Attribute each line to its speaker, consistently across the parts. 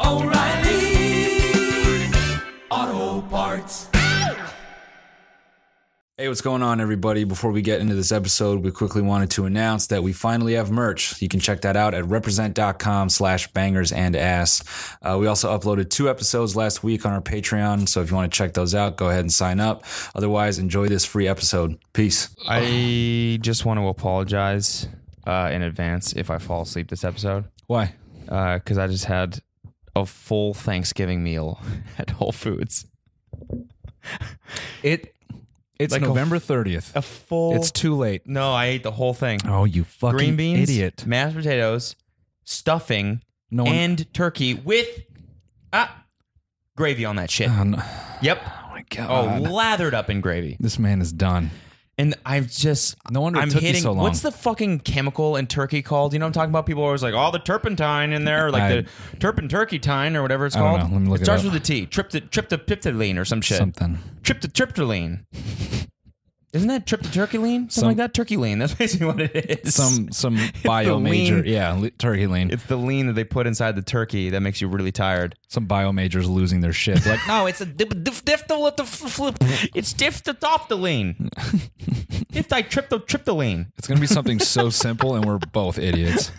Speaker 1: oh, oh, O'Reilly. Auto Parts.
Speaker 2: Hey, what's going on, everybody? Before we get into this episode, we quickly wanted to announce that we finally have merch. You can check that out at represent.com slash bangers and ass. Uh, we also uploaded two episodes last week on our Patreon. So if you want to check those out, go ahead and sign up. Otherwise, enjoy this free episode. Peace.
Speaker 3: I
Speaker 2: Oh.
Speaker 3: just want to apologize uh, in advance if I fall asleep this episode
Speaker 2: Why?
Speaker 3: because I just had a full Thanksgiving meal at Whole Foods.
Speaker 2: It it's
Speaker 3: Like a-
Speaker 2: November 30th.
Speaker 3: A full.
Speaker 2: It's too late.
Speaker 3: No, I ate the whole thing.
Speaker 2: Oh, you fucking
Speaker 3: Green beans,
Speaker 2: idiot.
Speaker 3: mashed potatoes, stuffing,
Speaker 2: No one-
Speaker 3: and turkey with ah, gravy on that shit.
Speaker 2: Oh, no.
Speaker 3: yep.
Speaker 2: Oh, my
Speaker 3: Oh,
Speaker 2: God.
Speaker 3: lathered up in gravy.
Speaker 2: this man is done.
Speaker 3: And I've just
Speaker 2: No wonder it
Speaker 3: I'm
Speaker 2: took you
Speaker 3: hitting.
Speaker 2: so long.
Speaker 3: What's the fucking chemical in turkey called? You know what I'm talking about? People are always like, oh, the turpentine in there, like
Speaker 2: I-
Speaker 3: the turpentine turkeytine or whatever it's
Speaker 2: don't
Speaker 3: called.
Speaker 2: know. Let me look
Speaker 3: it
Speaker 2: it
Speaker 3: starts
Speaker 2: up.
Speaker 3: with a T. Tripty, triptopiptyline or some shit.
Speaker 2: Something.
Speaker 3: Tripty, triptyline. Isn't that triptoturculine? Something
Speaker 2: Some-
Speaker 3: like that. Turkey lean. That's basically what it is.
Speaker 2: Some some bio
Speaker 3: lean-
Speaker 2: major. Yeah, le- turkey lean.
Speaker 3: It's the lean that they put inside the turkey that makes you really tired.
Speaker 2: some bio majors losing their shit. Like,
Speaker 3: No, it's a diphthongline. It's diphthongline. Diphthongline.
Speaker 2: it's gonna be something so simple, and we're both idiots.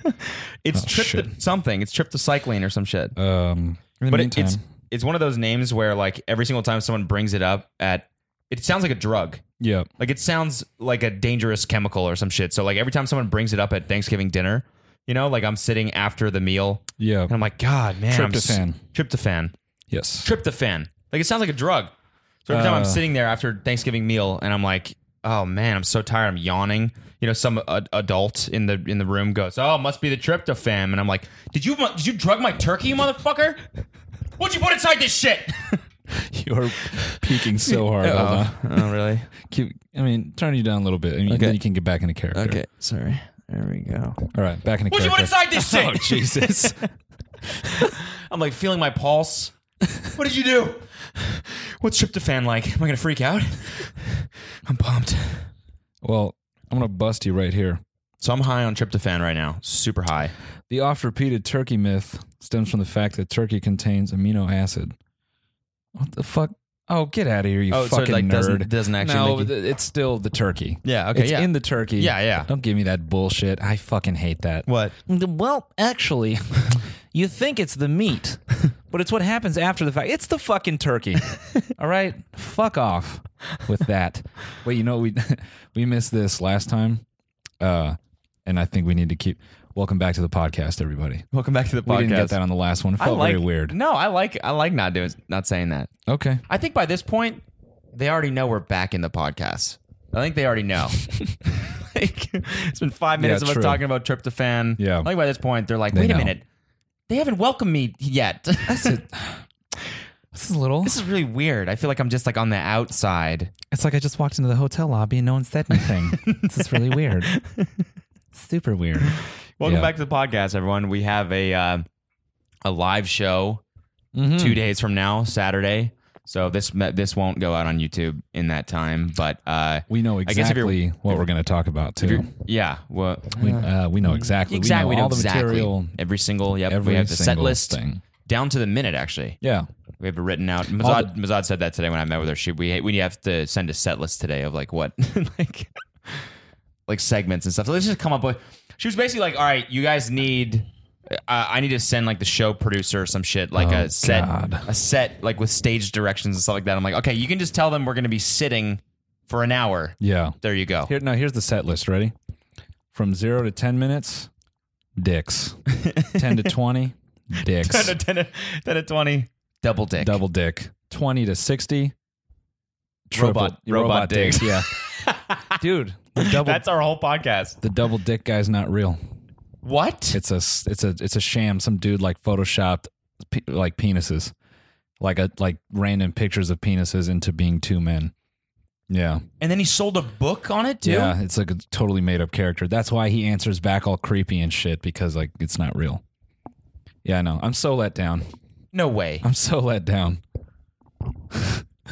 Speaker 3: It's
Speaker 2: Oh,
Speaker 3: trip
Speaker 2: shit.
Speaker 3: something. It's triptocycline or some shit.
Speaker 2: Um, in the
Speaker 3: but it,
Speaker 2: meantime,
Speaker 3: it's it's one of those names where like every single time someone brings it up at it sounds like a drug.
Speaker 2: yeah,
Speaker 3: Like it sounds like a dangerous chemical or some shit. So like every time someone brings it up at Thanksgiving dinner, you know, like I'm sitting after the meal
Speaker 2: yeah,
Speaker 3: and I'm like, God, man, I'm s-
Speaker 2: Tryptophan.
Speaker 3: tryptophan,
Speaker 2: yes.
Speaker 3: tryptophan. Like it sounds like a drug. So every time I'm
Speaker 2: Uh.
Speaker 3: sitting there after Thanksgiving meal and I'm like, oh man, I'm so tired. I'm yawning. You know, some uh, adult in the in the room goes, oh, it must be the tryptophan. And I'm like, did you mu- did you drug my turkey, you motherfucker? What'd you put inside this shit?
Speaker 2: You're peaking so hard. Hold on.
Speaker 3: oh really?
Speaker 2: Keep, I mean, turn you down a little bit, and you- then you can get back into character.
Speaker 3: sorry. There we go.
Speaker 2: All right, back into
Speaker 3: What'd you put
Speaker 2: character.
Speaker 3: inside this shit?
Speaker 2: Oh Jesus!
Speaker 3: I'm like feeling my pulse. What did you do? What's tryptophan like? Am I gonna freak out? I'm pumped.
Speaker 2: well, I'm gonna bust you right here.
Speaker 3: So I'm high on tryptophan right now. Super high.
Speaker 2: The oft-repeated turkey myth stems from the fact that turkey contains amino acid. What the fuck? Oh, get out of here, you
Speaker 3: Oh, so it,
Speaker 2: fucking
Speaker 3: like,
Speaker 2: nerd!
Speaker 3: doesn't- doesn't actually
Speaker 2: No,
Speaker 3: make you-
Speaker 2: th- it's still the turkey.
Speaker 3: Yeah, okay,
Speaker 2: It's
Speaker 3: yeah.
Speaker 2: in the turkey.
Speaker 3: Yeah, yeah.
Speaker 2: Don't give me that bullshit. I fucking hate that.
Speaker 3: What?
Speaker 2: Well, actually, you think it's the meat, but it's what happens after the fact. It's the fucking turkey. All right, fuck off with that. Wait, you know we we missed this last time, uh, and I think we need to keep. Welcome back to the podcast, everybody.
Speaker 3: Welcome back to the podcast.
Speaker 2: We didn't get that on the last one. It
Speaker 3: I
Speaker 2: felt
Speaker 3: like,
Speaker 2: very weird.
Speaker 3: No, I like I like not doing not saying that.
Speaker 2: Okay.
Speaker 3: I think by this point, they already know we're back in the podcast. I think they already know. like, it's been five minutes
Speaker 2: Yeah,
Speaker 3: of
Speaker 2: true.
Speaker 3: us talking about tryptophan.
Speaker 2: Yeah.
Speaker 3: I think by this point, they're like,
Speaker 2: They
Speaker 3: wait a
Speaker 2: know.
Speaker 3: minute. They haven't welcomed me yet.
Speaker 2: This is little.
Speaker 3: this is really weird. I feel like I'm just like on the outside.
Speaker 2: It's like I just walked into the hotel lobby and no one said anything. this is really weird. Super weird.
Speaker 3: Welcome
Speaker 2: Yeah.
Speaker 3: back to the podcast, everyone. We have a uh, a live show
Speaker 2: Mm-hmm.
Speaker 3: two days from now, Saturday. So this me- this won't go out on YouTube in that time, but uh,
Speaker 2: We know
Speaker 3: guess if you're-
Speaker 2: exactly what we're going to talk about too.
Speaker 3: yeah, well,
Speaker 2: We, uh, we know exactly.
Speaker 3: exactly.
Speaker 2: We know all the
Speaker 3: exactly.
Speaker 2: material.
Speaker 3: Every single. Yep.
Speaker 2: Every
Speaker 3: we have the set
Speaker 2: single
Speaker 3: list
Speaker 2: thing.
Speaker 3: down to the minute. Actually,
Speaker 2: Yeah.
Speaker 3: we have it written out. Mazad, Mazad said that today when I met with her. She we we have to send a set list today of like what like like segments and stuff. So let's just come up with. She was basically like, "All right, you guys need." Uh, I need to send like the show producer or some shit like
Speaker 2: Oh,
Speaker 3: a set
Speaker 2: God.
Speaker 3: a set like with stage directions and stuff like that. I'm like, okay, you can just tell them we're going to be sitting for an hour.
Speaker 2: Yeah.
Speaker 3: There you go.
Speaker 2: Here, no, here's the set list. Ready? From zero to ten minutes, dicks. ten to twenty, dicks.
Speaker 3: 10 to, 10 to, 10 to 20 double dick.
Speaker 2: Double dick. Twenty to sixty.
Speaker 3: Robot-
Speaker 2: triple-
Speaker 3: robot dick.
Speaker 2: Yeah. Dude, the double
Speaker 3: That's our whole podcast.
Speaker 2: the double dick guy's not real.
Speaker 3: What?
Speaker 2: It's a it's a it's a sham. Some dude like photoshopped pe- like penises, like a like random pictures of penises into being two men. Yeah.
Speaker 3: and then he sold a book on it too.
Speaker 2: Yeah. It's like a totally made up character. That's why he answers back all creepy and shit because like it's not real. Yeah, I know. I'm so let down.
Speaker 3: No way.
Speaker 2: I'm so let down.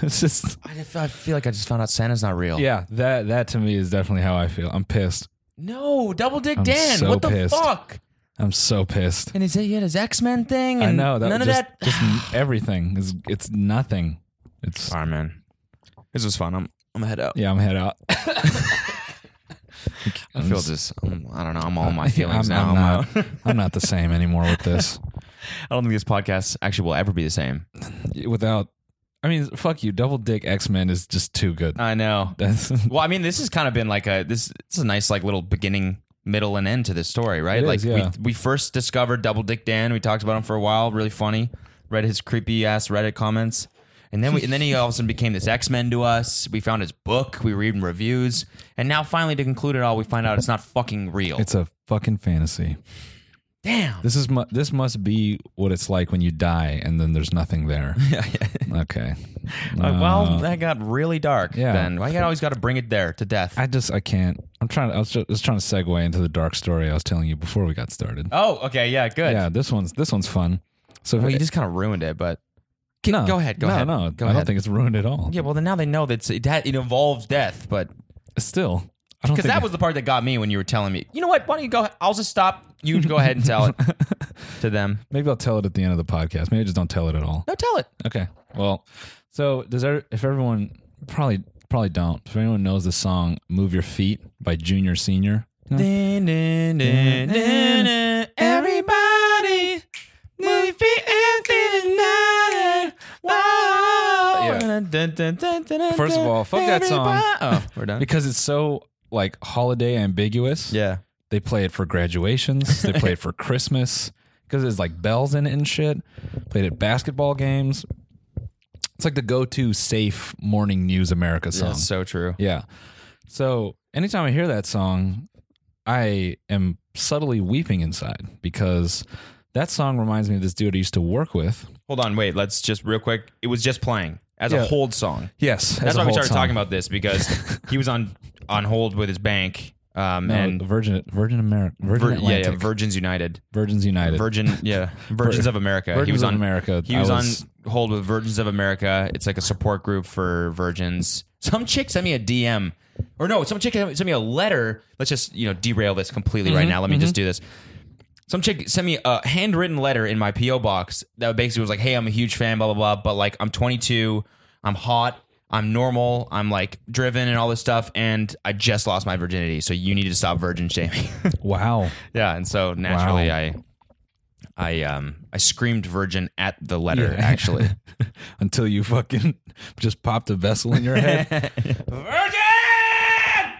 Speaker 2: it's just
Speaker 3: I just- I feel like I just found out Santa's not real.
Speaker 2: yeah, that that to me is definitely how I feel. I'm pissed.
Speaker 3: No, Double Dick
Speaker 2: I'm
Speaker 3: Dan.
Speaker 2: so
Speaker 3: what the
Speaker 2: pissed.
Speaker 3: fuck?
Speaker 2: I'm so pissed.
Speaker 3: And he said he had his X Men thing.
Speaker 2: I
Speaker 3: And
Speaker 2: know that
Speaker 3: none
Speaker 2: just,
Speaker 3: of that.
Speaker 2: just everything is it's nothing. It's
Speaker 3: All right, man. This was fun. I'm I'm gonna head out.
Speaker 2: yeah, I'm head out.
Speaker 3: I feel just. I'm, I don't know. I'm all in my feelings
Speaker 2: I'm,
Speaker 3: now.
Speaker 2: I'm
Speaker 3: I'm out.
Speaker 2: not, I'm not the same anymore with this.
Speaker 3: I don't think this podcast actually will ever be the same.
Speaker 2: Without, I mean, fuck you. Double Dick X Men is just too good.
Speaker 3: I know.
Speaker 2: That's
Speaker 3: Well, I mean, this has kind of been like a this. It's a nice like little beginning, middle, and end to this story, right?
Speaker 2: It
Speaker 3: like
Speaker 2: is, yeah.
Speaker 3: we we first discovered Double Dick Dan. We talked about him for a while. Really funny. Read his creepy ass Reddit comments, and then we and then he all of a sudden became this X Men to us. We found his book. We were reading reviews, and now finally to conclude it all, we find out it's not fucking real.
Speaker 2: it's a fucking fantasy.
Speaker 3: damn.
Speaker 2: This is mu- this must be what it's like when you die and then there's nothing there. Okay.
Speaker 3: Uh,
Speaker 2: Uh,
Speaker 3: well, that got really dark.
Speaker 2: Yeah.
Speaker 3: Yeah. Then why you always got to bring it there to death?
Speaker 2: I just I can't. I'm trying. I was just, just trying to segue into the dark story I was telling you before we got started.
Speaker 3: oh, okay. Yeah. Good.
Speaker 2: yeah, this one's this one's fun. So if
Speaker 3: Well,
Speaker 2: I-
Speaker 3: you just kind of ruined it, but
Speaker 2: no,
Speaker 3: go ahead, go
Speaker 2: no,
Speaker 3: ahead,
Speaker 2: No,
Speaker 3: go
Speaker 2: I don't
Speaker 3: ahead.
Speaker 2: think it's ruined at all.
Speaker 3: yeah. Well, then now they know that it, had- it involves death, but
Speaker 2: Still, I don't
Speaker 3: Because
Speaker 2: think
Speaker 3: that was the part that got me when you were telling me, you know what? Why don't you go? I'll just stop. You go ahead and tell it to them.
Speaker 2: Maybe I'll tell it at the end of the podcast. Maybe I just don't tell it at all.
Speaker 3: No, tell it.
Speaker 2: Okay. Well, so does there, if everyone probably probably don't. If anyone knows the song "Move Your Feet" by Junior Senior, No?
Speaker 3: Dun, dun, dun, dun, dun. Everybody, move your feet and feel the night. Wow.
Speaker 2: Yeah.
Speaker 3: Dun, dun, dun, dun, dun,
Speaker 2: First of all, fuck that song.
Speaker 3: everybody- Oh, we're done.
Speaker 2: because it's so like holiday ambiguous.
Speaker 3: yeah.
Speaker 2: They play it for graduations. They play it for Christmas because there's like bells in it and shit. Played at basketball games. It's like the go-to safe morning news America song.
Speaker 3: That's so true.
Speaker 2: Yeah. So anytime I hear that song, I am subtly weeping inside because that song reminds me of this dude I used to work with.
Speaker 3: Hold on. Wait. Let's just real quick. It was just playing as
Speaker 2: Yeah.
Speaker 3: a hold song.
Speaker 2: Yes.
Speaker 3: That's why we started talking about this because he was on on hold with his bank. Um, and
Speaker 2: Virgin Virgin America Virgin
Speaker 3: Vir- yeah,
Speaker 2: Atlantic
Speaker 3: yeah, Virgins United,
Speaker 2: Virgins United.
Speaker 3: Virgin, yeah, Virgins of America. he
Speaker 2: Virgins
Speaker 3: was
Speaker 2: of
Speaker 3: on
Speaker 2: America.
Speaker 3: He
Speaker 2: I
Speaker 3: was,
Speaker 2: was-
Speaker 3: on hold with Virgins of America. It's like a support group for virgins. Some chick sent me a DM, or no, some chick sent me a letter. Let's just you know derail this completely
Speaker 2: Mm-hmm,
Speaker 3: right now. Let me just do this. Some chick sent me a handwritten letter in my PO box that basically was like, "Hey, I'm a huge fan, blah blah blah, but like I'm 22, I'm hot." I'm normal. I'm like driven and all this stuff, and I just lost my virginity. So you need to stop virgin shaming.
Speaker 2: Wow.
Speaker 3: Yeah, and so naturally
Speaker 2: Wow.
Speaker 3: I I um I screamed virgin at the letter actually.
Speaker 2: Until you fucking just popped a vessel in your head.
Speaker 3: virgin!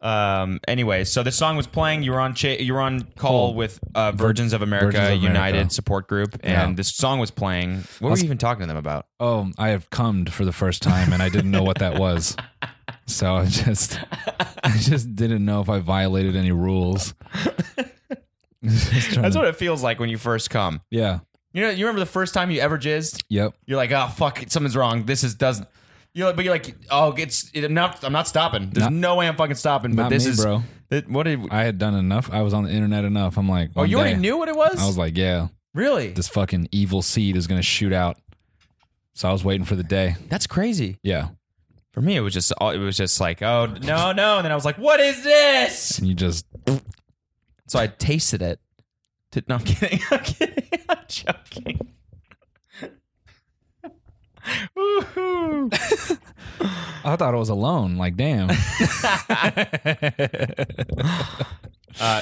Speaker 3: um anyway, so the song was playing, you were on cha- you were on call
Speaker 2: Cool.
Speaker 3: with uh, Virgins of America
Speaker 2: Virgins of
Speaker 3: United
Speaker 2: America.
Speaker 3: support group and
Speaker 2: Yeah.
Speaker 3: this song was playing. What were you even talking to them about?
Speaker 2: oh, I have cummed for the first time and I didn't know what that was. So I just I just didn't know if I violated any rules. Just trying
Speaker 3: That's
Speaker 2: to-
Speaker 3: what it feels like when you first come.
Speaker 2: yeah.
Speaker 3: You know, you remember the first time you ever jizzed?
Speaker 2: Yep.
Speaker 3: You're like, oh fuck, something's wrong. This is doesn't. You know, but you're like, oh, it's it, I'm not. I'm not stopping. There's
Speaker 2: Not-
Speaker 3: no way I'm fucking stopping. But
Speaker 2: not
Speaker 3: this
Speaker 2: me,
Speaker 3: is
Speaker 2: bro.
Speaker 3: It, what did?
Speaker 2: I had done enough. I was on the internet enough. I'm like,
Speaker 3: oh,
Speaker 2: one
Speaker 3: you already
Speaker 2: day-
Speaker 3: knew what it was.
Speaker 2: I was like, yeah,
Speaker 3: really?
Speaker 2: this fucking evil seed is gonna shoot out. So I was waiting for the day.
Speaker 3: That's crazy.
Speaker 2: Yeah.
Speaker 3: For me, it was just. all- It was just like, oh no, no. And then I was like, what is this?
Speaker 2: And you just
Speaker 3: So I tasted it. Did- No, I'm kidding. I'm kidding. I'm joking. Woohoo!
Speaker 2: I thought I was alone. Like, damn.
Speaker 3: Uh,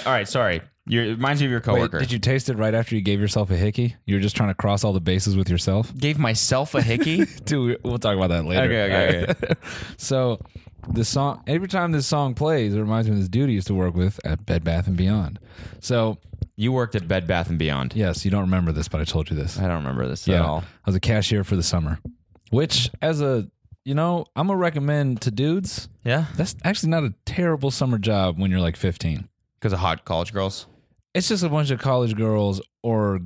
Speaker 3: all right, sorry. You're, it reminds me of your
Speaker 2: Wait,
Speaker 3: coworker.
Speaker 2: did you taste it right after you gave yourself a hickey? You were just trying to cross all the bases with yourself?
Speaker 3: gave myself a hickey?
Speaker 2: Dude, we'll talk about that later.
Speaker 3: Okay, okay,
Speaker 2: All right. so, the song. Every time this song plays, it reminds me of this dude I used to work with at Bed Bath and Beyond. So,
Speaker 3: you worked at Bed Bath and Beyond.
Speaker 2: yes, you don't remember this, but I told you this.
Speaker 3: I don't remember this
Speaker 2: Yeah.
Speaker 3: at all.
Speaker 2: I was a cashier for the summer, which, as a you know, I'm gonna recommend to dudes.
Speaker 3: Yeah,
Speaker 2: That's actually not a terrible summer job when you're like 15.
Speaker 3: because of hot college girls.
Speaker 2: It's just a bunch of college girls or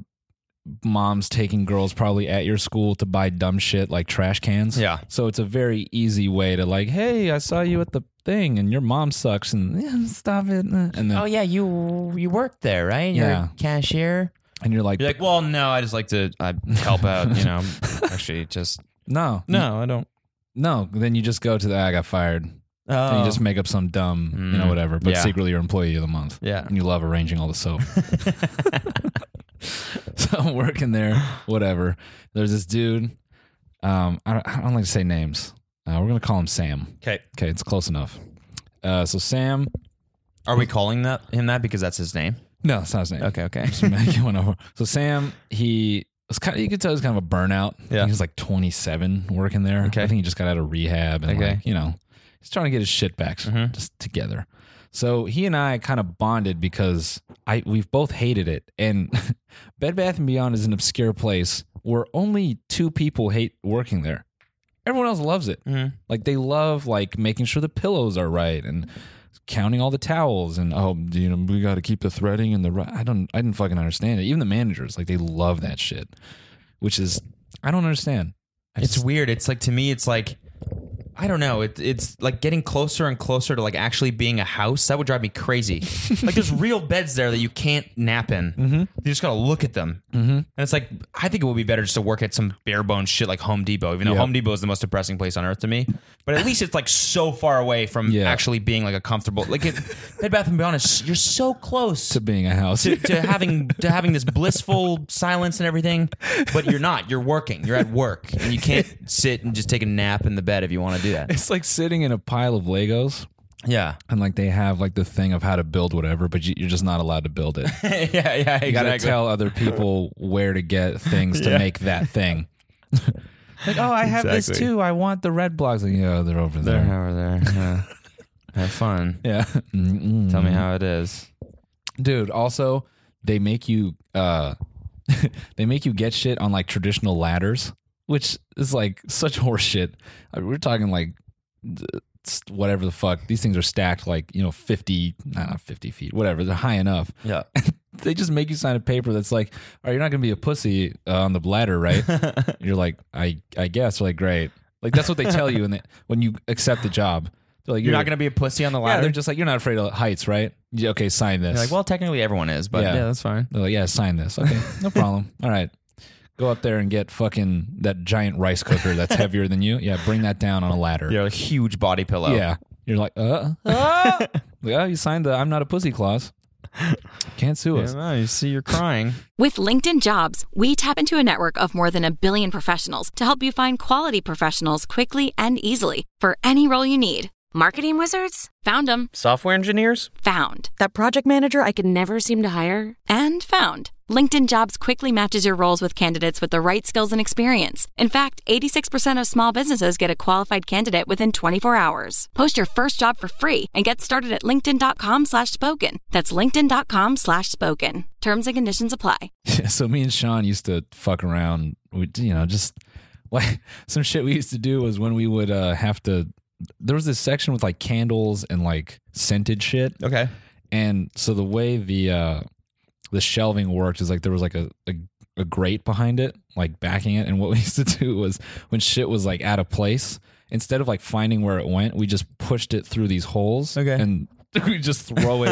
Speaker 2: moms taking girls probably at your school to buy dumb shit like trash cans.
Speaker 3: Yeah.
Speaker 2: So it's a very easy way to like, hey, I saw you at the thing and your mom sucks and "Yeah, stop it. And then
Speaker 3: Oh yeah, you you work there, right? You're
Speaker 2: Yeah.
Speaker 3: a cashier.
Speaker 2: and you're like,
Speaker 3: You're like, well, no, I just like to I help out. You know, actually, just
Speaker 2: no,
Speaker 3: no, I don't.
Speaker 2: no. Then you just go to the "Ah, I got fired. And
Speaker 3: Oh.
Speaker 2: you just make up some dumb, you know,
Speaker 3: Mm.
Speaker 2: whatever. But
Speaker 3: Yeah.
Speaker 2: secretly your employee of the month.
Speaker 3: Yeah.
Speaker 2: And you love arranging all the soap. so I'm working there, whatever. There's this dude. Um, I don't, I don't like to say names. Uh, we're gonna call him Sam.
Speaker 3: okay.
Speaker 2: Okay, it's close enough. Uh, so Sam,
Speaker 3: Are we calling that him that because that's his name?
Speaker 2: no, it's not his name.
Speaker 3: Okay, okay.
Speaker 2: Just making one over. So Sam, he was kind. Of, you could tell he's kind of a burnout. I think
Speaker 3: Yeah.
Speaker 2: he was like 27 working there.
Speaker 3: Okay.
Speaker 2: I think he just got out of rehab and
Speaker 3: Okay.
Speaker 2: like you know, he's trying to get his shit back
Speaker 3: Mhm.
Speaker 2: just together. So he and I kind of bonded because I we've both hated it. And Bed Bath and Beyond is an obscure place where only two people hate working there. Everyone else loves it.
Speaker 3: Mhm.
Speaker 2: Like they love like making sure the pillows are right and counting all the towels and oh you know we got to keep the threading and the ri- I don't I didn't fucking understand it. Even the managers like they love that shit, which is I don't understand. I
Speaker 3: It's
Speaker 2: just-
Speaker 3: weird. It's like to me, it's like I don't know. It, it's like getting closer and closer to like actually being a house. That would drive me crazy. like there's real beds there that you can't nap in.
Speaker 2: Mm-hmm.
Speaker 3: You just gotta look at them. Mm-hmm. And it's like I think it would be better just to work at some bare bones shit like Home Depot. Even though Home Depot is the most depressing place on earth to me, but at least it's like so far away from
Speaker 2: Yeah.
Speaker 3: actually being like a comfortable like it, Bed Bath and Beyond. Is, you're so close
Speaker 2: to being a house.
Speaker 3: to, to having to having this blissful silence and everything, but you're not. You're working. You're at work, and you can't sit and just take a nap in the bed if you want to do that.
Speaker 2: it's like sitting in a pile of Legos
Speaker 3: Yeah,
Speaker 2: and like they have like the thing of how to build whatever, but you, you're just not allowed to build it.
Speaker 3: yeah, yeah.
Speaker 2: You got to tell other people where to get things to make that thing. like, oh, I have this
Speaker 3: Exactly.
Speaker 2: too. I want the red blocks. Like, yeah, they're over there.
Speaker 3: over there. Yeah. Have fun.
Speaker 2: Yeah. Mm-mm.
Speaker 3: Tell me how it is.
Speaker 2: Dude, also they make you uh they make you get shit on like traditional ladders, which is like such horseshit. I mean, we're talking like th- s- whatever the fuck. These things are stacked like, you know, 50, nah, not 50 feet, whatever. They're high enough.
Speaker 3: Yeah.
Speaker 2: They just make you sign a paper that's like, all right, you're not going to be a pussy uh, on the ladder, right? you're like, I, I guess. They're like, great. Like, that's what they tell you in the, when you accept the job. They're like,
Speaker 3: You're not gonna be a pussy on the
Speaker 2: yeah,
Speaker 3: ladder.
Speaker 2: they're just like, you're not afraid of heights, right? Yeah, okay, sign this.
Speaker 3: You're like, well, technically everyone is, but
Speaker 2: Yeah.
Speaker 3: yeah, that's fine.
Speaker 2: They're like, yeah, sign this. Okay, no problem. All right. Go up there and get fucking that giant rice cooker that's heavier than you. Yeah, bring that down on a ladder.
Speaker 3: You're a huge body pillow.
Speaker 2: Yeah. You're like, uh, uh. yeah, you signed the I'm not a pussy clause. Can't sue
Speaker 3: I
Speaker 2: us.
Speaker 3: don't know, you see, you're crying.
Speaker 4: With LinkedIn Jobs, we tap into a network of more than a billion professionals to help you find quality professionals quickly and easily for any role you need. Marketing wizards? Found them.
Speaker 5: Software engineers?
Speaker 4: Found.
Speaker 6: That project manager I could never seem to hire?
Speaker 4: and found. LinkedIn Jobs quickly matches your roles with candidates with the right skills and experience. In fact, 86% of small businesses get a qualified candidate within 24 hours. Post your first job for free and get started at linkedin.com slash spoken. That's linkedin.com slash spoken. Terms and conditions apply.
Speaker 2: so me and Sean used to fuck around. We, you know, just like some shit we used to do was when we would uh, have to. There was this section with like candles and like scented shit.
Speaker 3: Okay.
Speaker 2: And so the way the uh the shelving worked is like there was like a, a a grate behind it, like backing it. And what we used to do was when shit was like out of place, instead of like finding where it went, we just pushed it through these holes.
Speaker 3: Okay.
Speaker 2: And we just throw it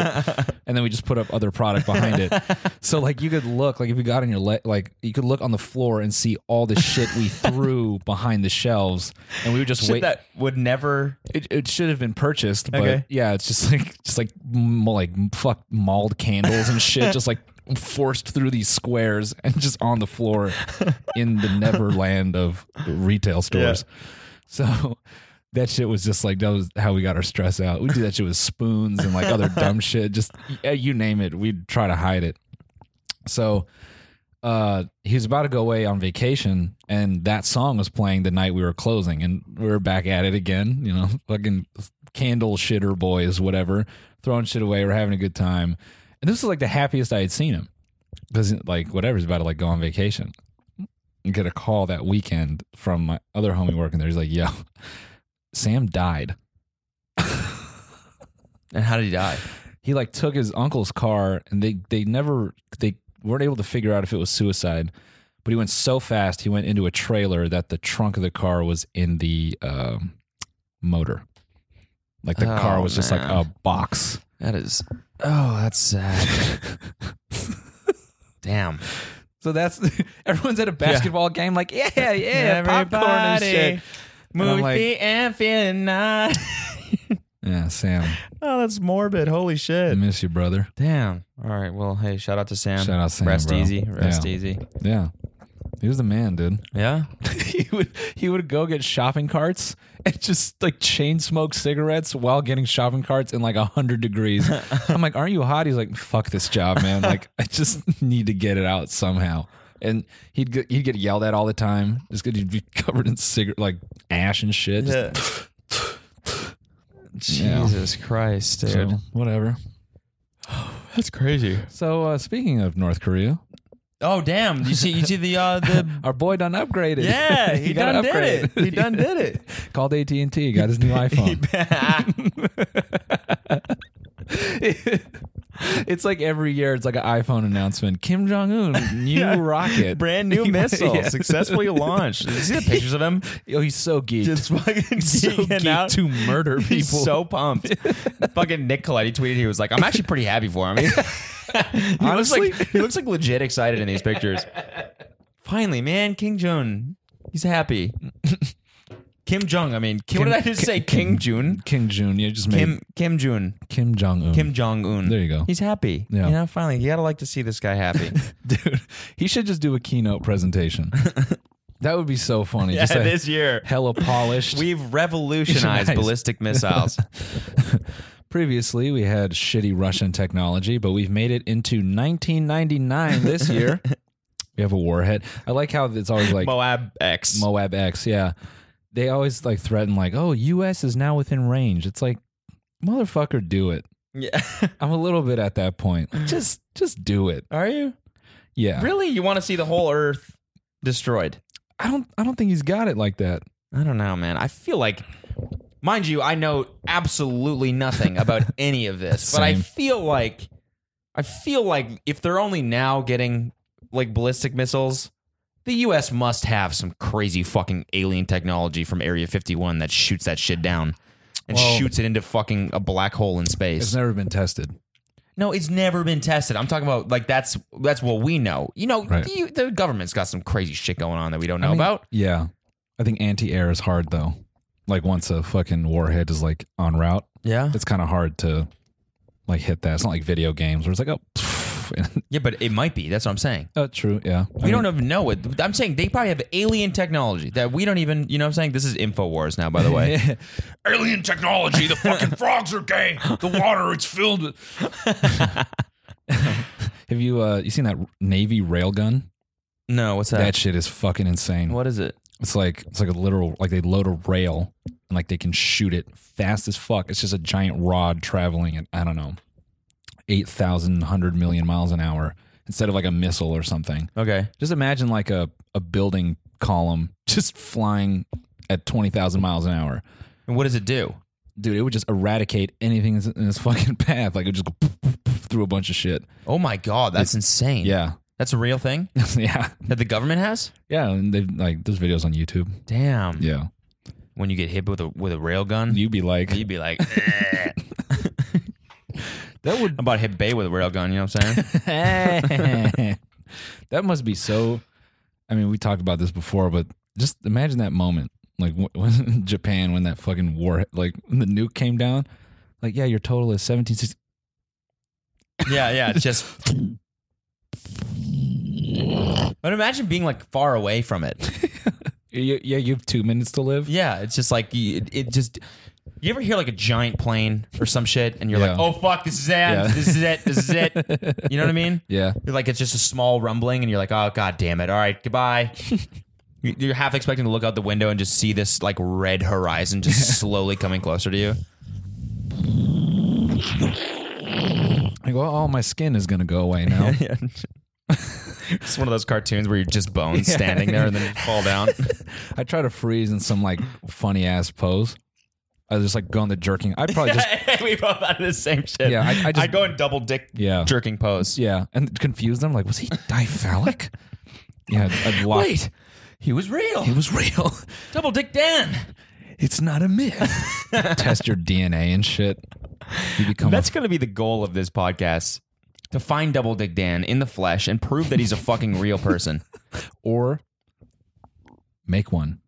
Speaker 2: and then we just put up other product behind it. So like you could look, like if you got on your le- like you could look on the floor and see all the shit we threw behind the shelves and we would just
Speaker 3: Shit
Speaker 2: wait
Speaker 3: that would never.
Speaker 2: it, it should have been purchased, but
Speaker 3: Okay.
Speaker 2: yeah, it's just like just like m- like fuck mauled candles and shit, just like forced through these squares and just on the floor in the Neverland of retail stores. So that shit was just like that was how we got our stress out. We do that shit with spoons and like other dumb shit. Just yeah, you name it, we'd try to hide it. So uh he was about to go away on vacation and that song was playing the night we were closing and we were back at it again you know fucking candle shitter boys whatever throwing shit away we're having a good time and this was like the happiest i had seen him because like whatever he's about to like go on vacation and get a call that weekend from my other homie working there he's like yo sam died
Speaker 3: And how did he die?
Speaker 2: he like took his uncle's car and they they never they weren't able to figure out if it was suicide. But he went so fast, he went into a trailer that the trunk of the car was in the um, motor. Like the car
Speaker 3: Oh,
Speaker 2: was just
Speaker 3: man.
Speaker 2: like a box.
Speaker 3: That is. Oh, that's sad. Damn.
Speaker 2: So that's everyone's at a basketball game, like yeah, yeah, popcorn and shit. And I'm
Speaker 3: Movie
Speaker 2: like-
Speaker 3: and feeling nice.
Speaker 2: Yeah, Sam,
Speaker 3: Oh, that's morbid. Holy
Speaker 2: I
Speaker 3: shit.
Speaker 2: miss you, brother.
Speaker 3: Mm, Damn. All right. Well, hey, shout out to Sam.
Speaker 2: Shout out Sam,
Speaker 3: Rest
Speaker 2: bro.
Speaker 3: easy. Rest
Speaker 2: Yeah.
Speaker 3: easy.
Speaker 2: Yeah, he was the man, dude.
Speaker 3: Yeah.
Speaker 2: he would he would go get shopping carts and just like chain smoke cigarettes while getting shopping carts in like hundred degrees. I'm like, aren't you hot? He's like, fuck this job, man. Like, I just need to get it out somehow. And he'd get, he'd get yelled at all the time. Just 'cause he'd be covered in cigarette like ash and shit. Just-
Speaker 3: Jesus Christ,
Speaker 2: so,
Speaker 3: dude.
Speaker 2: whatever.
Speaker 3: That's crazy.
Speaker 2: So uh, speaking of North Korea,
Speaker 3: Oh, damn. You see, you see the uh, the.
Speaker 2: our boy done upgraded.
Speaker 3: Yeah, he,
Speaker 2: got
Speaker 3: done
Speaker 2: an
Speaker 3: did it.
Speaker 2: upgrade.
Speaker 3: He done did it.
Speaker 2: Called AT and T. Got his new iPhone. it's like every year, it's like an iPhone announcement. Kim Jong Un, new rocket,
Speaker 3: Brand new missile
Speaker 2: Yeah.
Speaker 3: successfully launched. You see the pictures of him?
Speaker 2: Oh, he's so geeked.
Speaker 3: Just fucking
Speaker 2: He's so
Speaker 3: geeking
Speaker 2: geeked
Speaker 3: out.
Speaker 2: to murder people.
Speaker 3: He's so pumped. Fucking Nick Coletti tweeted he was like, I'm actually pretty happy for him. He,
Speaker 2: Honestly?
Speaker 3: looks like he looks like legit excited in these pictures. Finally, man, King Jun. He's happy. Kim Jong, I mean, Kim, what did I just say? King Jun?
Speaker 2: King Jun, you just made
Speaker 3: Kim Kim Jun.
Speaker 2: Kim Jong Un.
Speaker 3: Kim Jong Un.
Speaker 2: There you go.
Speaker 3: He's happy.
Speaker 2: Yeah.
Speaker 3: You know, finally, you gotta like to see this guy happy.
Speaker 2: dude, he should just do a keynote presentation. that would be so funny. just a
Speaker 3: year.
Speaker 2: hella polished.
Speaker 3: We've revolutionized
Speaker 2: Nice.
Speaker 3: ballistic missiles.
Speaker 2: Previously, we had shitty Russian technology, but we've made it into 1999 this year. we have a warhead. I like how it's always like
Speaker 3: Moab X.
Speaker 2: Moab X. Yeah. They always like threaten, like, oh, US is now within range. It's like, motherfucker, do it.
Speaker 3: yeah.
Speaker 2: I'm a little bit at that point. Just, just do it.
Speaker 3: Are you?
Speaker 2: Yeah.
Speaker 3: Really? You want to see the whole Earth destroyed?
Speaker 2: I don't, I don't think he's got it like that.
Speaker 3: I don't know, man. I feel like, mind you, I know absolutely nothing about any of this, but I
Speaker 2: Same.
Speaker 3: feel like, I feel like if they're only now getting like ballistic missiles, the U.S. must have some crazy fucking alien technology from Area 51 that shoots that shit down and
Speaker 2: Well-
Speaker 3: shoots it into fucking a black hole in space.
Speaker 2: It's never been tested.
Speaker 3: No, it's never been tested. I'm talking about like that's that's what we know. You know,
Speaker 2: Right.
Speaker 3: you, the government's got some crazy shit going on that we don't know
Speaker 2: I mean,
Speaker 3: about.
Speaker 2: Yeah. I think anti air is hard, though. Like, once a fucking warhead is like en route,
Speaker 3: Yeah,
Speaker 2: it's kind of hard to like hit that. It's not like video games where it's like, oh, pff, and-
Speaker 3: yeah, but it might be. That's what I'm saying.
Speaker 2: oh true. Yeah.
Speaker 3: We don't even know it. I'm saying they probably have alien technology that we don't even. You know, what I'm saying this is Infowars now. By the way,
Speaker 2: know.
Speaker 7: alien technology. The fucking frogs are gay. The water it's filled with.
Speaker 2: Have you, uh, you seen that Navy railgun?
Speaker 3: no, what's that?
Speaker 2: That shit is fucking insane.
Speaker 3: what is it?
Speaker 2: It's like it's like a literal like they load a rail and like they can shoot it fast as fuck. It's just a giant rod traveling at I don't know eight thousand hundred million miles an hour instead of like a missile or something.
Speaker 3: Okay,
Speaker 2: Just imagine like a a building column just flying at twenty thousand miles an hour.
Speaker 3: and what does it do?
Speaker 2: Dude, it would just eradicate anything that's in its fucking path. Like it would just go poof, poof, poof through a bunch of shit.
Speaker 3: Oh my god, that's insane.
Speaker 2: Yeah,
Speaker 3: that's a real thing
Speaker 2: yeah,
Speaker 3: that the government has.
Speaker 2: yeah. And they like there's videos on YouTube.
Speaker 3: Damn.
Speaker 2: Yeah,
Speaker 3: When you get hit with a with a rail gun,
Speaker 2: you'd be like,
Speaker 3: you'd be like. That would I'm about to hit Bay with a rail gun, you know what I'm saying?
Speaker 2: that must be so. I mean, we talked about this before, but just imagine that moment, like w- was in Japan when that fucking war, like when the nuke came down. Like, yeah, your total is seventeen sixty.
Speaker 3: yeah, yeah. it's Just But imagine being like far away from it.
Speaker 2: Yeah, you have two minutes to live.
Speaker 3: Yeah, it's just like you- it, it just you ever hear like a giant plane or some shit and you're
Speaker 2: Yeah.
Speaker 3: like, Oh fuck, this is it,
Speaker 2: Yeah.
Speaker 3: this is it, this is it. You know what I mean?
Speaker 2: Yeah,
Speaker 3: You're like it's just a small rumbling and you're like, Oh god damn it, all right, goodbye. You- You're half expecting to look out the window and just see this like red horizon just slowly coming closer to you.
Speaker 2: like well, all my skin is gonna go away now.
Speaker 3: Yeah. it's one of those cartoons where you're just bones standing there and then you fall down.
Speaker 2: I try to freeze in some like funny ass pose. I was just like going the jerking. I'd probably just
Speaker 3: we both out of the same shit.
Speaker 2: Yeah, I- I
Speaker 3: I,
Speaker 2: just-
Speaker 3: would go in double dick
Speaker 2: Yeah.
Speaker 3: jerking pose.
Speaker 2: yeah, and confuse them. Like, was he diphalic? yeah, I'd walk.
Speaker 3: Wait, he was real.
Speaker 2: It was real.
Speaker 3: double dick Dan.
Speaker 2: It's not a myth. Test your DNA and shit. You become
Speaker 3: That's
Speaker 2: That's
Speaker 3: going to be the goal of this podcast to find double dick Dan in the flesh and prove that he's a fucking real person.
Speaker 2: or make one.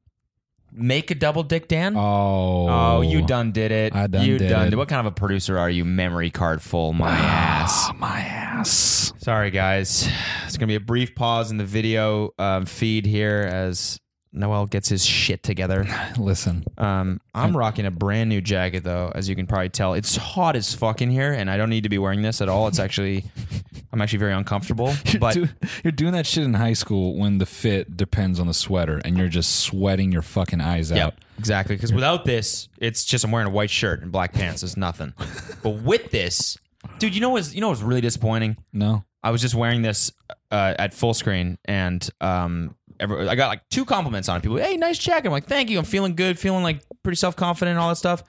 Speaker 3: Make a double dick Dan.
Speaker 2: Oh,
Speaker 3: Oh, you done did it.
Speaker 2: I done
Speaker 3: you
Speaker 2: did
Speaker 3: done
Speaker 2: it. Ah.
Speaker 3: did. What kind of a producer are you? Memory card full, my ass.
Speaker 2: my ass.
Speaker 3: Sorry, guys. It's gonna be a brief pause in the video um, feed here as Noel gets his shit together.
Speaker 2: Listen,
Speaker 3: Um, I'm rocking a brand new jacket though, as you can probably tell. It's hot as fuck in here, and I don't need to be wearing this at all. It's actually, I'm actually very uncomfortable.
Speaker 2: you're,
Speaker 3: But
Speaker 2: do- you're doing that shit in high school when the fit depends on the sweater, and you're just sweating your fucking eyes
Speaker 3: yeah,
Speaker 2: out.
Speaker 3: exactly. Because without this, it's just I'm wearing a white shirt and black pants. It's nothing. but with this, dude, you know what's you know what's really disappointing?
Speaker 2: No,
Speaker 3: I was just wearing this uh, at full screen, and um, every, I got like two compliments on it. People, hey, nice jacket. I'm like, thank you. I'm feeling good, feeling like pretty self confident, and all that stuff.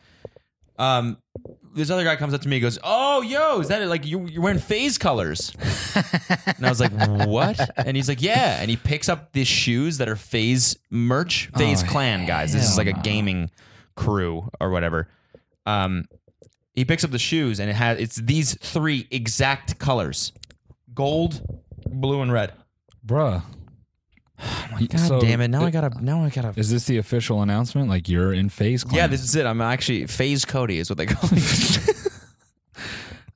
Speaker 3: Um, this other guy comes up to me, and goes, "Oh, yo, is that it? like you, you're wearing phase colors?" and I was like, "What?" And he's like, "Yeah." And he picks up these shoes that are phase merch, phase clan guys. This is like a gaming crew or whatever. Um, he picks up the shoes, and it has it's these three exact colors gold, blue, and red.
Speaker 2: bruh.
Speaker 3: God damn it! Now I gotta. Now I gotta.
Speaker 2: Is this the official announcement? Like you're in phase? Clan?
Speaker 3: yeah, this is it. I'm actually phase Cody is what they call me.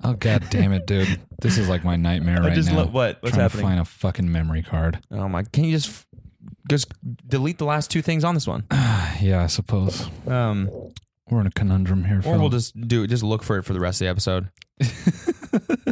Speaker 2: Oh god damn it, dude! This is like my nightmare right
Speaker 3: just
Speaker 2: now.
Speaker 3: lo- what? What's
Speaker 2: Trying
Speaker 3: happening?
Speaker 2: to find a fucking memory card.
Speaker 3: oh my! Can you just just delete the last two things on this one?
Speaker 2: Yeah, I suppose
Speaker 3: Um,
Speaker 2: we're in a conundrum here.
Speaker 3: or
Speaker 2: Phil.
Speaker 3: we'll just do just look for it for the rest of the episode.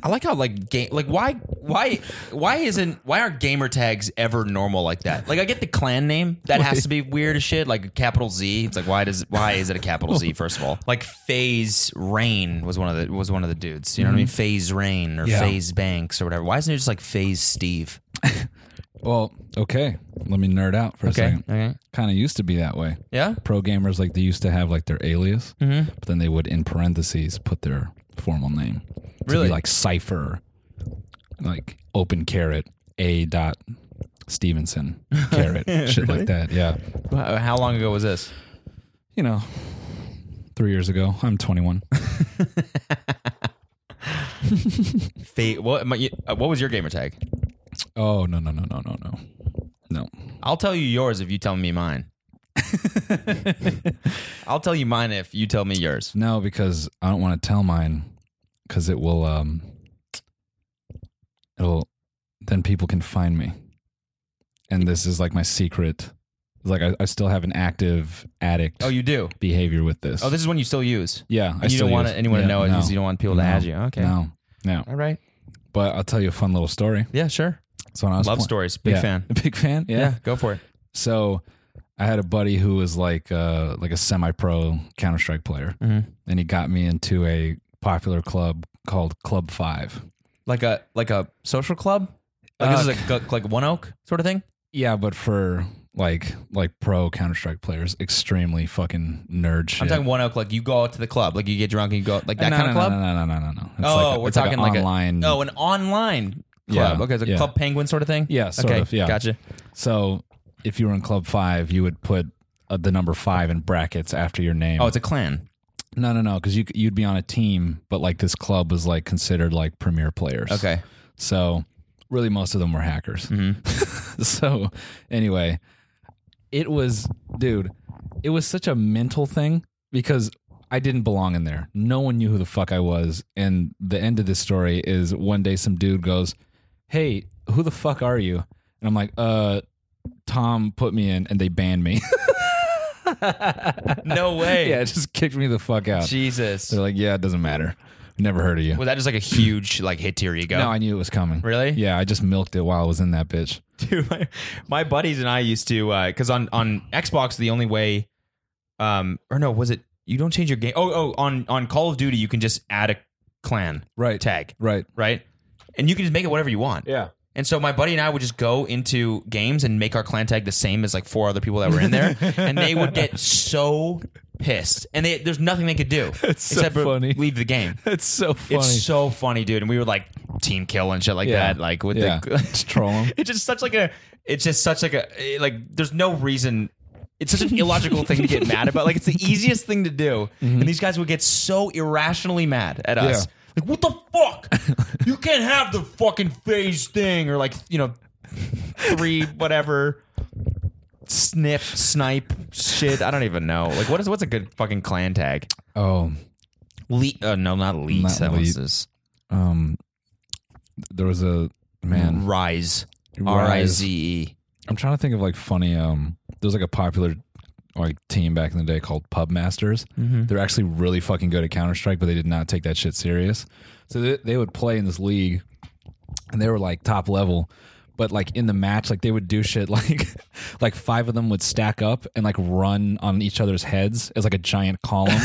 Speaker 3: I like how like game like why why why isn't why aren't gamer tags ever normal like that? Like I get the clan name that has to be weird as shit like a capital Z. It's like why does why is it a capital Z first of all? Like Phase Rain was one of the was one of the dudes. You know what I mean? Phase Rain or
Speaker 2: Yeah.
Speaker 3: Phase Banks or whatever. Why isn't it just like Phase Steve?
Speaker 2: Well, okay. Let me nerd out for a
Speaker 3: Okay.
Speaker 2: second.
Speaker 3: Okay.
Speaker 2: Kind of used to be that way.
Speaker 3: Yeah.
Speaker 2: Pro gamers like they used to have like their alias, but then they would in parentheses put their formal name. To
Speaker 3: Really?
Speaker 2: Be like Cipher, like open carrot a dot Stevenson carrot shit like that. Yeah.
Speaker 3: How how long ago was this?
Speaker 2: You know, three years ago. I'm 21.
Speaker 3: Fa- what my, uh, what was your gamer tag?
Speaker 2: oh no no no no no no no.
Speaker 3: I'll tell you yours if you tell me mine. I'll tell you mine if you tell me yours.
Speaker 2: No, because I don't want to tell mine because it will um it'll then people can find me. And this is like my secret. It's like I, I still have an active addict
Speaker 3: Oh, you do.
Speaker 2: behavior with this.
Speaker 3: Oh, this is one you still use.
Speaker 2: yeah, I
Speaker 3: you
Speaker 2: still
Speaker 3: don't want
Speaker 2: use-
Speaker 3: anyone
Speaker 2: yeah,
Speaker 3: to know it
Speaker 2: no,
Speaker 3: because you don't want people
Speaker 2: no,
Speaker 3: to add you. Okay.
Speaker 2: No. No.
Speaker 3: All right.
Speaker 2: But I'll tell you a fun little story.
Speaker 3: Yeah, sure.
Speaker 2: So when I was
Speaker 3: Love
Speaker 2: pla-
Speaker 3: stories. Big
Speaker 2: Yeah.
Speaker 3: fan.
Speaker 2: Big fan?
Speaker 3: Yeah. go for it.
Speaker 2: So I had a buddy who was like uh like a semi pro Counter Strike player,
Speaker 3: Mm-hmm.
Speaker 2: and he got me into a popular club called Club Five.
Speaker 3: Like a like a social club. Like
Speaker 2: Uh,
Speaker 3: this is like like One Oak sort of thing.
Speaker 2: Yeah, but for like like pro Counter Strike players, extremely fucking nerd shit.
Speaker 3: I'm talking One Oak. Like you go out to the club. Like you get drunk and you go like that
Speaker 2: no,
Speaker 3: kind
Speaker 2: no,
Speaker 3: of club.
Speaker 2: No, no, no, no, no, no. It's
Speaker 3: oh,
Speaker 2: like a-
Speaker 3: we're
Speaker 2: it's
Speaker 3: talking like,
Speaker 2: an online.
Speaker 3: A, oh, an online club.
Speaker 2: Yeah,
Speaker 3: okay, it's like
Speaker 2: yeah.
Speaker 3: Club Penguin sort of thing.
Speaker 2: Yeah, sort
Speaker 3: okay,
Speaker 2: of, yeah.
Speaker 3: gotcha.
Speaker 2: so if you were in Club Five, you would put uh, the number five in brackets after your name.
Speaker 3: Oh, it's a clan.
Speaker 2: no, no, no, because you you'd be on a team, but like this club was like considered like premier players.
Speaker 3: Okay.
Speaker 2: So really most of them were hackers. so anyway, it was dude, it was such a mental thing because I didn't belong in there. No one knew who the fuck I was. And the end of this story is one day some dude goes, Hey, who the fuck are you? And I'm like, uh Tom put me in and they banned me.
Speaker 3: No way.
Speaker 2: yeah, it just kicked me the fuck out.
Speaker 3: Jesus.
Speaker 2: They're like, Yeah, it doesn't matter. Never heard of you.
Speaker 3: Was that just like a huge like hit to your ego?
Speaker 2: No, I knew it was coming.
Speaker 3: Really?
Speaker 2: Yeah, I just milked it while I was in that bitch.
Speaker 3: dude, my, my buddies and I used to because on on Xbox the only way, um, or no, was it you don't change your game? Oh, oh, on on Call of Duty you can just add a clan
Speaker 2: Right.
Speaker 3: tag
Speaker 2: Right.
Speaker 3: right, and you can just make it whatever you want.
Speaker 2: Yeah.
Speaker 3: And so my buddy and I would just go into games and make our clan tag the same as like four other people that were in there, and they would get so pissed, and they, there's nothing they could do
Speaker 2: It's so
Speaker 3: except for
Speaker 2: funny.
Speaker 3: leave the game.
Speaker 2: It's so funny.
Speaker 3: It's so funny, dude. And we were like team kill and shit like
Speaker 2: Yeah.
Speaker 3: that. Like with
Speaker 2: Yeah.
Speaker 3: the
Speaker 2: Just troll 'em.
Speaker 3: It's just such like a. It's just such like a eh, like. There's no reason. It's such an illogical thing to get mad about. Like it's the easiest thing to do,
Speaker 2: Mm-hmm.
Speaker 3: and these guys would get so irrationally mad at us. Like what the fuck? you can't have the fucking phase thing or like you know three whatever snip snipe shit. I don't even know. Like what is what's a good fucking clan tag?
Speaker 2: oh,
Speaker 3: Le- uh, no, not leaks.
Speaker 2: Not
Speaker 3: that one's
Speaker 2: leak.
Speaker 3: this.
Speaker 2: um, there was a man.
Speaker 3: Rise.
Speaker 2: Rise.
Speaker 3: R I Z E.
Speaker 2: I'm trying to think of like funny. Um, there was like a popular like team back in the day called Pub Masters. They're actually really fucking good at Counter Strike, but they did not take that shit serious. So they, they would play in this league, and they were like top level. But like in the match, like they would do shit like like five of them would stack up and like run on each other's heads as like a giant column.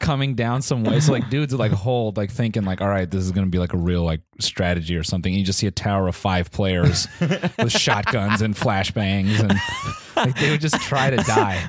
Speaker 2: coming down some way. So like dudes would like hold, like thinking like, all right, this is gonna be like a real like strategy or something. And you just see a tower of five players with shotguns and flashbangs and like they would just try to die.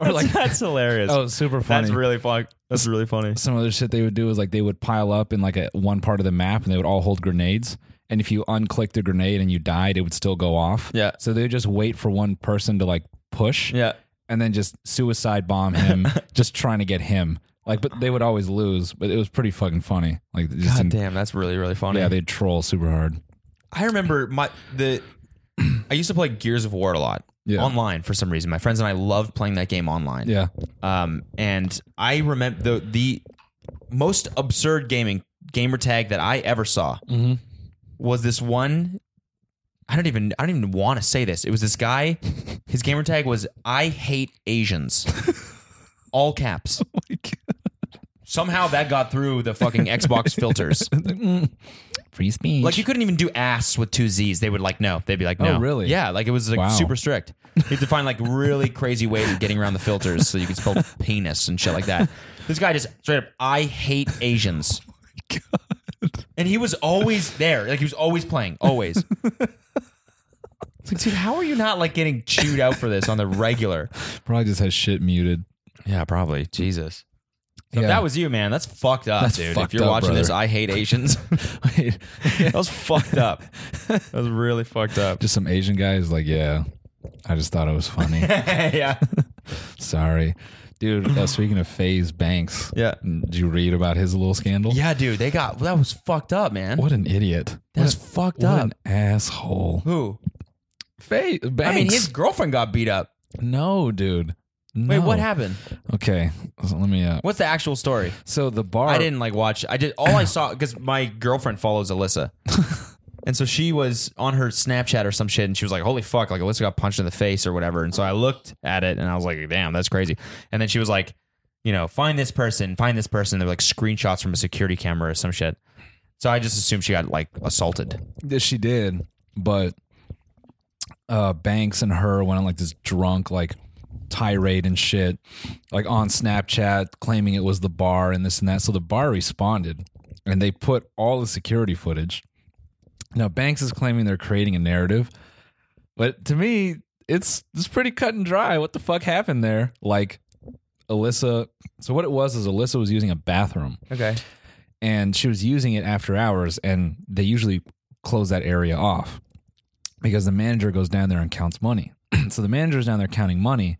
Speaker 2: Or like
Speaker 3: That's hilarious.
Speaker 2: oh super funny.
Speaker 3: really fun. That's really funny.
Speaker 2: some other shit they would do is like they would pile up in like a one part of the map and they would all hold grenades. And if you unclick the grenade and you died, it would still go off.
Speaker 3: Yeah.
Speaker 2: So they would just wait for one person to like push
Speaker 3: Yeah.
Speaker 2: and then just suicide bomb him, just trying to get him. Like, but they would always lose. But it was pretty fucking funny. Like, just
Speaker 3: God
Speaker 2: in-
Speaker 3: damn, that's really really funny.
Speaker 2: yeah, they'd troll super hard.
Speaker 3: I remember my the. I used to play Gears of War a lot
Speaker 2: Yeah.
Speaker 3: online for some reason. My friends and I loved playing that game online.
Speaker 2: Yeah,
Speaker 3: Um, and I remember the the most absurd gaming gamer tag that I ever saw was this one. I don't even I don't even want to say this. It was this guy. His gamer tag was "I hate Asians," all caps. Somehow that got through the fucking Xbox filters.
Speaker 2: free speech.
Speaker 3: Like you couldn't even do ass with two Z's. They would like no. They'd be like no.
Speaker 2: Oh, really?
Speaker 3: Yeah. Like it was like
Speaker 2: Wow.
Speaker 3: super strict. You had to find like really crazy ways of getting around the filters so you could spell penis and shit like that. This guy just straight up, I hate Asians. And he was always there. Like he was always playing. Always. It's like, dude, how are you not like getting chewed out for this on the regular?
Speaker 2: probably just has shit muted.
Speaker 3: Yeah, probably. Jesus. So if
Speaker 2: Yeah.
Speaker 3: that was you, man. That's fucked up,
Speaker 2: That's
Speaker 3: dude. if
Speaker 2: fucked
Speaker 3: you're
Speaker 2: up,
Speaker 3: watching this,
Speaker 2: brother.
Speaker 3: I hate Asians. that was fucked up. That was really fucked up.
Speaker 2: Just some Asian guy is like, yeah, I just thought it was funny.
Speaker 3: yeah.
Speaker 2: Sorry, dude. Uh, speaking of Faze Banks,
Speaker 3: Yeah.
Speaker 2: did you read about his little scandal?
Speaker 3: Yeah, dude. They got that was fucked up, man.
Speaker 2: what an idiot.
Speaker 3: That's
Speaker 2: What-
Speaker 3: fucked
Speaker 2: what
Speaker 3: up.
Speaker 2: an asshole.
Speaker 3: Who?
Speaker 2: Faze Banks.
Speaker 3: I mean, his girlfriend got beat up.
Speaker 2: no, dude.
Speaker 3: Wait,
Speaker 2: No.
Speaker 3: what happened?
Speaker 2: Okay, so let me. Uh,
Speaker 3: What's the actual story?
Speaker 2: So the bar.
Speaker 3: I didn't like watch. I did all I saw because my girlfriend follows Alyssa, and so she was on her Snapchat or some shit, and she was like, "Holy fuck!" Like Alyssa got punched in the face or whatever. And so I looked at it, and I was like, "Damn, that's crazy." And then she was like, "You know, find this person, find this person." They're like screenshots from a security camera or some shit. So I just assumed she got like assaulted.
Speaker 2: Yes, she did. But uh, Banks and her went on like this drunk like tirade and shit, like on Snapchat, claiming it was the bar and this and that. So the bar responded, and they put all the security footage. Now Banks is claiming they're creating a narrative, but to me, it's it's pretty cut and dry. What the fuck happened there? Like Alyssa. So what it was is Alyssa was using a bathroom
Speaker 3: Okay.
Speaker 2: and she was using it after hours and they usually close that area off because the manager goes down there and counts money so the manager's down there counting money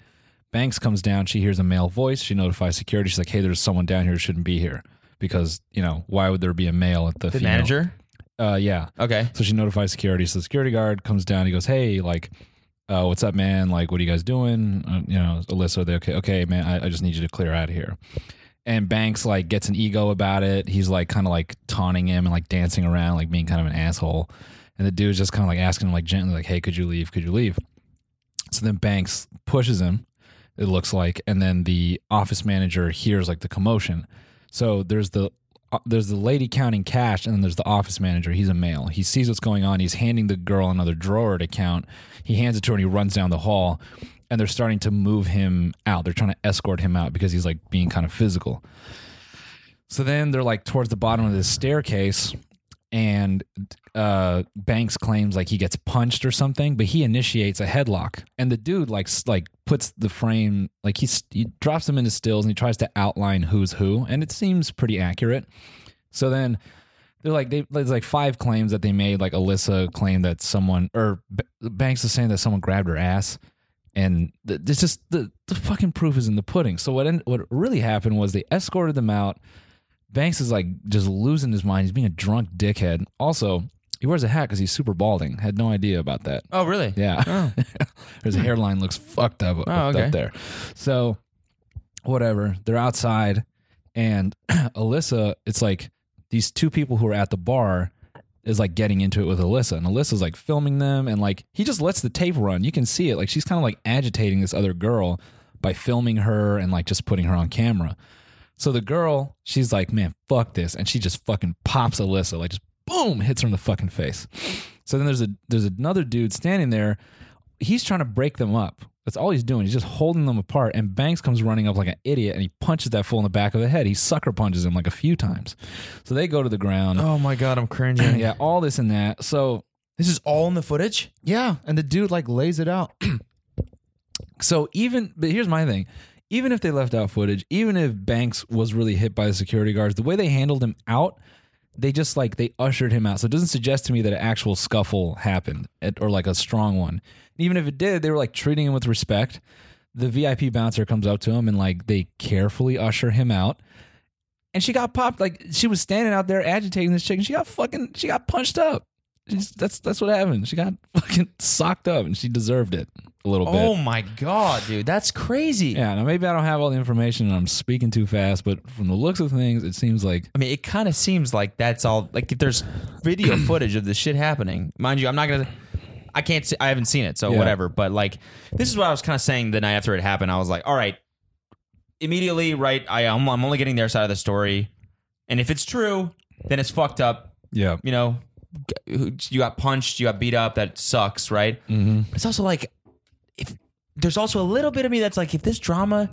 Speaker 2: banks comes down she hears a male voice she notifies security she's like hey there's someone down here who shouldn't be here because you know why would there be a male at the,
Speaker 3: The
Speaker 2: female-
Speaker 3: manager.
Speaker 2: uh yeah
Speaker 3: Okay.
Speaker 2: so she notifies security. So the security guard comes down. He goes, "Hey, like, uh, what's up, man? Like, what are you guys doing? Uh, you know, Alyssa, they okay? Okay, man, I, I just need you to clear out of here." And Banks like gets an ego about it. He's like kind of like taunting him and like dancing around, like being kind of an asshole. And the dude's just kind of like asking him like gently, like, "Hey, could you leave? Could you leave?" So then Banks pushes him. It looks like, and then the office manager hears like the commotion. So there's the uh, there's the lady counting cash, and then there's the office manager. He's a male. He sees what's going on. He's handing the girl another drawer to count. He hands it to her, and he runs down the hall. And they're starting to move him out. They're trying to escort him out because he's like being kind of physical. So then they're like towards the bottom of this staircase, and uh, Banks claims like he gets punched or something, but he initiates a headlock, and the dude like s- like puts the frame like he s- he drops him into stills and he tries to outline who's who, and it seems pretty accurate. So then they're like they there's like five claims that they made. Like Alyssa claimed that someone or B- Banks is saying that someone grabbed her ass, and th- it's just the the fucking proof is in the pudding. So what en- what really happened was they escorted them out. Banks is like just losing his mind. He's being a drunk dickhead. Also, he wears a hat because he's super balding. Had no idea about that.
Speaker 3: Oh, really?
Speaker 2: Yeah. His hairline looks fucked up, up
Speaker 3: okay.
Speaker 2: there. So, whatever. They're outside, and Alyssa, it's like these two people who are at the bar is like getting into it with Alyssa, and Alyssa's like filming them, and like he just lets the tape run. You can see it. Like she's kind of like agitating this other girl by filming her and like just putting her on camera. So the girl, she's like, man, fuck this. And she just fucking pops Alyssa, like just boom, hits her in the fucking face. So then there's a there's another dude standing there. He's trying to break them up. That's all he's doing. He's just holding them apart. And Banks comes running up like an idiot and he punches that fool in the back of the head. He sucker punches him like a few times. So they go to the ground.
Speaker 3: Oh my god, I'm cringing.
Speaker 2: Yeah, all this and that. So
Speaker 3: This is all in the footage.
Speaker 2: yeah, and the dude like lays it out. so even but here's my thing. Even if they left out footage, even if Banks was really hit by the security guards, the way they handled him out, they just like they ushered him out. So it doesn't suggest to me that an actual scuffle happened at, or like a strong one. Even if it did, they were like treating him with respect. The VIP bouncer comes up to him and like they carefully usher him out. And she got popped like she was standing out there agitating this chick and she got fucking she got punched up. She's, that's that's what happened. She got fucking socked up, and she deserved it a little
Speaker 3: Oh
Speaker 2: bit.
Speaker 3: my god, dude, that's crazy.
Speaker 2: Yeah. Now maybe I don't have all the information, and I'm speaking too fast, but from the looks of things, it seems like
Speaker 3: I mean, it kind of seems like that's all. Like, if there's video footage of this shit happening, mind you, I'm not gonna. I can't. See, I haven't seen it, so
Speaker 2: Yeah.
Speaker 3: whatever. But like, this is what I was kind of saying the night after it happened. I was like, all right, immediately, right? I I'm, I'm only getting their side of the story, and if it's true, then it's fucked up.
Speaker 2: yeah,
Speaker 3: You know, you got punched, you got beat up. That sucks, right?
Speaker 2: mm-hmm.
Speaker 3: But it's also like if there's also a little bit of me that's like, if this drama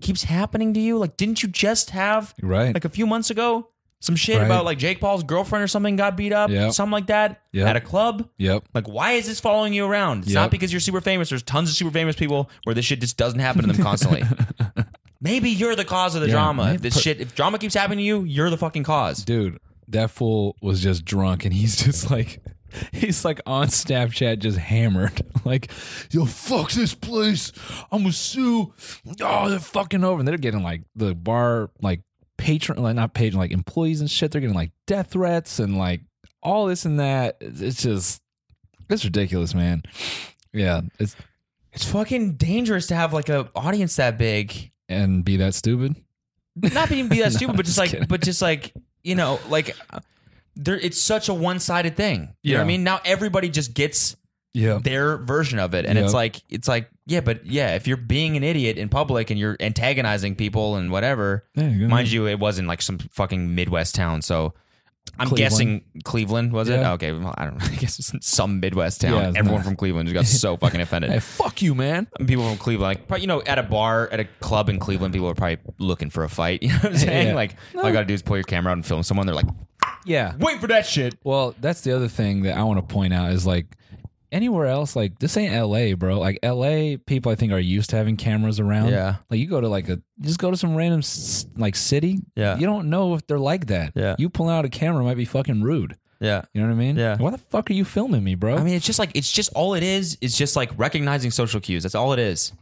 Speaker 3: keeps happening to you, like, didn't you just have
Speaker 2: right.
Speaker 3: like a few months ago some shit
Speaker 2: Right.
Speaker 3: about like Jake Paul's girlfriend or something got beat up,
Speaker 2: Yep.
Speaker 3: something like that
Speaker 2: Yep.
Speaker 3: at a club.
Speaker 2: yep.
Speaker 3: Like, why is this following you around? It's not
Speaker 2: Yep.
Speaker 3: because you're super famous. There's tons of super famous people where this shit just doesn't happen to them constantly. Maybe you're the cause of the
Speaker 2: Yeah,
Speaker 3: drama.
Speaker 2: maybe
Speaker 3: If this
Speaker 2: per-
Speaker 3: shit, if drama keeps happening to you, you're the fucking cause.
Speaker 2: Dude, that fool was just drunk, and he's just like. He's like on Snapchat, just hammered. Like, yo, fuck this place. I'm gonna sue. Oh, they're fucking over. And they're getting like the bar, like patron, like not patron, like employees and shit. They're getting like death threats and like all this and that. It's it's just, it's ridiculous, man. Yeah. It's,
Speaker 3: It's fucking dangerous to have like an audience that big.
Speaker 2: and be that stupid.
Speaker 3: Not even be that
Speaker 2: No,
Speaker 3: stupid, but just
Speaker 2: just
Speaker 3: like,
Speaker 2: kidding.
Speaker 3: but just like, you know, like, uh, there. It's such a one sided thing. You know what I
Speaker 2: Yeah.
Speaker 3: mean? Now everybody just gets
Speaker 2: Yeah.
Speaker 3: their version of it and it's
Speaker 2: Yep.
Speaker 3: like it's like yeah but yeah if you're being an idiot in public and you're antagonizing people and whatever
Speaker 2: Yeah, you're gonna-
Speaker 3: mind you it wasn't like some fucking midwest town so i'm
Speaker 2: Cleveland.
Speaker 3: guessing cleveland was it
Speaker 2: Yeah.
Speaker 3: okay well, i don't know i guess it's in some midwest town
Speaker 2: Yeah, it's
Speaker 3: everyone
Speaker 2: not-
Speaker 3: from cleveland just got so fucking
Speaker 2: Hey,
Speaker 3: offended
Speaker 2: fuck you, man.
Speaker 3: And people from cleveland like probably, you know at a bar at a club in cleveland people are probably looking for a fight you know what i'm saying
Speaker 2: Yeah.
Speaker 3: like all i gotta do is pull your camera out and film someone they're like
Speaker 2: Yeah.
Speaker 3: wait for that shit
Speaker 2: Well, that's the other thing that I want to point out is like anywhere else, like this ain't LA, bro. Like LA people, I think are used to having cameras around.
Speaker 3: Yeah.
Speaker 2: Like you go to like a just go to some random s- like city.
Speaker 3: Yeah.
Speaker 2: You don't know if they're like that.
Speaker 3: Yeah.
Speaker 2: You pulling out a camera might be fucking rude.
Speaker 3: yeah
Speaker 2: You know what I mean?
Speaker 3: Yeah.
Speaker 2: Why the fuck are you filming me, bro?
Speaker 3: I mean, it's just like it's just all it is. It's just like recognizing social cues. That's all it is.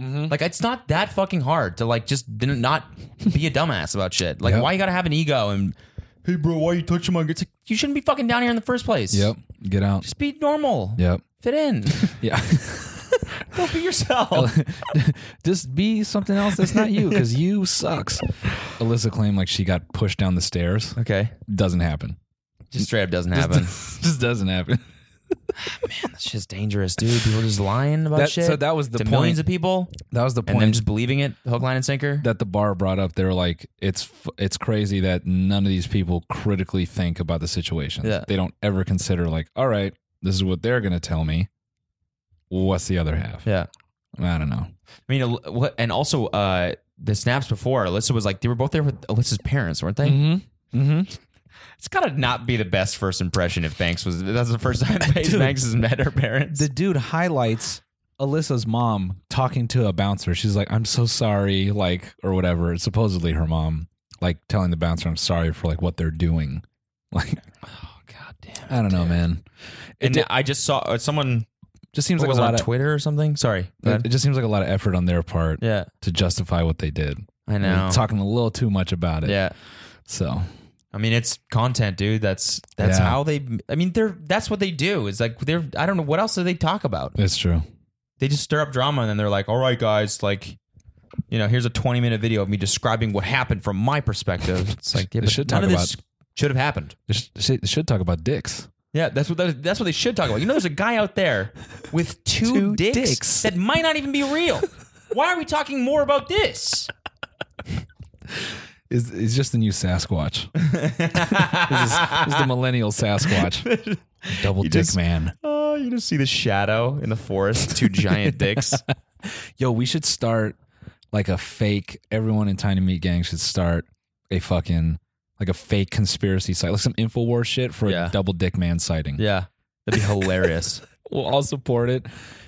Speaker 2: Mm-hmm.
Speaker 3: Like it's not that fucking hard to like just didn't not be a dumbass about shit. Like
Speaker 2: Yep.
Speaker 3: why you gotta have an ego and hey bro, why you touching my? It's like you shouldn't be fucking down here in the first place.
Speaker 2: yep. Get out.
Speaker 3: Just be normal.
Speaker 2: Yep.
Speaker 3: Fit in.
Speaker 2: Yeah.
Speaker 3: Don't be yourself.
Speaker 2: just be something else that's not you because you sucks. Alyssa claimed like she got pushed down the stairs.
Speaker 3: okay.
Speaker 2: Doesn't happen.
Speaker 3: Just straight up doesn't happen.
Speaker 2: just doesn't happen.
Speaker 3: That's just dangerous, dude. People just lying about
Speaker 2: That-
Speaker 3: shit.
Speaker 2: so that was the
Speaker 3: to
Speaker 2: point.
Speaker 3: millions of people,
Speaker 2: That was the
Speaker 3: and
Speaker 2: point.
Speaker 3: then just believing it, hook, line, and sinker.
Speaker 2: that the bar brought up. They were like, it's f- it's crazy that none of these people critically think about the situation.
Speaker 3: Yeah.
Speaker 2: They don't ever consider like, all right, this is what they're gonna tell me. What's the other half?
Speaker 3: yeah.
Speaker 2: I don't know.
Speaker 3: I mean, Al- what? And also, uh, the snaps before Alyssa was like, they were both there with Alyssa's parents, weren't they?
Speaker 2: Mm-hmm. Mm-hmm.
Speaker 3: It's gotta not be the best first impression if Banks was. That's the first time Paige Banks has met her parents.
Speaker 2: the dude highlights Alyssa's mom talking to a bouncer. She's like, "I'm so sorry," like or whatever. It's supposedly her mom, like telling the bouncer, "I'm sorry for like what they're doing." Like, oh god damn! I don't know, man. It
Speaker 3: and
Speaker 2: did-
Speaker 3: I just saw uh, someone.
Speaker 2: just seems
Speaker 3: what
Speaker 2: like
Speaker 3: was
Speaker 2: a
Speaker 3: it,
Speaker 2: lot
Speaker 3: on
Speaker 2: of
Speaker 3: Twitter or something. Sorry.
Speaker 2: It,
Speaker 3: Go ahead.
Speaker 2: it just seems like a lot of effort on their part
Speaker 3: yeah,
Speaker 2: to justify what they did.
Speaker 3: I know.
Speaker 2: They're talking a little too much about it.
Speaker 3: yeah.
Speaker 2: So
Speaker 3: I mean, it's content, dude. That's that's
Speaker 2: Yeah.
Speaker 3: how they. I mean, they're that's what they do. Is like they're. I don't know what else do they talk about.
Speaker 2: it's true.
Speaker 3: They just stir up drama and then they're like, "All right, guys, like, you know, here's a 20 minute video of me describing what happened from my perspective." It's like, yeah,
Speaker 2: They
Speaker 3: but
Speaker 2: should
Speaker 3: none
Speaker 2: talk
Speaker 3: of this should have happened.
Speaker 2: They sh- They should talk about dicks.
Speaker 3: Yeah, that's what that, that's what they should talk about. You know, there's a guy out there with two,
Speaker 2: Two
Speaker 3: dicks,
Speaker 2: dicks.
Speaker 3: that might not even be real. Why are we talking more about this?
Speaker 2: Is is just the new Sasquatch? this, is, this is the millennial Sasquatch, double dick
Speaker 3: just-
Speaker 2: man.
Speaker 3: Oh, you just see the shadow in the forest, two giant dicks.
Speaker 2: Yo, we should start like a fake. Everyone in Tiny Meat Gang should start a fucking like a fake conspiracy site, like some Infowars shit for
Speaker 3: Yeah.
Speaker 2: a double dick man sighting.
Speaker 3: Yeah, that'd be hilarious.
Speaker 2: We'll all support it.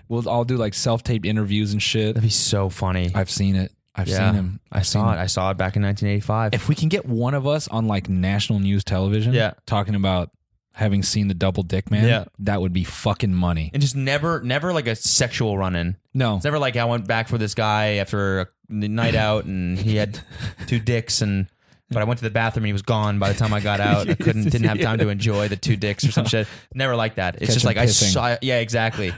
Speaker 2: We'll all do like self taped interviews and shit.
Speaker 3: That'd be so funny.
Speaker 2: I've seen it. I've
Speaker 3: Yeah.
Speaker 2: seen him. I've
Speaker 3: I saw
Speaker 2: seen
Speaker 3: it. I saw it back in 1985.
Speaker 2: if we can get one of us on like national news television
Speaker 3: Yeah.
Speaker 2: talking about having seen the double dick man,
Speaker 3: Yeah.
Speaker 2: that would be fucking money.
Speaker 3: and just never, never like a sexual run in.
Speaker 2: No.
Speaker 3: It's never like I went back for this guy after a night out and he had two dicks and. But I went to the bathroom and he was gone by the time I got out. I couldn't, didn't have time to enjoy the two dicks or some shit. Never like that. It's
Speaker 2: Catch
Speaker 3: just
Speaker 2: him
Speaker 3: like
Speaker 2: pissing.
Speaker 3: I saw, yeah, exactly.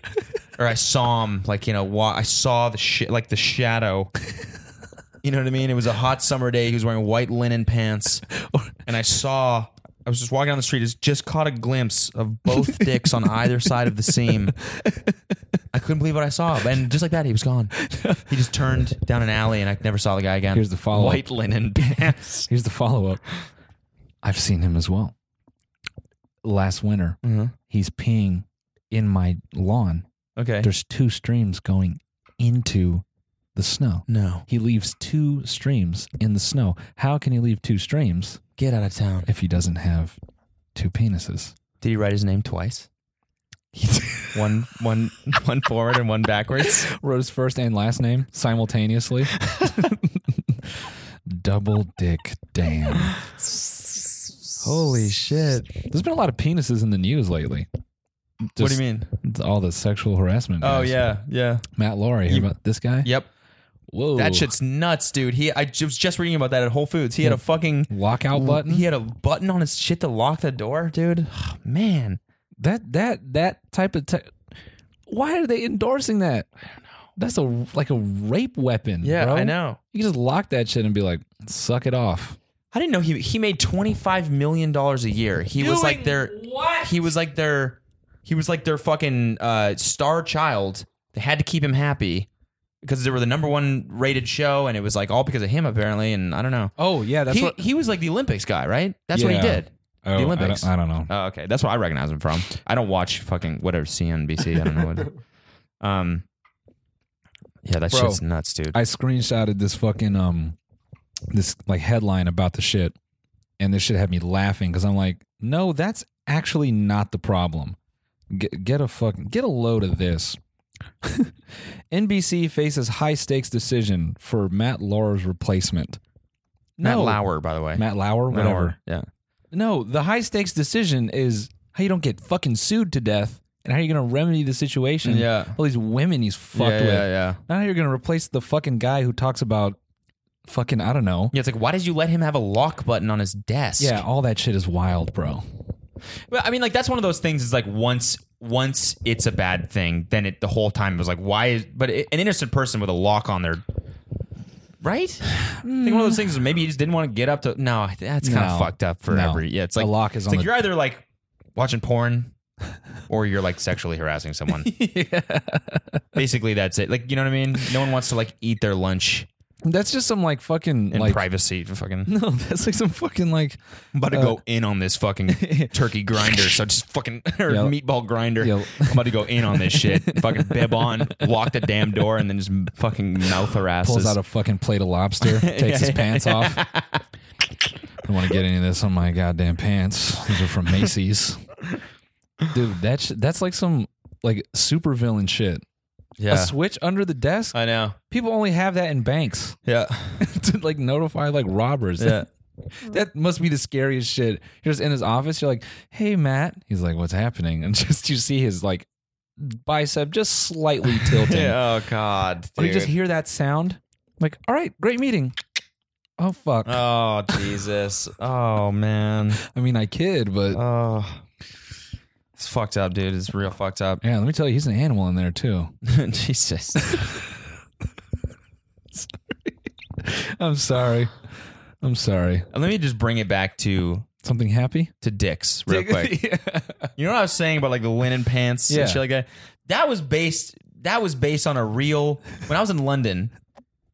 Speaker 3: Or I saw him, like you know, wa- I saw the shit, like the shadow. You know what I mean? It was a hot summer day. He was wearing white linen pants, and I saw. I was just walking down the street. Just just caught a glimpse of both dicks on either side of the seam. I couldn't believe what I saw, and just like that, he was gone. He just turned down an alley, and I never saw the guy again.
Speaker 2: Here's the follow-up.
Speaker 3: White linen pants.
Speaker 2: Here's the follow up. I've seen him as well. Last winter,
Speaker 3: Mm-hmm.
Speaker 2: he's peeing in my lawn.
Speaker 3: Okay.
Speaker 2: There's two streams going into the snow.
Speaker 3: No.
Speaker 2: He leaves two streams in the snow. How can he leave two streams
Speaker 3: Get out of town.
Speaker 2: if he doesn't have two penises?
Speaker 3: Did he write his name twice? one, one, one forward and one backwards.
Speaker 2: Wrote his first and last name simultaneously. Double dick damn.
Speaker 3: Holy shit!
Speaker 2: There's been a lot of penises in the news lately.
Speaker 3: what do
Speaker 2: Just
Speaker 3: you mean?
Speaker 2: All the sexual harassment.
Speaker 3: Oh
Speaker 2: guys.
Speaker 3: yeah, yeah.
Speaker 2: Matt Laurie. hear
Speaker 3: You-
Speaker 2: about this guy?
Speaker 3: Yep.
Speaker 2: Whoa.
Speaker 3: That shit's nuts, dude. He I ju- was just reading about that at Whole Foods. He had a fucking
Speaker 2: lockout button.
Speaker 3: He had a button on his shit to lock the door, dude. man.
Speaker 2: that that that type of. Te- Why are they endorsing that? I don't know. That's a like a rape weapon.
Speaker 3: Yeah,
Speaker 2: bro.
Speaker 3: I know.
Speaker 2: You can just lock that shit and be like, suck it off.
Speaker 3: I didn't know he he made twenty five million dollars a year. He was like their what? He was like their he was like their fucking uh, star child. They had to keep him happy because they were the number one rated show, and it was like all because of him apparently. And I don't know.
Speaker 2: Oh yeah,
Speaker 3: he, he was like the Olympics guy, right? That's what he
Speaker 2: Yeah.
Speaker 3: did. the Olympics.
Speaker 2: I don't, know.
Speaker 3: Oh, okay. That's where I recognize him from. I don't watch fucking whatever CNBC. I don't know what. Um, yeah, that
Speaker 2: Bro.
Speaker 3: shit's nuts, dude.
Speaker 2: I screenshotted this fucking um this like headline about the shit and this shit had me laughing because I'm like, no, that's actually not the problem. Get, get a fucking get a load of this. NBC faces high stakes decision for Matt Lauer's replacement.
Speaker 3: Matt
Speaker 2: No.
Speaker 3: Lauer, by the way.
Speaker 2: Matt Lauer,
Speaker 3: Lauer.
Speaker 2: whatever.
Speaker 3: Yeah.
Speaker 2: No, the high stakes decision is how you don't get fucking sued to death and how you're gonna remedy the situation.
Speaker 3: Yeah.
Speaker 2: All these women he's fucked
Speaker 3: yeah,
Speaker 2: with.
Speaker 3: yeah, yeah.
Speaker 2: Now you're gonna replace the fucking guy who talks about fucking I don't know.
Speaker 3: Yeah, it's like, why did you let him have a lock button on his desk?
Speaker 2: Yeah, all that shit is wild, bro.
Speaker 3: Well, I mean, like that's one of those things. Is like once once it's a bad thing, then it the whole time it was like, why? Is, but it, an innocent person with a lock on their right? I think one of those things is maybe you just didn't want to get up to. No, that's kind
Speaker 2: No.
Speaker 3: of fucked up for
Speaker 2: No.
Speaker 3: every. Yeah, it's
Speaker 2: A
Speaker 3: like
Speaker 2: lock is
Speaker 3: it's
Speaker 2: on
Speaker 3: like
Speaker 2: the-
Speaker 3: you're either like watching porn. or you're like sexually harassing someone. Basically, that's it. Like, you know what I mean? No one wants to like eat their lunch
Speaker 2: That's just some like fucking
Speaker 3: in
Speaker 2: like
Speaker 3: privacy. Fucking
Speaker 2: no, that's like some fucking like
Speaker 3: I'm about to
Speaker 2: Uh,
Speaker 3: go in on this fucking turkey grinder. So just fucking or
Speaker 2: Yeah.
Speaker 3: meatball grinder.
Speaker 2: Yeah.
Speaker 3: I'm about to go in on this shit. fucking bib on, lock the damn door, and then just fucking mouth harasses.
Speaker 2: pulls out a fucking plate of lobster, takes his pants off. don't want to get any of this on my goddamn pants. These are from Macy's. Dude, that sh- that's like some like super villain shit. A
Speaker 8: Yeah.
Speaker 2: switch under the desk?
Speaker 3: I know.
Speaker 2: People only have that in banks
Speaker 8: Yeah.
Speaker 2: to like notify like robbers.
Speaker 8: Yeah.
Speaker 2: that must be the scariest shit. You're just in his office. You're like, "Hey, Matt." He's like, "What's happening?" And just you see his like bicep just slightly tilting.
Speaker 3: Yeah. Oh God.
Speaker 2: Or you just
Speaker 3: dude.
Speaker 2: hear that sound. Like, all right, great meeting. Oh fuck.
Speaker 3: Oh Jesus. Oh man.
Speaker 2: I mean, I kid, but
Speaker 3: Oh. It's fucked up, dude. It's real fucked up.
Speaker 2: yeah. Let me tell you, he's an animal in there too.
Speaker 3: Jesus.
Speaker 2: I'm sorry. I'm sorry.
Speaker 3: Let me just bring it back to
Speaker 2: Something happy?
Speaker 3: to dicks real quick.
Speaker 2: yeah.
Speaker 3: You know what I was saying about like the linen pants
Speaker 2: Yeah.
Speaker 3: and shit like that? That was based that was based on a real when I was in London,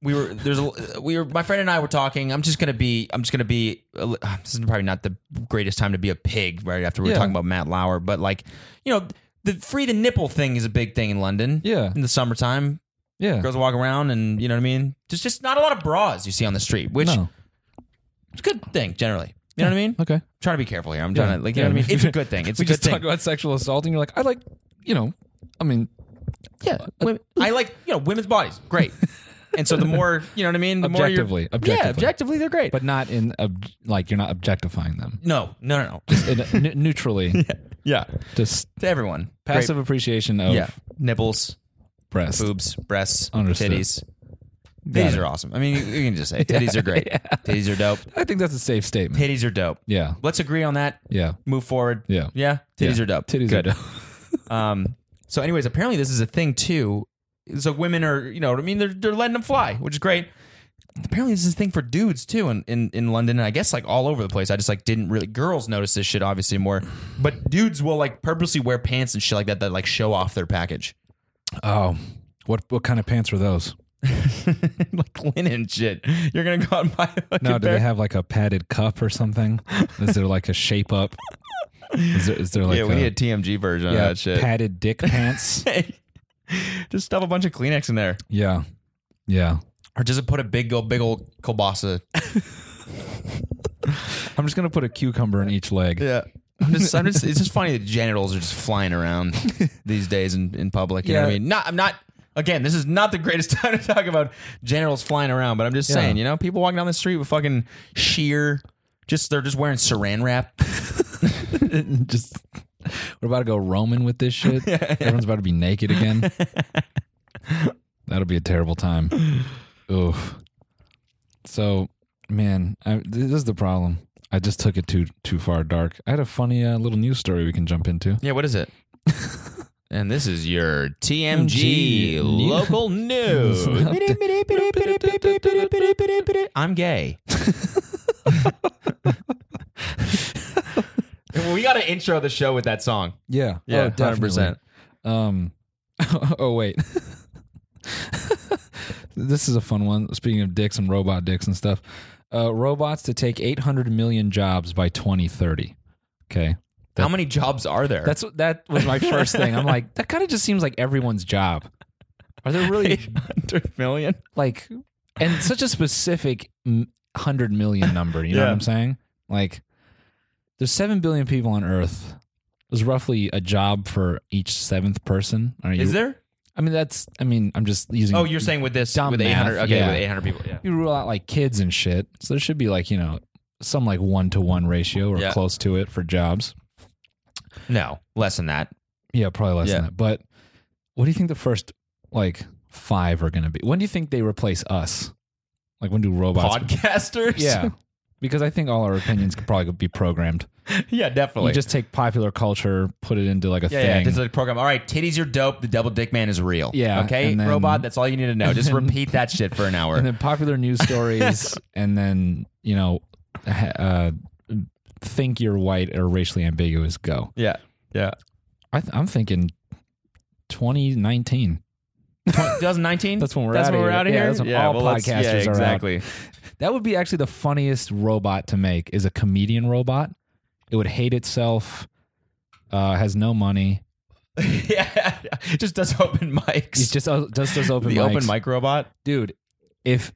Speaker 3: we were there's a, we were my friend and I were talking. I'm just gonna be I'm just gonna be a li- this is probably not the greatest time to be a pig right after we were
Speaker 2: Yeah.
Speaker 3: talking about Matt Lauer, but like you know the free the nipple thing is a big thing in London.
Speaker 2: Yeah.
Speaker 3: in the summertime,
Speaker 2: Yeah.
Speaker 3: girls walk around and you know what I mean. Just just not a lot of bras you see on the street, which
Speaker 2: No.
Speaker 3: it's a good thing generally. You know what I mean?
Speaker 2: Okay.
Speaker 3: trying to be careful here. I'm trying
Speaker 2: Yeah.
Speaker 3: to like you know what I mean. It's a good thing. It's
Speaker 2: we
Speaker 3: a good
Speaker 2: just
Speaker 3: thing.
Speaker 2: talk about sexual assault, and you're like, I like, you know, I mean,
Speaker 3: Yeah, women, I like you know women's bodies, great. And so the more you know what I mean, the more
Speaker 2: Objectively,
Speaker 3: you're, yeah,
Speaker 2: objectively.
Speaker 3: objectively they're great.
Speaker 2: but not in ob- like you're not objectifying them.
Speaker 3: no, no, no, no.
Speaker 2: In, n- neutrally,
Speaker 3: yeah,
Speaker 2: just
Speaker 3: to everyone,
Speaker 2: passive appreciation of
Speaker 3: Great. yeah, nipples,
Speaker 2: breasts.
Speaker 3: boobs, breasts,
Speaker 2: Understood.
Speaker 3: titties. Titties
Speaker 2: it.
Speaker 3: are awesome. I mean, you, you can just say titties are great. Titties are dope.
Speaker 2: I think that's a safe statement.
Speaker 3: Titties are dope.
Speaker 2: Yeah,
Speaker 3: Let's agree on that.
Speaker 2: yeah,
Speaker 3: Move forward.
Speaker 2: Yeah.
Speaker 3: Yeah. Titties
Speaker 2: Yeah.
Speaker 3: are dope.
Speaker 2: Titties
Speaker 3: Good.
Speaker 2: are dope.
Speaker 3: Um, so, anyways, apparently this is a thing too. So women are, you know, what I mean, they're they're letting them fly, which is great. Apparently, this is a thing for dudes too in, in in London, and I guess like all over the place. I just like didn't really girls notice this shit obviously more, but dudes will like purposely wear pants and shit like that that like show off their package,
Speaker 2: Oh, what what kind of pants were those?
Speaker 3: like linen shit. You're gonna go out and buy like,
Speaker 2: No,
Speaker 3: a
Speaker 2: do they
Speaker 3: pair-
Speaker 2: have like a padded cup or something? Is there like a shape up? Is there, is there like
Speaker 3: yeah, we
Speaker 2: a,
Speaker 3: need a TMG version
Speaker 2: yeah,
Speaker 3: of that shit.
Speaker 2: padded dick pants?
Speaker 3: just stuff a bunch of Kleenex in there,
Speaker 2: yeah, yeah.
Speaker 3: or just put a big old big old kielbasa.
Speaker 2: I'm just gonna put a cucumber in each leg.
Speaker 3: Yeah. I'm just, I'm just, it's just funny that genitals are just flying around these days in, in public. You know what I
Speaker 2: Yeah.
Speaker 3: mean? Not, I'm not, again, this is not the greatest time to talk about genitals flying around, but I'm just
Speaker 2: Yeah.
Speaker 3: saying, you know, people walking down the street with fucking sheer, just, they're just wearing saran wrap.
Speaker 2: just we're about to go Roman with this shit. Everyone's about to be naked again. That'll be a terrible time. Oof. So, man, I, this is the problem. I just took it too too far dark. I had a funny uh, little news story we can jump into.
Speaker 3: Yeah, what is it? and this is your
Speaker 2: TMG
Speaker 3: TMG local news. I'm gay. Well, we got to intro the show with that song.
Speaker 2: Yeah,
Speaker 3: Yeah,
Speaker 2: oh, definitely.
Speaker 3: 100%.
Speaker 2: Um, oh wait, this is a fun one. Speaking of dicks and robot dicks and stuff, uh, robots to take 800 million jobs by 2030. Okay,
Speaker 3: How many jobs are there?
Speaker 2: That's that was my first thing. I'm like, that kind of just seems like everyone's job. Are there really
Speaker 3: 100 million.
Speaker 2: like, and such a specific m- hundred million number? You know what
Speaker 3: Yeah.
Speaker 2: I'm saying? Like, there's seven billion people on Earth. There's roughly a job for each seventh person. Are you,
Speaker 3: Is there?
Speaker 2: I mean, that's. I mean, I'm just using.
Speaker 3: Oh, you're saying with this
Speaker 2: Dumb
Speaker 3: with
Speaker 2: math,
Speaker 3: 800 okay,
Speaker 2: yeah.
Speaker 3: with 800 people. Yeah.
Speaker 2: you rule out like kids and shit. So there should be like you know some like one to one ratio or
Speaker 3: Yeah.
Speaker 2: close to it for jobs.
Speaker 3: No, less than that.
Speaker 2: Yeah, probably less
Speaker 3: Yeah.
Speaker 2: than that. But what do you think the first like five are going to be? When do you think they replace us? Like when do robots?
Speaker 3: Podcasters?
Speaker 2: Yeah, because I think all our opinions could probably be programmed.
Speaker 3: yeah, definitely.
Speaker 2: You just take popular culture, put it into like a
Speaker 3: yeah, yeah,
Speaker 2: thing.
Speaker 3: just like program. All right, titties are dope. The double dick man is real.
Speaker 2: Yeah,
Speaker 3: Okay,
Speaker 2: and then-
Speaker 3: robot. That's all you need to know. Just repeat that shit for an hour.
Speaker 2: and then popular news stories, and then you know, ha- uh, think you're white or racially ambiguous. Go.
Speaker 3: yeah, yeah.
Speaker 2: I th- I'm thinking 2019.
Speaker 3: 2019.
Speaker 2: That's when we're
Speaker 3: That's
Speaker 2: outta
Speaker 3: when we're
Speaker 2: here.
Speaker 3: out of here.
Speaker 2: Yeah, that's when all
Speaker 3: let's-
Speaker 2: podcasters are out.
Speaker 3: yeah, exactly.
Speaker 2: That would be actually the funniest robot to make is a comedian robot. It would hate itself, uh, has no money.
Speaker 3: yeah, just does open mics.
Speaker 2: It just does does open
Speaker 3: the
Speaker 2: mics.
Speaker 3: open mic robot.
Speaker 2: dude. If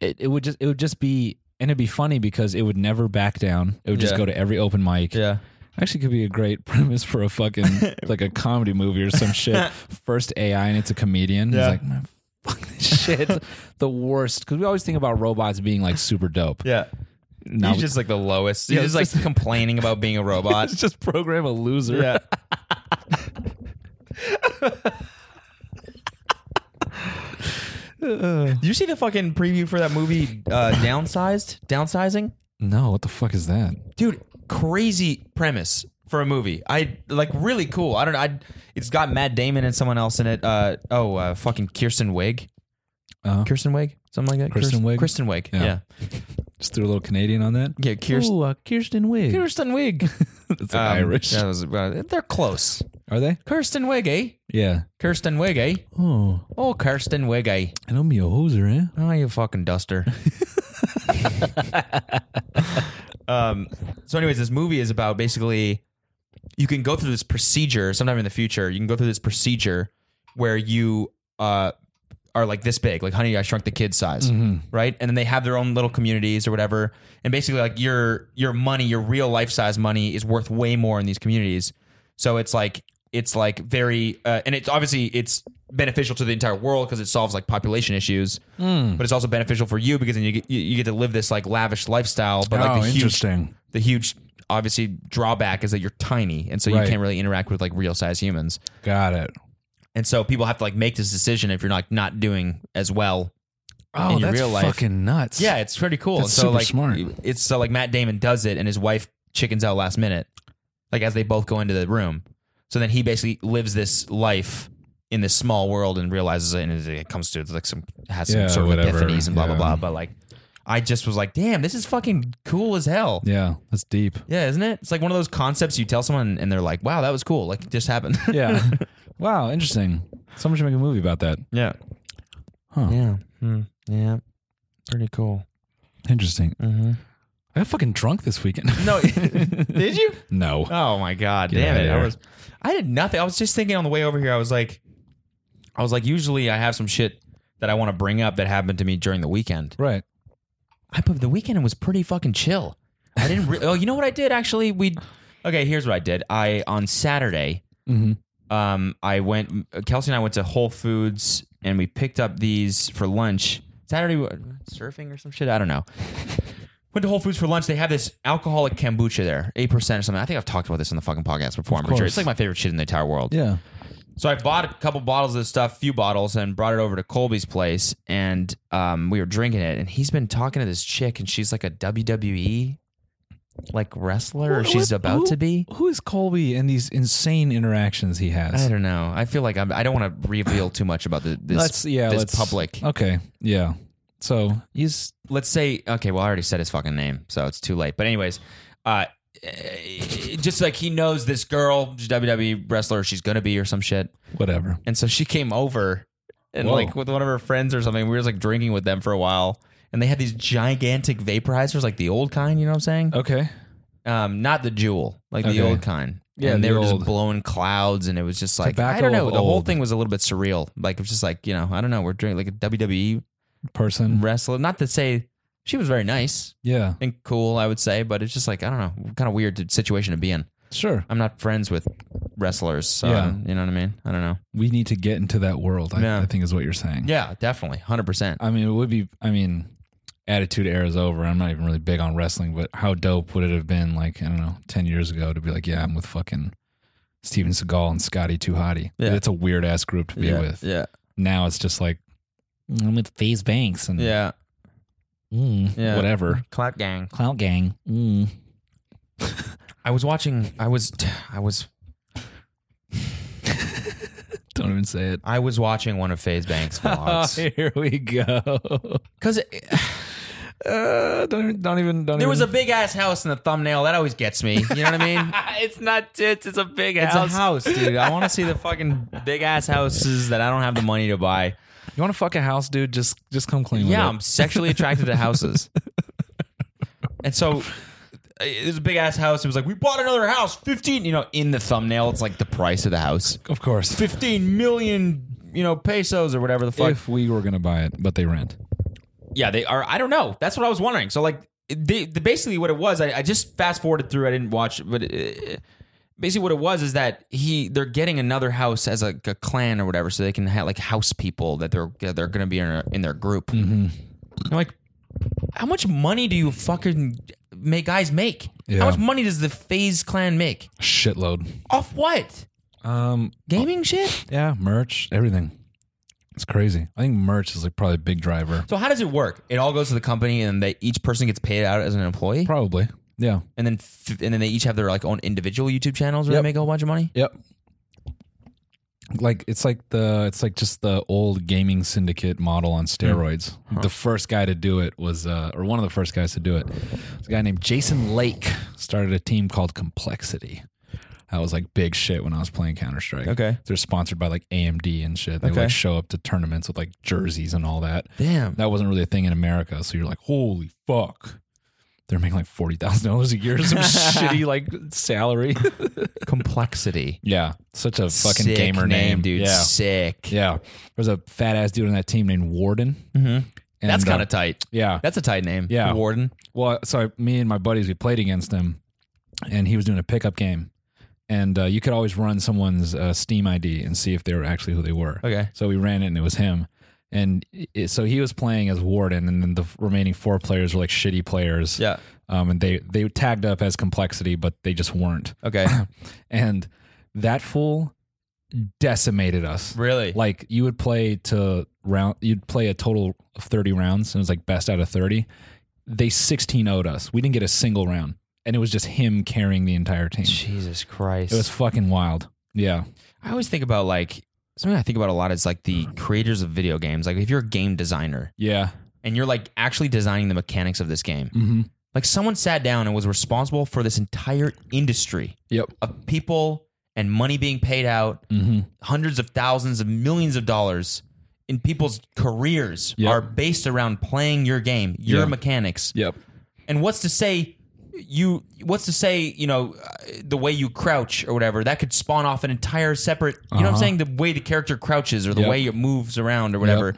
Speaker 2: it, it would just it would just be and it'd be funny because it would never back down. It would just
Speaker 9: Yeah.
Speaker 2: go to every open mic.
Speaker 9: Yeah.
Speaker 2: Actually, could be a great premise for a fucking like a comedy movie or some shit. First AI and it's a comedian. He's
Speaker 9: Yeah.
Speaker 2: like, man, fuck this shit, It's the worst. Because we always think about robots being like super dope.
Speaker 3: Yeah.
Speaker 2: Now
Speaker 3: He's just like the lowest. He's
Speaker 2: Yeah,
Speaker 3: just like complaining about being a robot.
Speaker 2: it's just program a loser.
Speaker 3: Yeah. Did you see the fucking preview for that movie, uh, Downsized? Downsizing?
Speaker 2: No, what the fuck is that?
Speaker 3: Dude, crazy premise for a movie. I like really cool. I don't know. I it's got Matt Damon and someone else in it. Uh oh, uh, fucking Kirsten Wig.
Speaker 2: Uh-huh.
Speaker 3: Kirsten Wig, something like that.
Speaker 2: Kristen Wiig?
Speaker 3: Kristen Wig.
Speaker 2: Yeah.
Speaker 3: Yeah.
Speaker 2: Just threw a little Canadian on that.
Speaker 3: Yeah, Kirsten.
Speaker 2: Ooh, uh, Kirsten Wig.
Speaker 3: Kirsten Wig. Um,
Speaker 2: That's like Irish.
Speaker 3: That was, uh, they're close.
Speaker 2: Are they?
Speaker 3: Kirsten Wig, eh?
Speaker 2: Yeah.
Speaker 3: Kirsten Wig, eh?
Speaker 2: Oh,
Speaker 3: Oh, Kirsten Wig, eh?
Speaker 2: I know me a hoser, eh?
Speaker 3: Oh, you fucking duster. um, so, anyways, this movie is about basically you can go through this procedure sometime in the future. You can go through this procedure where you uh, are like this big, like Honey, I Shrunk the Kid size,
Speaker 2: Mm-hmm.
Speaker 3: right? And then they have their own little communities or whatever. And basically, like your your money, your real life size money, is worth way more in these communities. So it's like it's like very, uh, and it's obviously it's beneficial to the entire world because it solves like population issues,
Speaker 2: Hmm.
Speaker 3: but it's also beneficial for you because then you get, you, you get to live this like lavish lifestyle. But like
Speaker 2: Oh,
Speaker 3: the huge
Speaker 2: interesting.
Speaker 3: the huge obviously drawback is that you're tiny and so
Speaker 2: Right.
Speaker 3: you can't really interact with like real size humans
Speaker 2: Got it.
Speaker 3: and so people have to like make this decision if you're like not doing as well
Speaker 2: Oh,
Speaker 3: in your
Speaker 2: that's
Speaker 3: real life
Speaker 2: fucking nuts.
Speaker 3: yeah it's pretty cool
Speaker 2: That's
Speaker 3: so
Speaker 2: super
Speaker 3: like
Speaker 2: smart.
Speaker 3: it's so like matt damon does it and his wife chickens out last minute like as they both go into the room so then he basically lives this life in this small world and realizes it and it comes to like some has some
Speaker 2: Yeah,
Speaker 3: sort of
Speaker 2: whatever.
Speaker 3: epiphanies and blah blah
Speaker 2: Yeah.
Speaker 3: blah but like i just was like damn this is fucking cool as hell
Speaker 2: Yeah, that's deep.
Speaker 3: Yeah, isn't it? It's like one of those concepts you tell someone and they're like, "Wow, that was cool. Like it just happened."
Speaker 2: Yeah. wow, interesting. Someone should make a movie about that.
Speaker 3: yeah. Hmm.
Speaker 2: Huh.
Speaker 3: Yeah. Yeah. Pretty cool.
Speaker 2: Interesting. I got fucking drunk this weekend.
Speaker 3: Mm-hmm. No, did you?
Speaker 2: no.
Speaker 3: Oh my god,
Speaker 2: Get
Speaker 3: damn
Speaker 2: outta
Speaker 3: it! I
Speaker 2: here.
Speaker 3: was, I did nothing. I was just thinking on the way over here. I was like, I was like, usually I have some shit that I want to bring up that happened to me during the weekend.
Speaker 2: Right.
Speaker 3: I but the weekend was pretty fucking chill. I didn't. Re- oh, you know what I did actually? We okay. Here's what I did. I on Saturday, um, I went. Kelsey and I went to Whole Foods and we picked up these for lunch. Saturday we- surfing or some shit. I don't know. Went to Whole Foods for lunch. They have this alcoholic kombucha there, eight percent or something. I think I've talked about this on the fucking podcast before. I'm pretty sure
Speaker 2: course.
Speaker 3: it's like my favorite shit in the entire world.
Speaker 2: Yeah.
Speaker 3: So I bought a couple bottles of this stuff, few bottles, and brought it over to Colby's place, and um, we were drinking it. And he's been talking to this chick, and she's like a WWE like wrestler, or she's about to be.
Speaker 2: Who is Colby and these insane interactions he has?
Speaker 3: I don't know. I feel like I'm, I don't want to reveal too much about the, this.
Speaker 2: let's yeah,
Speaker 3: this
Speaker 2: let's uh,
Speaker 3: public.
Speaker 2: Okay. Yeah. So he's
Speaker 3: Let's say okay. Well, I already said his fucking name, so it's too late. But anyways, uh, eh, just like he knows this girl, she's a WWE wrestler, she's gonna be or some shit.
Speaker 2: whatever.
Speaker 3: And so she came over and
Speaker 2: Whoa.
Speaker 3: like with one of her friends or something. We were just like drinking with them for a while. And they had these gigantic vaporizers, like the old kind, you know what I'm saying?
Speaker 2: Okay.
Speaker 3: Um, not the jewel, like
Speaker 2: Oh. Okay.
Speaker 3: the old kind.
Speaker 2: Yeah,
Speaker 3: and they
Speaker 2: the
Speaker 3: were
Speaker 2: old.
Speaker 3: just blowing clouds, and it was just like I
Speaker 2: Tobacco
Speaker 3: don't know.
Speaker 2: of
Speaker 3: The whole
Speaker 2: old.
Speaker 3: thing was a little bit surreal. Like it was just like you know, I don't know. We're drinking like a WWE
Speaker 2: Person.
Speaker 3: wrestler. Not to say she was very nice
Speaker 2: Yeah.
Speaker 3: and cool, I would say, but it's just like I don't know, kind of weird situation to be in.
Speaker 2: Sure.
Speaker 3: I'm not friends with wrestlers, so
Speaker 2: Yeah.
Speaker 3: you know what I mean. I don't know.
Speaker 2: We need to get into that world. I,
Speaker 3: Yeah.
Speaker 2: I think is what you're saying.
Speaker 3: Yeah, definitely, hundred percent.
Speaker 2: I mean, it would be. I mean, Attitude Era is over. I'm not even really big on wrestling, but how dope would it have been? Like I don't know, ten years ago to be like, yeah, I'm with fucking Steven Seagal and Scotty Too Hottie.
Speaker 3: Yeah.
Speaker 2: That's a weird ass group to be
Speaker 3: Yeah,
Speaker 2: with.
Speaker 3: yeah,
Speaker 2: Now it's just like mm, I'm with FaZe Banks and
Speaker 3: yeah.
Speaker 2: mm,
Speaker 3: Yeah.
Speaker 2: whatever
Speaker 3: Clap gang.
Speaker 2: Clout Gang. Mm.
Speaker 3: I was watching. I was. I was.
Speaker 2: Don't even say it.
Speaker 3: I was watching one of Faze Banks
Speaker 2: Oh,
Speaker 3: vlogs
Speaker 2: here we go.
Speaker 3: because
Speaker 2: Uh, don't, even- don't even. Don't
Speaker 3: there was a
Speaker 2: even-
Speaker 3: big ass house in the thumbnail. That always gets me. You know what I mean?
Speaker 2: it's not tits. It's a big
Speaker 3: it's a house, dude. I want to see the fucking big ass houses that I don't have the money to buy.
Speaker 2: You want to fuck a house, dude? Just just come clean.
Speaker 3: Yeah,
Speaker 2: with
Speaker 3: I'm
Speaker 2: it.
Speaker 3: sexually attracted to houses. And so it was a big ass house. It was like, we bought another house, 15, you know, in the thumbnail, it's like the price of the house.
Speaker 2: of course.
Speaker 3: 15 million, you know, pesos or whatever the fuck.
Speaker 2: If we were gonna buy it, but they rent.
Speaker 3: Yeah, they are. I don't know. That's what I was wondering. So like, they, the, basically what it was, I, I just fast forwarded through. I didn't watch, but uh, basically what it was is that he they're getting another house as a, a clan or whatever, so they can have like house people that they're yeah, they're gonna be in, a, in their group. I'm like, how much money do you fucking make guys make?
Speaker 2: Yeah.
Speaker 3: How much money does the Phase clan make
Speaker 2: Shitload.
Speaker 3: off what?
Speaker 2: Um,
Speaker 3: Gaming shit.
Speaker 2: yeah, merch, everything. It's crazy. I think merch is like probably a big driver.
Speaker 3: So how does it work? It all goes to the company, and they each person gets paid out as an employee.
Speaker 2: Probably. Yeah.
Speaker 3: and then f- and then they each have their like own individual YouTube channels where
Speaker 2: Yep.
Speaker 3: they make a whole bunch of money.
Speaker 2: Yep. Like it's like the it's like just the old gaming syndicate model on steroids. The first guy to do it was uh or one of the first guys to do it. was a guy named Jason Lake started a team called Complexity. That was like big shit when I was playing Counter Strike.
Speaker 3: Okay.
Speaker 2: They're sponsored by like AMD and shit. They
Speaker 3: Okay.
Speaker 2: like show up to tournaments with like jerseys and all that.
Speaker 3: Damn.
Speaker 2: That wasn't really a thing in America, so you're like, holy fuck. They're making like forty thousand dollars a year, some shitty like salary.
Speaker 3: Complexity.
Speaker 2: Yeah, such a fucking
Speaker 3: Sick
Speaker 2: gamer name,
Speaker 3: dude.
Speaker 2: Yeah,
Speaker 3: Sick.
Speaker 2: yeah. There's a fat ass dude on that team named Warden.
Speaker 3: Mhm.
Speaker 2: And,
Speaker 3: That's kind
Speaker 2: uh,
Speaker 3: of tight.
Speaker 2: yeah.
Speaker 3: That's a tight name.
Speaker 2: Yeah.
Speaker 3: Warden.
Speaker 2: Well, so I, me and my buddies we played against him, and he was doing a pickup game, and uh, you could always run someone's uh, Steam ID and see if they were actually who they were.
Speaker 3: Okay.
Speaker 2: So we ran it, and it was him. And it, so he was playing as Warden, and then the remaining four players were like shitty players.
Speaker 3: Yeah.
Speaker 2: Um, and they they tagged up as complexity, but they just weren't.
Speaker 3: Okay.
Speaker 2: and that fool decimated us.
Speaker 3: really?
Speaker 2: Like you would play to round, you'd play a total of thirty rounds, and it was like best out of thirty. They sixteen owed us. We didn't get a single round, and it was just him carrying the entire team.
Speaker 3: Jesus Christ.
Speaker 2: It was fucking wild. Yeah,
Speaker 3: I always think about like something I think about a lot is like the creators of video games. Like if you're a game designer
Speaker 2: yeah,
Speaker 3: and you're like actually designing the mechanics of this game,
Speaker 2: mm-hmm.
Speaker 3: like someone sat down and was responsible for this entire industry
Speaker 2: yep,
Speaker 3: of people and money being paid out
Speaker 2: mm-hmm.
Speaker 3: hundreds of thousands of millions of dollars in people's careers
Speaker 2: Yep.
Speaker 3: are based around playing your game, your
Speaker 2: Yeah.
Speaker 3: mechanics.
Speaker 2: yep,
Speaker 3: And what's to say you what's to say, you know, uh, the way you crouch or whatever, that could spawn off an entire separate, you know what I'm
Speaker 2: Uh-huh.
Speaker 3: saying, the way the character crouches or the
Speaker 2: Yep.
Speaker 3: way it moves around or whatever.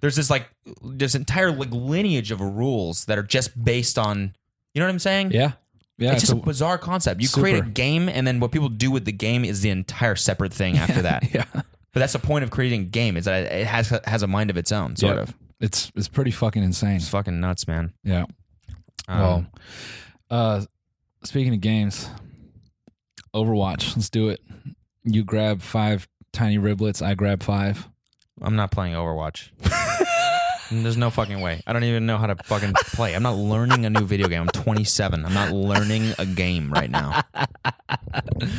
Speaker 3: There's this like this entire like lineage of rules that are just based on, you know what I'm saying?
Speaker 2: yeah, yeah.
Speaker 3: it's just a,
Speaker 2: a-
Speaker 3: bizarre concept. You create
Speaker 2: Super.
Speaker 3: a game, and then what people do with the game is the entire separate thing after that.
Speaker 2: yeah.
Speaker 3: But that's the point of creating a game is that it has has a mind of its own, sort
Speaker 2: Yep.
Speaker 3: of.
Speaker 2: It's it's pretty fucking insane.
Speaker 3: It's fucking nuts, man.
Speaker 2: Yeah.
Speaker 3: Um,
Speaker 2: well, uh, speaking of games, Overwatch. Let's do it. You grab five tiny riblets. I grab five.
Speaker 3: I'm not playing Overwatch. There's no fucking way. I don't even know how to fucking play. I'm not learning a new video game. I'm 27. I'm not learning a game right now.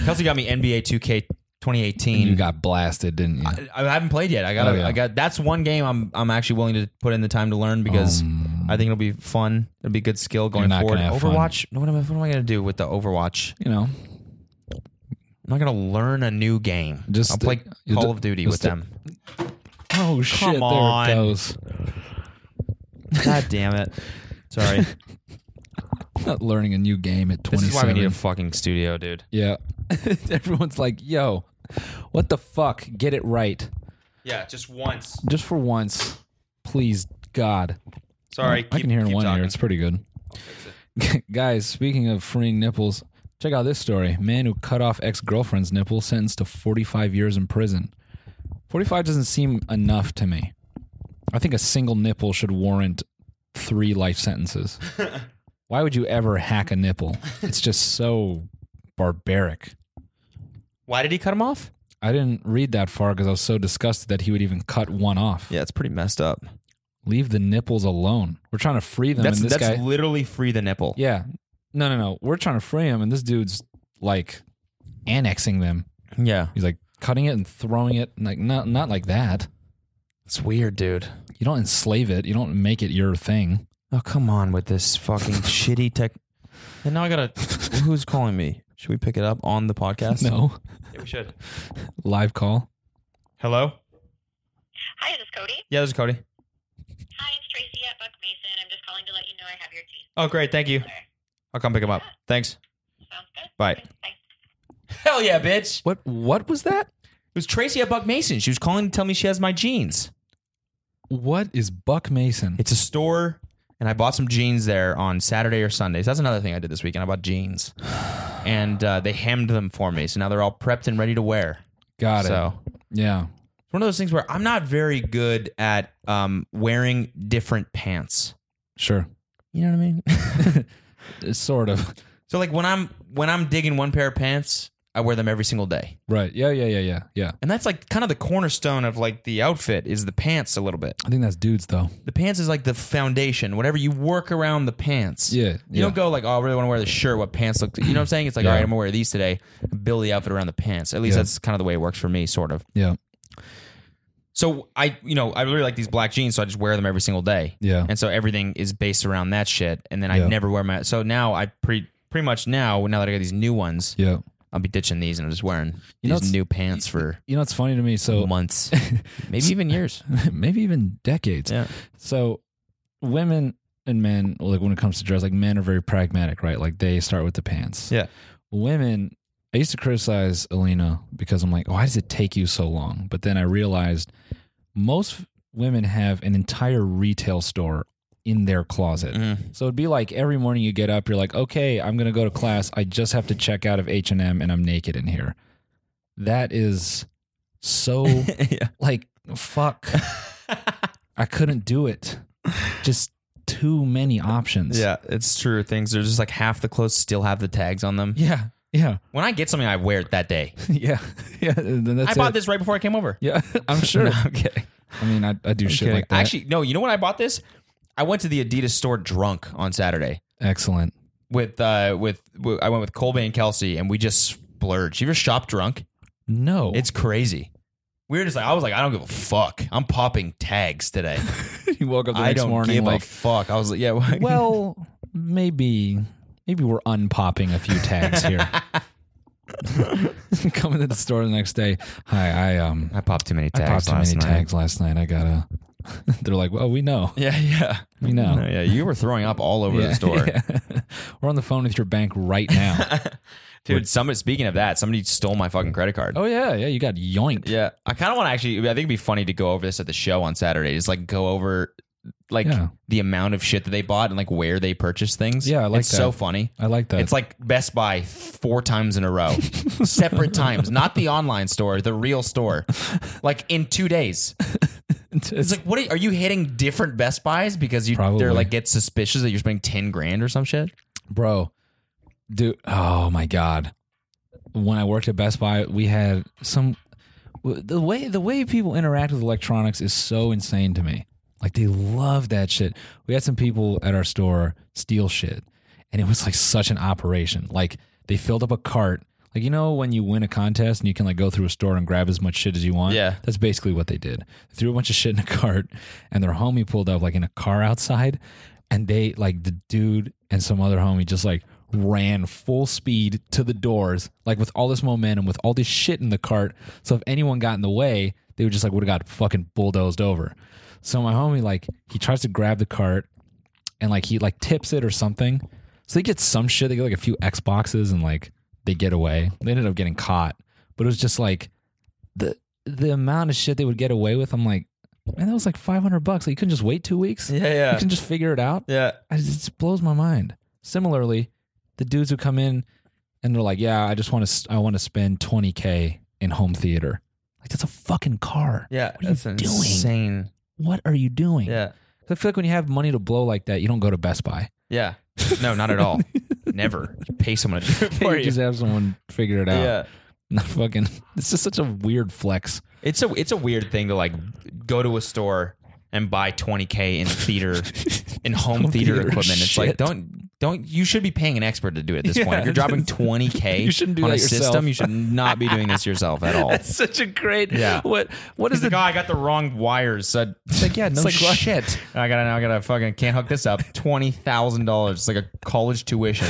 Speaker 3: Kelsey got me NBA 2K 2018.
Speaker 2: You got blasted, didn't you?
Speaker 3: Hmm. I, I haven't played yet. I got. to
Speaker 2: Oh, yeah.
Speaker 3: I got. That's one game I'm. I'm actually willing to put in the time to learn because I think it'll be fun. It'll be good skill going
Speaker 2: Um, not
Speaker 3: forward.
Speaker 2: gonna have fun.
Speaker 3: Overwatch. What am I? What am I gonna do with the Overwatch?
Speaker 2: you know,
Speaker 3: I'm not gonna learn a new game.
Speaker 2: Just-
Speaker 3: Just I'll play
Speaker 2: you
Speaker 3: Call
Speaker 2: ju-
Speaker 3: of Duty
Speaker 2: just
Speaker 3: with
Speaker 2: do-
Speaker 3: them.
Speaker 2: oh shit!
Speaker 3: there it on.
Speaker 2: goes.
Speaker 3: God damn it. Sorry.
Speaker 2: Not learning a new game at
Speaker 3: this
Speaker 2: twenty.
Speaker 3: is why we need a fucking studio, dude.
Speaker 2: yeah. Everyone's like, "Yo, what the fuck? Get it right,
Speaker 3: Yeah, just once.
Speaker 2: just for once, please, God."
Speaker 3: Sorry.
Speaker 2: I can hear in one ear. It's pretty good. Guys, speaking of freeing nipples, check out this story. Man who cut off ex girlfriend's nipple sentenced to 45 years in prison. 45 doesn't seem enough to me. I think a single nipple should warrant three life sentences. Why would you ever hack a nipple? It's just so barbaric.
Speaker 3: Why did he cut him off?
Speaker 2: I didn't read that far because I was so disgusted that he would even cut one off.
Speaker 3: Yeah, it's pretty messed up.
Speaker 2: Leave the nipples alone. We're trying to free them.
Speaker 3: that's
Speaker 2: and this
Speaker 3: that's
Speaker 2: guy,
Speaker 3: literally free the nipple.
Speaker 2: Yeah. No, no, no. We're trying to free him, and this dude's like annexing them.
Speaker 3: Yeah.
Speaker 2: He's like cutting it and throwing it. and, Like not not like that.
Speaker 3: It's weird, dude.
Speaker 2: You don't enslave it. You don't make it your thing.
Speaker 3: Oh, come on with this fucking shitty tech. And now I gotta. Who's calling me? Should we pick it up on the podcast?
Speaker 2: No.
Speaker 3: Yeah, we should.
Speaker 2: Live call.
Speaker 3: Hello?
Speaker 9: Hi, this is Cody.
Speaker 3: Yeah, this is Cody.
Speaker 9: Hi, it's Tracy at Buck Mason. I'm just calling to let you know I have your teeth.
Speaker 3: Oh, great. Thank you. I'll come pick him up. Thanks.
Speaker 9: Sounds good.
Speaker 3: Bye.
Speaker 9: Bye.
Speaker 3: Hell yeah, bitch. It
Speaker 2: What what was that?
Speaker 3: was Tracy at Buck Mason. She was calling to tell me she has my jeans.
Speaker 2: What is Buck Mason?
Speaker 3: It's a store, and I bought some jeans there on Saturday or Sundays. That's another thing I did this weekend. I bought jeans, and uh, they hemmed them for me, so now they're all prepped and ready to wear.
Speaker 2: Got it.
Speaker 3: so
Speaker 2: Yeah.
Speaker 3: it's one of those things where I'm not very good at um, wearing different pants.
Speaker 2: Sure.
Speaker 3: You know what I mean?
Speaker 2: Sort of.
Speaker 3: so like when I'm when I'm digging one pair of pants, I wear them every single day,
Speaker 2: Right. Yeah. Yeah. Yeah. Yeah. Yeah.
Speaker 3: and that's like kind of the cornerstone of like the outfit is the pants a little bit.
Speaker 2: I think that's dudes though.
Speaker 3: The pants is like the foundation. Whatever you work around the pants.
Speaker 2: Yeah,
Speaker 3: You
Speaker 2: yeah.
Speaker 3: don't go like, oh, I really want to wear this shirt. What pants look? You know what I'm saying? It's like,
Speaker 2: Yeah.
Speaker 3: all right, I'm gonna wear these today. Build the outfit around the pants. At least
Speaker 2: Yeah.
Speaker 3: that's kind of the way it works for me, sort of.
Speaker 2: Yeah.
Speaker 3: So I, you know, I really like these black jeans, so I just wear them every single day.
Speaker 2: Yeah.
Speaker 3: And so everything is based around that shit. And then
Speaker 2: Yeah.
Speaker 3: I never wear my. So now I pretty pretty much now now that I got these new ones,
Speaker 2: Yeah.
Speaker 3: I'll be ditching these and I'm just wearing
Speaker 2: You know,
Speaker 3: these
Speaker 2: it's-
Speaker 3: new pants for
Speaker 2: You know, it's funny to me. So
Speaker 3: months, maybe even years.
Speaker 2: maybe even decades.
Speaker 3: Yeah.
Speaker 2: So women and men, like when it comes to dress, like men are very pragmatic, right? Like they start with the pants.
Speaker 3: Yeah.
Speaker 2: Women, I used to criticize Alina because I'm like, why does it take you so long? But then I realized most women have an entire retail store in their closet. So it'd be like every morning you get up, you're like, okay, I'm gonna go to class. I just have to check out of H and M, and I'm naked in here. That is so
Speaker 3: yeah.
Speaker 2: like fuck i couldn't do it just too many options
Speaker 3: Yeah, it's true. Things are just like half the clothes still have the tags on them.
Speaker 2: yeah yeah
Speaker 3: When I get something, I wear it that day.
Speaker 2: yeah yeah and then that's
Speaker 3: I bought
Speaker 2: it.
Speaker 3: this right before I came over.
Speaker 2: yeah i'm sure
Speaker 3: No, I'm kidding.
Speaker 2: i mean i, I do shit
Speaker 3: Kidding.
Speaker 2: like that
Speaker 3: Actually, no. You know when I bought this? I went to the Adidas store drunk on Saturday
Speaker 2: excellent
Speaker 3: with uh with, w I I went with Colby and Kelsey, and we just splurged. You ever shop drunk?
Speaker 2: no
Speaker 3: It's crazy. We were just like, I was like, I don't give a fuck. I'm popping tags today.
Speaker 2: you woke up the
Speaker 3: I
Speaker 2: next
Speaker 3: don't
Speaker 2: morning
Speaker 3: give
Speaker 2: like
Speaker 3: a fuck. I was like, yeah.
Speaker 2: well maybe maybe we're unpopping a few tags here coming to the store the next day hi i um
Speaker 3: I popped too many
Speaker 2: i popped
Speaker 3: tags.
Speaker 2: too many
Speaker 3: last night.
Speaker 2: tags last night i gotta they're like well we know
Speaker 3: Yeah, yeah.
Speaker 2: we know
Speaker 3: No, yeah, you were throwing up all over the store.
Speaker 2: We're on the phone with your bank right now.
Speaker 3: Dude, somebody speaking of that, somebody stole my fucking credit card.
Speaker 2: oh yeah, yeah, you got yoinked.
Speaker 3: Yeah. I kind of want to actually I think it'd be funny to go over this at the show on Saturday. Just like go over like
Speaker 2: Yeah.
Speaker 3: the amount of shit that they bought and like where they purchased things.
Speaker 2: Yeah, I like
Speaker 3: it's so
Speaker 2: that.
Speaker 3: funny.
Speaker 2: I like that.
Speaker 3: It's like Best Buy four times in a row, separate times, not the online store, the real store. Like in two days,
Speaker 2: it's,
Speaker 3: it's like, what are, are you hitting different Best Buys because you
Speaker 2: Probably.
Speaker 3: they're like get suspicious that you're spending ten grand or some shit?
Speaker 2: bro, dude. Oh my god. When I worked at Best Buy, we had some w- the way the way people interact with electronics is so insane to me. Like they love that shit. We had some people at our store steal shit, and it was like such an operation. Like they filled up a cart. Like you know when you win a contest and you can like go through a store and grab as much shit as you want.
Speaker 3: Yeah.
Speaker 2: that's basically what they did. They threw a bunch of shit in a cart, and their homie pulled up like in a car outside, and they like the dude and some other homie just like ran full speed to the doors, like with all this momentum, with all this shit in the cart. So if anyone got in the way, they would just like would have got fucking bulldozed over. So my homie like he tries to grab the cart and like he like tips it or something. So they get some shit. They get like a few Xboxes and like they get away. They ended up getting caught, but it was just like the the amount of shit they would get away with. I'm like, man, that was like 500 bucks. Like you couldn't just wait two weeks. You
Speaker 3: yeah,
Speaker 2: can just figure it out.
Speaker 3: yeah.
Speaker 2: I- It just blows my mind. Similarly, the dudes who come in and they're like, "Yeah, I just want to. I want to spend twenty k in home theater. Like that's a fucking car.
Speaker 3: Yeah,
Speaker 2: What are you
Speaker 3: that's
Speaker 2: doing?
Speaker 3: insane.
Speaker 2: What are you doing?
Speaker 3: Yeah,
Speaker 2: I feel like when you have money to blow like that, you don't go to Best Buy.
Speaker 3: yeah. No, not at all. Never. You pay someone to do it for
Speaker 2: you
Speaker 3: you.
Speaker 2: just have someone figure it out.
Speaker 3: Yeah.
Speaker 2: Not fucking. It's just such a weird flex.
Speaker 3: It's a it's a weird thing to like go to a store and buy 20k in theater in home, theater,
Speaker 2: theater
Speaker 3: equipment. It's like
Speaker 2: shit.
Speaker 3: don't don't you should be paying an expert to do it at this point.
Speaker 2: Yeah.
Speaker 3: If you're dropping 20k
Speaker 2: You shouldn't do
Speaker 3: on
Speaker 2: that
Speaker 3: a
Speaker 2: yourself.
Speaker 3: system, you should not be doing this yourself at all.
Speaker 2: such a great.
Speaker 3: Yeah.
Speaker 2: What? What
Speaker 3: He's like, oh, I got the wrong wires. So it's
Speaker 2: like, yeah, no
Speaker 3: like, what?
Speaker 2: shit.
Speaker 3: I gotta, I gotta fucking can't hook this up. Twenty thousand dollars. It's like a college tuition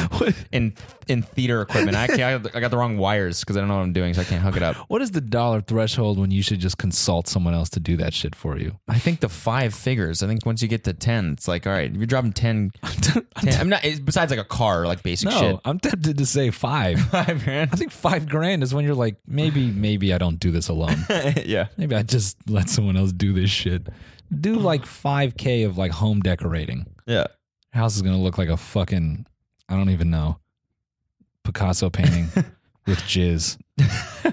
Speaker 3: in in theater equipment. I can't, I got the wrong wires because I don't know what I'm doing, so I can't hook it up.
Speaker 2: What is the dollar threshold when you should just consult someone else to do that shit for you?
Speaker 3: I think the five figures. I think once you get to ten, it's like all right, if you're dropping 10, 10 I'm not. it's Besides like a car, like basic
Speaker 2: No,
Speaker 3: shit.
Speaker 2: I'm tempted to say five.
Speaker 3: Five grand.
Speaker 2: I think five grand is when you're like, maybe, maybe I don't do this alone.
Speaker 3: yeah.
Speaker 2: maybe I just let someone else do this shit. do like 5K of like home decorating.
Speaker 3: Yeah.
Speaker 2: Your house is going to look like a fucking, I don't even know, Picasso painting with jizz.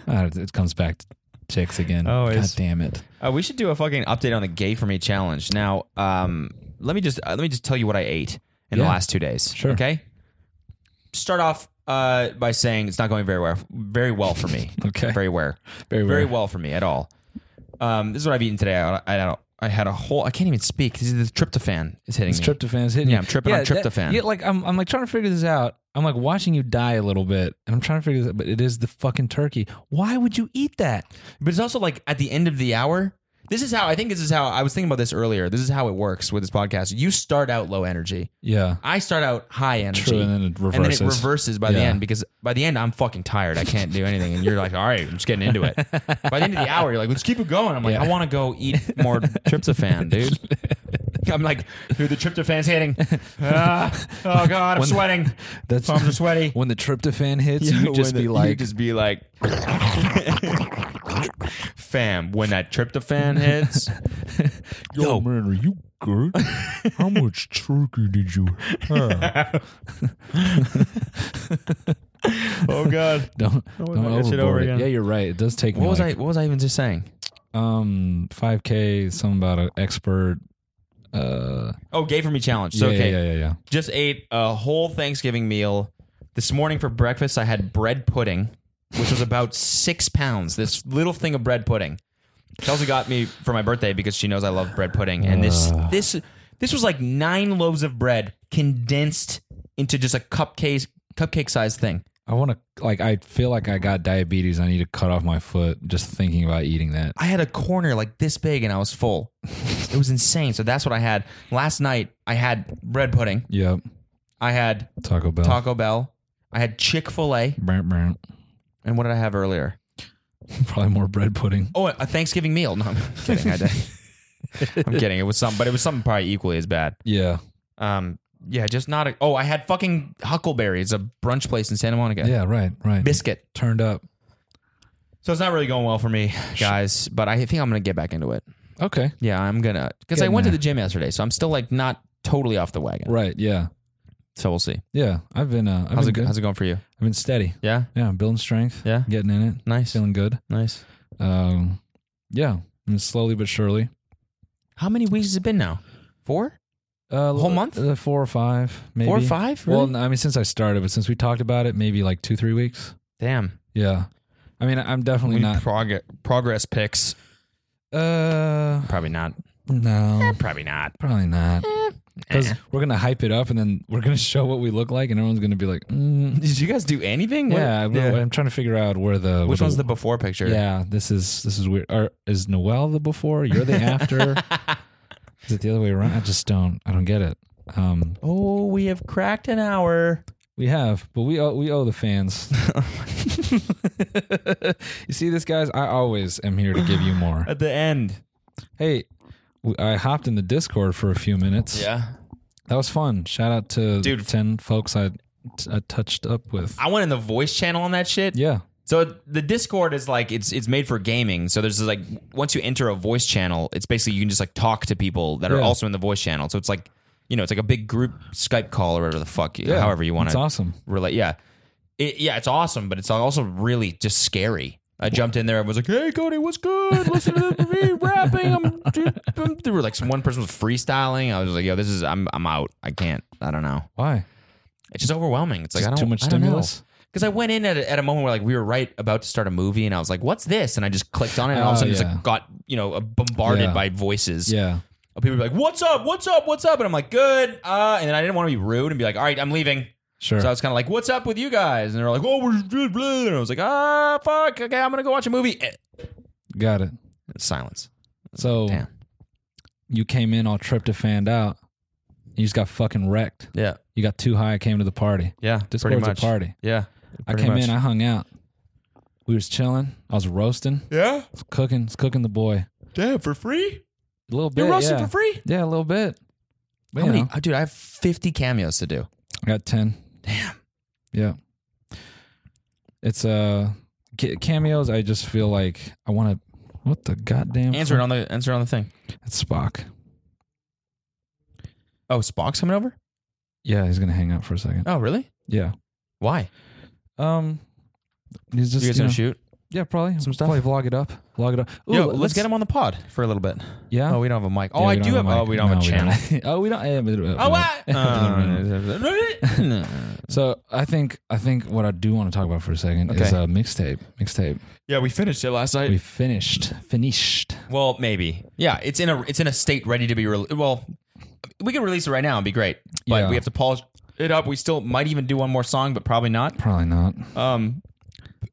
Speaker 2: Ah, it comes back to chicks again. God
Speaker 3: Always.
Speaker 2: damn it.
Speaker 3: Uh, we should do a fucking update on the gay for me challenge. Now, um, let me just uh, let me just tell you what I ate in the
Speaker 2: Yeah.
Speaker 3: last two days.
Speaker 2: Sure.
Speaker 3: Okay. Start off uh, by saying it's not going very well, very well for me.
Speaker 2: Okay.
Speaker 3: Very well.
Speaker 2: Very
Speaker 3: Very
Speaker 2: well.
Speaker 3: well for me at all. Um, this is what I've eaten today. I, I don't. I had a whole. I can't even speak. This is the tryptophan is hitting
Speaker 2: It's
Speaker 3: me.
Speaker 2: tryptophan is hitting
Speaker 3: Yeah,
Speaker 2: you.
Speaker 3: I'm tripping on
Speaker 2: that-
Speaker 3: tryptophan.
Speaker 2: yeah, like I'm, I'm like trying to figure this out. I'm like watching you die a little bit, and I'm trying to figure this out. But it is the fucking turkey. Why would you eat that?
Speaker 3: But it's also like at the end of the hour. This is how I think. This is how I was thinking about this earlier. This is how it works with this podcast. You start out low energy.
Speaker 2: Yeah.
Speaker 3: I start out high energy.
Speaker 2: True, and then it
Speaker 3: And then it
Speaker 2: reverses.
Speaker 3: reverses by the
Speaker 2: Yeah.
Speaker 3: end because by the end, I'm fucking tired. I can't do anything. And you're like, all right, I'm just getting into it. by the end of the hour, you're like, let's keep it going. I'm like,
Speaker 2: Yeah.
Speaker 3: I want to go eat more tryptophan, dude. I'm like, dude, the tryptophan's hitting. Ah, oh, God, I'm
Speaker 2: When-
Speaker 3: sweating.
Speaker 2: That's
Speaker 3: Palms are sweaty.
Speaker 2: When the tryptophan hits,
Speaker 3: Yeah,
Speaker 2: you just
Speaker 3: when
Speaker 2: be
Speaker 3: the-
Speaker 2: like,
Speaker 3: you just be like, fam. When that tryptophan hits,
Speaker 2: "Yo, man, are you good? How much turkey did you have?
Speaker 3: oh god.
Speaker 2: Don't
Speaker 3: my
Speaker 2: don't
Speaker 3: God, shit
Speaker 2: overboard
Speaker 3: over
Speaker 2: it.
Speaker 3: again.
Speaker 2: Yeah, you're right. It does take.
Speaker 3: What
Speaker 2: me
Speaker 3: was I?
Speaker 2: like,
Speaker 3: What was I even just saying?
Speaker 2: Um, five k. Something about an expert. Uh,
Speaker 3: Oh, gay for me challenge.
Speaker 2: yeah,
Speaker 3: So okay,
Speaker 2: yeah, yeah, yeah, yeah.
Speaker 3: just ate a whole Thanksgiving meal. This morning for breakfast, I had bread pudding, which was about six pounds. This little thing of bread pudding. Kelsey got me for my birthday because she knows I love bread pudding, and this
Speaker 2: Uh.
Speaker 3: this this was like nine loaves of bread condensed into just a cupcake cupcake sized thing.
Speaker 2: I want to like. I feel like I got diabetes. I need to cut off my foot just thinking about eating that.
Speaker 3: I had a corner like this big and I was full. it was insane. So that's what I had last night. I had bread pudding.
Speaker 2: Yep.
Speaker 3: I had
Speaker 2: Taco Bell.
Speaker 3: Taco Bell. I had Chick Fil A.
Speaker 2: Brant, brant.
Speaker 3: And what did I have earlier?
Speaker 2: Probably more bread pudding.
Speaker 3: Oh, a Thanksgiving meal. No, I'm kidding. I did. I'm kidding. It was something, but it was something probably equally as bad.
Speaker 2: Yeah.
Speaker 3: Um, yeah, just not a. Oh, I had fucking Huckleberry. It's a brunch place in Santa Monica.
Speaker 2: Yeah. Right. Right.
Speaker 3: Biscuit.
Speaker 2: turned up.
Speaker 3: So it's not really going well for me, guys. But I think I'm gonna get back into it.
Speaker 2: Okay.
Speaker 3: Yeah, I'm gonna because I
Speaker 2: Getting
Speaker 3: went to
Speaker 2: there.
Speaker 3: the gym yesterday, so I'm still like not totally off the wagon.
Speaker 2: Right. Yeah.
Speaker 3: So we'll see.
Speaker 2: Yeah. I've been. Uh, I've
Speaker 3: How's it,
Speaker 2: been good.
Speaker 3: how's it going for you?
Speaker 2: I've been steady.
Speaker 3: Yeah.
Speaker 2: Yeah. I'm building strength.
Speaker 3: Yeah.
Speaker 2: Getting in it.
Speaker 3: Nice.
Speaker 2: Feeling good.
Speaker 3: Nice.
Speaker 2: Um. Yeah. And slowly but surely.
Speaker 3: How many weeks has it been now? Four?
Speaker 2: Uh,
Speaker 3: Whole month?
Speaker 2: Uh, four or five. Maybe.
Speaker 3: Four or five?
Speaker 2: Well,
Speaker 3: Really?
Speaker 2: no, I mean, since I started, but since we talked about it, maybe like two, three weeks.
Speaker 3: Damn.
Speaker 2: Yeah. I mean, I'm definitely not.
Speaker 3: progress progress picks.
Speaker 2: uh.
Speaker 3: Probably not.
Speaker 2: No.
Speaker 3: Probably not.
Speaker 2: Probably not.
Speaker 3: Eh.
Speaker 2: Because we're gonna hype it up, and then we're gonna show what we look like, and everyone's gonna be like, mm,
Speaker 3: Did you guys do anything? What-
Speaker 2: "Yeah." I'm, I'm trying to figure out where the where
Speaker 3: Which one's the before picture?
Speaker 2: Yeah, this is this is weird. Or is Noel the before? You're the after. is it the other way around? I just don't. I don't get it. Um,
Speaker 3: Oh, we have cracked an hour.
Speaker 2: we have, but we owe, we owe the fans. you see this, guys? I always am here to give you more.
Speaker 3: At the end.
Speaker 2: Hey, w- I hopped in the Discord for a few minutes.
Speaker 3: Yeah.
Speaker 2: That was fun. Shout out to
Speaker 3: Dude.
Speaker 2: the 10 folks I, t- I touched up with.
Speaker 3: I went in the voice channel on that shit.
Speaker 2: yeah.
Speaker 3: So the Discord is like it's it's made for gaming. So there's this like once you enter a voice channel, it's basically you can just like talk to people that are
Speaker 2: Yeah.
Speaker 3: also in the voice channel. So it's like you know it's like a big group Skype call or whatever the fuck,
Speaker 2: yeah.
Speaker 3: however you want
Speaker 2: It's
Speaker 3: to
Speaker 2: awesome.
Speaker 3: relate. Yeah, it, yeah, it's awesome, but it's also really just scary. I jumped in there and was like, "Hey, Cody, what's good? Listen to me rapping." I'm, I'm, there were like some, one person was freestyling. I was like, "Yo, this is I'm I'm out. I can't. I don't know.
Speaker 2: Why?
Speaker 3: It's just overwhelming. It's like
Speaker 2: Just
Speaker 3: I don't
Speaker 2: too much
Speaker 3: I don't know.
Speaker 2: stimulus?
Speaker 3: Because I went in at a, at a moment where like we were right about to start a movie, and I was like, "What's this?" And I just clicked on it, and all of a
Speaker 2: Oh,
Speaker 3: sudden it's
Speaker 2: yeah.
Speaker 3: like got you know uh, bombarded
Speaker 2: Yeah.
Speaker 3: by voices.
Speaker 2: Yeah.
Speaker 3: of people like, "What's up? What's up? What's up?" And I'm like, "Good." Uh, and then I didn't want to be rude and be like, "All right, I'm leaving."
Speaker 2: Sure.
Speaker 3: So I was kind of like, "What's up with you guys?" And they're like, "Oh, we're blah, blah." And I was like, "Ah, fuck. Okay, I'm gonna go watch a movie." Eh,
Speaker 2: Got it.
Speaker 3: Silence.
Speaker 2: So
Speaker 3: Damn.
Speaker 2: you came in all tryptophaned out. You just got fucking wrecked.
Speaker 3: Yeah.
Speaker 2: You got too high. I came to the party.
Speaker 3: Yeah.
Speaker 2: Discord's a party.
Speaker 3: Yeah.
Speaker 2: I came in. I hung out. We was chilling. I was roasting.
Speaker 3: yeah.
Speaker 2: Was cooking. Was cooking the boy.
Speaker 3: Damn. For free.
Speaker 2: A little bit.
Speaker 3: You're roasting
Speaker 2: yeah.
Speaker 3: for free.
Speaker 2: Yeah, a little bit. But,
Speaker 3: How
Speaker 2: you
Speaker 3: many?
Speaker 2: know,
Speaker 3: oh, dude, I have 50 cameos to do.
Speaker 2: I got ten. Damn. Yeah. It's uh ca- cameos. I just feel like I want to. What the goddamn?
Speaker 3: Answer it on the answer it on the thing.
Speaker 2: It's Spock.
Speaker 3: Oh, Spock's coming over.
Speaker 2: Yeah, he's gonna hang out for a second.
Speaker 3: Oh, really?
Speaker 2: Yeah.
Speaker 3: Why?
Speaker 2: Um, he's just
Speaker 3: You guys
Speaker 2: you
Speaker 3: gonna
Speaker 2: know,
Speaker 3: shoot?
Speaker 2: Yeah, probably
Speaker 3: some stuff?
Speaker 2: Probably vlog it up. Vlog it up. Ooh,
Speaker 3: Yo, let's, get him on the pod for a little bit.
Speaker 2: Yeah.
Speaker 3: Oh, we don't have a mic. Oh,
Speaker 2: Yeah,
Speaker 3: I
Speaker 2: we don't
Speaker 3: do have.
Speaker 2: a
Speaker 3: oh,
Speaker 2: mic.
Speaker 3: we don't have
Speaker 2: No,
Speaker 3: a channel.
Speaker 2: don't. oh, we don't. eh, we don't-
Speaker 3: Oh, Uh,
Speaker 2: we don't.
Speaker 3: what?
Speaker 2: so I think I think what I do want to talk about for a second is
Speaker 3: Okay.
Speaker 2: uh, mixtape. Mixtape.
Speaker 3: yeah, we finished it last night.
Speaker 2: We finished. Finished.
Speaker 3: well, maybe. Yeah, it's in a it's in a state ready to be released. Well, we could release it right now and be great, but
Speaker 2: Yeah.
Speaker 3: we have to polish it up. We still might even do one more song, but probably not.
Speaker 2: Probably not.
Speaker 3: Um,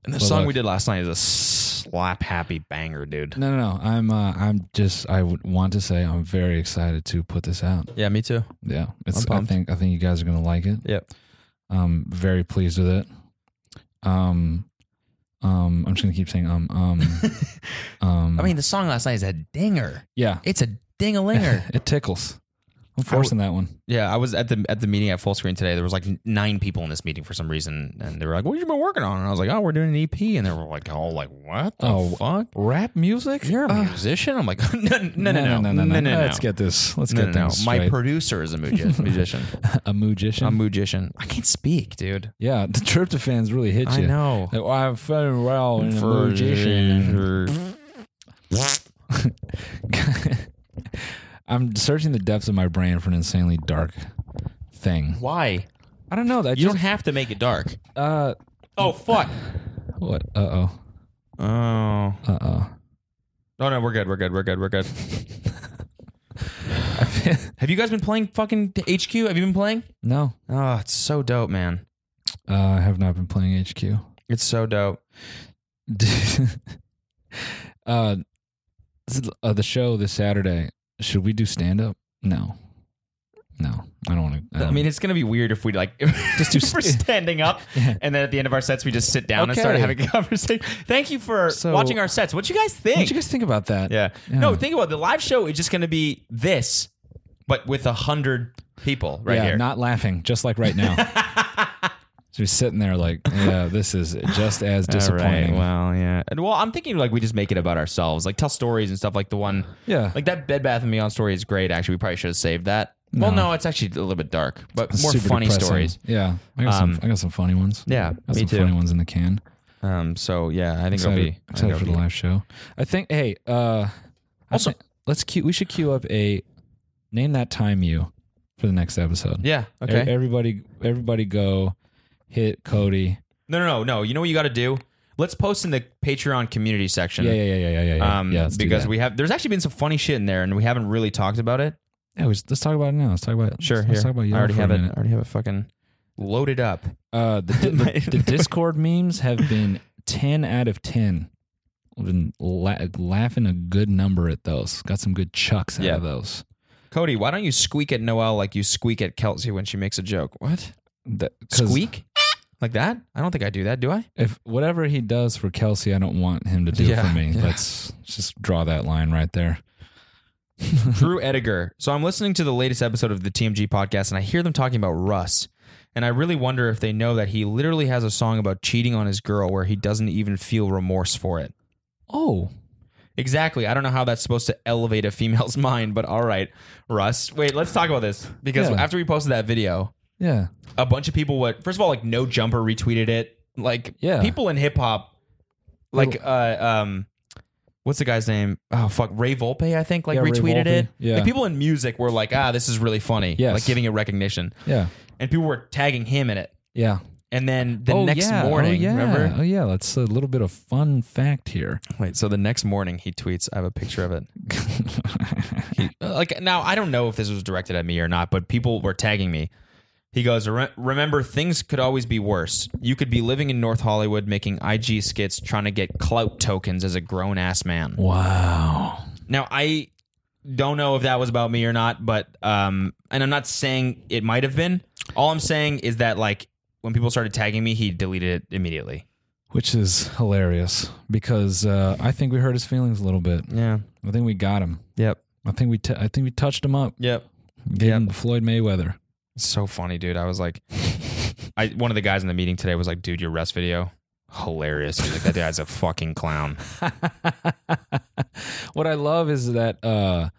Speaker 3: and the
Speaker 2: Well,
Speaker 3: song
Speaker 2: look.
Speaker 3: we did last night is a slap happy banger, dude.
Speaker 2: No, no, no. I'm. Uh, I'm just. I would want to say I'm very excited to put this out.
Speaker 3: Yeah, me too.
Speaker 2: Yeah. It's.
Speaker 3: I'm
Speaker 2: I
Speaker 3: pumped.
Speaker 2: think. I think you guys are gonna like it.
Speaker 3: Yep.
Speaker 2: Um. Very pleased with it. Um. Um. I'm just gonna keep saying um. Um. um.
Speaker 3: I mean, the song last night is a dinger.
Speaker 2: Yeah.
Speaker 3: It's a ding a linger.
Speaker 2: It tickles. I'm forcing that one.
Speaker 3: Yeah, I was at the at the meeting at full screen today. There was like nine people in this meeting for some reason, and they were like, "What have you been working on?" And I was like, "Oh, we're doing an EP," and they were like, "Oh, like what the
Speaker 2: Oh, uh,
Speaker 3: fuck?
Speaker 2: Rap music?
Speaker 3: You're a musician?" I'm like, "No, Uh, no, no, no, no, no, no, no.
Speaker 2: Let's get this. Let's
Speaker 3: no,
Speaker 2: get
Speaker 3: no, no.
Speaker 2: things
Speaker 3: My
Speaker 2: straight.
Speaker 3: producer is a mugi- musician.
Speaker 2: a magician.
Speaker 3: a musician. I can't speak, dude.
Speaker 2: yeah, the tryptophans really hit
Speaker 3: I
Speaker 2: you.
Speaker 3: know.
Speaker 2: Like, well, I'm feeling well in a
Speaker 3: For-
Speaker 2: magician.
Speaker 3: for-
Speaker 2: I'm searching the depths of my brain for an insanely dark thing.
Speaker 3: Why?
Speaker 2: I don't know. That
Speaker 3: You
Speaker 2: just
Speaker 3: don't have to make it dark.
Speaker 2: uh
Speaker 3: Oh fuck.
Speaker 2: what? Uh oh.
Speaker 3: Oh.
Speaker 2: Uh oh.
Speaker 3: No, no, we're good. We're good. We're good. We're good. Have you guys been playing fucking HQ? Have you been playing?
Speaker 2: No,
Speaker 3: Oh, it's so dope, man.
Speaker 2: uh, I have not been playing HQ.
Speaker 3: It's so dope.
Speaker 2: uh, this is- uh, the show this Saturday. Should we do stand up? No, no, I don't want to.
Speaker 3: I mean, it's gonna be weird if we like just do
Speaker 2: Um, st-
Speaker 3: for standing up,
Speaker 2: Yeah.
Speaker 3: and then at the end of our sets we just sit down and start
Speaker 2: Okay.
Speaker 3: having a conversation. Thank you for
Speaker 2: So-
Speaker 3: watching our sets. What you guys think?
Speaker 2: what you guys think about that?
Speaker 3: yeah. No, think about it. the live show. is just gonna be this, but with a hundred people right
Speaker 2: yeah,
Speaker 3: here.
Speaker 2: not laughing, just like right now. so we're sitting there like, yeah, this is just as disappointing.
Speaker 3: Well, yeah. And, well, I'm thinking like we just make it about ourselves, like tell stories and stuff. Like the one,
Speaker 2: Yeah.
Speaker 3: like that Bed Bath and Beyond story is great. Actually, we probably should have saved that. Well, no, it's actually a little bit dark, but more
Speaker 2: Super
Speaker 3: funny
Speaker 2: depressing.
Speaker 3: stories.
Speaker 2: Yeah, I got,
Speaker 3: Um,
Speaker 2: some, I got some funny ones.
Speaker 3: yeah,
Speaker 2: got
Speaker 3: me
Speaker 2: some
Speaker 3: too.
Speaker 2: funny ones in the can.
Speaker 3: Um, so yeah, I think it'll
Speaker 2: excited,
Speaker 3: be I think
Speaker 2: excited
Speaker 3: it'll
Speaker 2: for the
Speaker 3: be-
Speaker 2: live show. I think. Hey, uh, I
Speaker 3: Also-
Speaker 2: thi- let's cue. We should queue up a name that time you for the next episode.
Speaker 3: Yeah.
Speaker 2: E-
Speaker 3: Okay.
Speaker 2: everybody, everybody, go hit Cody.
Speaker 3: No, no, no, no. You know what you got to do? Let's post in the Patreon community section.
Speaker 2: Yeah, yeah, yeah, yeah, yeah, yeah, yeah.
Speaker 3: Um,
Speaker 2: yeah let's do
Speaker 3: because
Speaker 2: that.
Speaker 3: we have there's actually been some funny shit in there, and we haven't really talked about it.
Speaker 2: Yeah, let's, let's talk about it now. Let's talk about it.
Speaker 3: Sure.
Speaker 2: Let's,
Speaker 3: here.
Speaker 2: let's talk about you.
Speaker 3: I already
Speaker 2: for
Speaker 3: have
Speaker 2: a
Speaker 3: it. I
Speaker 2: minute.
Speaker 3: already have it fucking loaded up.
Speaker 2: Uh, the, di- the, the Discord memes have been ten out of ten. I've been la- laughing a good number at those. Got some good chucks out
Speaker 3: Yeah.
Speaker 2: of those.
Speaker 3: Cody, why don't you squeak at Noelle like you squeak at Kelsey when she makes a joke? What?
Speaker 2: That- 'cause-
Speaker 3: Squeak? Like that? I don't think I do that, do I?
Speaker 2: if whatever he does for Kelsey, I don't want him to do
Speaker 3: Yeah,
Speaker 2: for me.
Speaker 3: yeah.
Speaker 2: Let's just draw that line right there.
Speaker 3: Drew Ediger. So I'm listening to the latest episode of the TMG podcast and I hear them talking about Russ. And I really wonder if they know that he literally has a song about cheating on his girl where he doesn't even feel remorse for it.
Speaker 2: Oh,
Speaker 3: Exactly. I don't know how that's supposed to elevate a female's mind, but all right, Russ. Wait, let's talk about this because
Speaker 2: Yeah.
Speaker 3: after we posted that video,
Speaker 2: yeah.
Speaker 3: a bunch of people what first of all like no jumper retweeted it like
Speaker 2: Yeah.
Speaker 3: people in hip hop like uh um what's the guy's name oh fuck ray volpe i think like
Speaker 2: Yeah, Ray
Speaker 3: retweeted
Speaker 2: Volpe.
Speaker 3: it
Speaker 2: Yeah.
Speaker 3: like people in music were like ah this is really funny
Speaker 2: Yes.
Speaker 3: like giving it recognition
Speaker 2: Yeah.
Speaker 3: and people were tagging him in it
Speaker 2: Yeah.
Speaker 3: and then the
Speaker 2: oh,
Speaker 3: next
Speaker 2: yeah.
Speaker 3: morning
Speaker 2: Oh, yeah.
Speaker 3: remember
Speaker 2: Oh, yeah. That's a little bit of fun fact here.
Speaker 3: wait so the next morning he tweets i have a picture of it He- like now i don't know if this was directed at me or not but people were tagging me he goes "Re- remember things could always be worse you could be living in north hollywood making ig skits trying to get clout tokens as a grown-ass man
Speaker 2: wow.
Speaker 3: now i don't know if that was about me or not but um and i'm not saying it might have been all i'm saying is that like when people started tagging me he deleted it immediately
Speaker 2: Which is hilarious because uh, I think we hurt his feelings a little bit.
Speaker 3: yeah
Speaker 2: I think we got him.
Speaker 3: yep
Speaker 2: I think we t- I think we touched him up.
Speaker 3: yep
Speaker 2: Gave
Speaker 3: Yeah.
Speaker 2: him the Floyd Mayweather.
Speaker 3: so funny dude i was like i one of the guys in the meeting today was like dude your rest video hilarious. He's like, that guy's a fucking clown.
Speaker 2: what I love is that uh,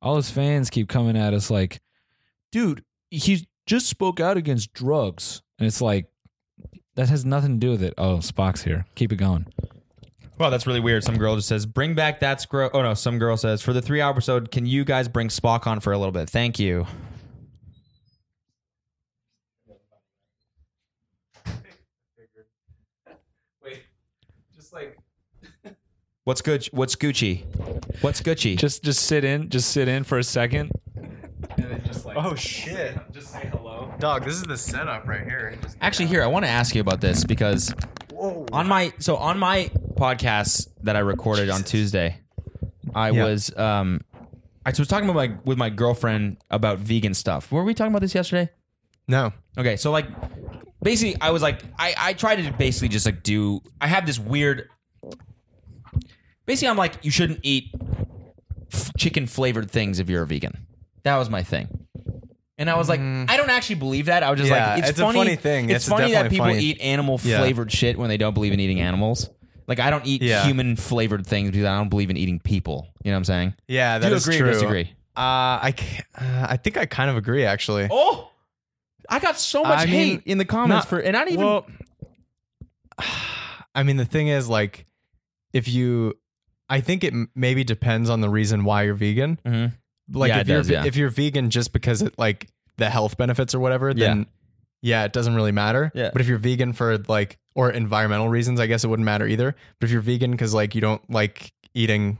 Speaker 2: all his fans keep coming at us like, dude, he just spoke out against drugs. And it's like, that has nothing to do with it. Oh, Spock's here. Keep it going.
Speaker 3: Well, that's really weird. Some girl just says, "Bring back that scro." Oh no, some girl says, "For the three-hour episode, can you guys bring Spock on for a little bit? Thank you." Wait, just like, what's good? What's Gucci? What's Gucci?
Speaker 2: Just just sit in. Just sit in for a second. And then just like,
Speaker 10: Oh shit.
Speaker 2: just say hello.
Speaker 10: Dog, this is the setup right here. Just-
Speaker 3: Actually, here I want to ask you about this because on my so on my podcast that I recorded on Tuesday, I was um I was talking about my with my girlfriend about vegan stuff. Were we talking about this yesterday?
Speaker 10: No.
Speaker 3: Okay, so like basically I was like I I try to basically just like do I have this weird Basically I'm like you shouldn't eat chicken flavored things if you're a vegan. That was my thing. And I was like, I don't actually believe that. I was just
Speaker 10: Mm-hmm. Yeah,
Speaker 3: like, it's,
Speaker 10: it's a
Speaker 3: funny.
Speaker 10: funny thing.
Speaker 3: It's,
Speaker 10: It's
Speaker 3: funny that
Speaker 10: definitely
Speaker 3: people
Speaker 10: funny.
Speaker 3: eat animal
Speaker 10: Yeah.
Speaker 3: flavored shit when they don't believe in eating animals. Like I don't eat
Speaker 10: Yeah.
Speaker 3: human flavored things because I don't believe in eating people. You know what I'm saying?
Speaker 10: Yeah,
Speaker 3: Do
Speaker 10: that
Speaker 3: you
Speaker 10: is
Speaker 3: agree
Speaker 10: true.
Speaker 3: or disagree?
Speaker 10: Uh, I, ca- uh, I think I kind of agree actually.
Speaker 3: Oh, I got so much
Speaker 10: I mean,
Speaker 3: hate in the comments
Speaker 10: not-
Speaker 3: for, and I didn't even.
Speaker 10: well, I mean, the thing is, like, if you, I think it m- maybe depends on the reason why you're vegan.
Speaker 3: Mhm.
Speaker 10: Like,
Speaker 3: Yeah, it
Speaker 10: if you're
Speaker 3: does,
Speaker 10: ve-
Speaker 3: yeah.
Speaker 10: if you're vegan just because it like the health benefits or whatever,
Speaker 3: Yeah.
Speaker 10: then yeah, it doesn't really matter.
Speaker 3: Yeah.
Speaker 10: But if you're vegan for like or environmental reasons, I guess it wouldn't matter either. But if you're vegan because like you don't like eating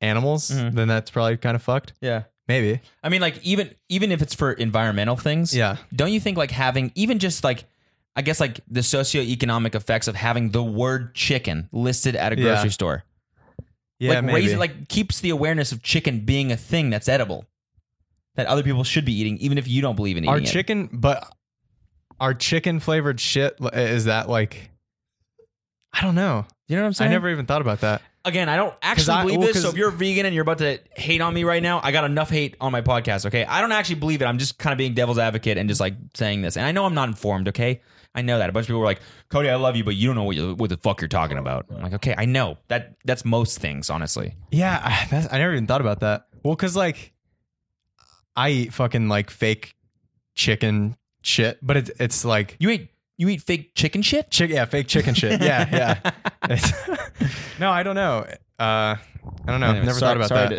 Speaker 10: animals,
Speaker 3: Mhm.
Speaker 10: then that's probably kind of fucked.
Speaker 3: yeah,
Speaker 10: Maybe.
Speaker 3: I mean, like even even if it's for environmental things,
Speaker 10: Yeah.
Speaker 3: Don't you think like having even just like I guess like the socioeconomic effects of having the word chicken listed at a
Speaker 10: Yeah.
Speaker 3: grocery store,
Speaker 10: Yeah.
Speaker 3: like
Speaker 10: maybe.
Speaker 3: raises like keeps the awareness of chicken being a thing that's edible that other people should be eating, even if you don't believe in eating
Speaker 10: our
Speaker 3: it.
Speaker 10: chicken, but our chicken flavored shit li- is that like? I don't know.
Speaker 3: You know what I'm
Speaker 10: I
Speaker 3: saying?
Speaker 10: never even thought about that.
Speaker 3: Again, I don't actually
Speaker 10: I-
Speaker 3: believe
Speaker 10: well,
Speaker 3: this. So
Speaker 10: 'cause-
Speaker 3: if you're vegan and you're about to hate on me right now, I got enough hate on my podcast. Okay, I don't actually believe it. I'm just kind of being devil's advocate and just like saying this. And I know I'm not informed. Okay, I know that a bunch of people were like, "Cody, I love you, but you don't know what, you, what the fuck you're talking about." I'm like, okay, I know that. That's most things, honestly.
Speaker 10: Yeah, I, that's, I never even thought about that. Well, because like, I eat fucking like fake chicken shit, but it's it's like
Speaker 3: You eat you eat fake chicken shit.
Speaker 10: chick, yeah, fake chicken shit. Yeah, yeah. It's- no, I don't know. Uh, I don't know.
Speaker 3: Anyway,
Speaker 10: never
Speaker 3: sorry-
Speaker 10: thought about
Speaker 3: sorry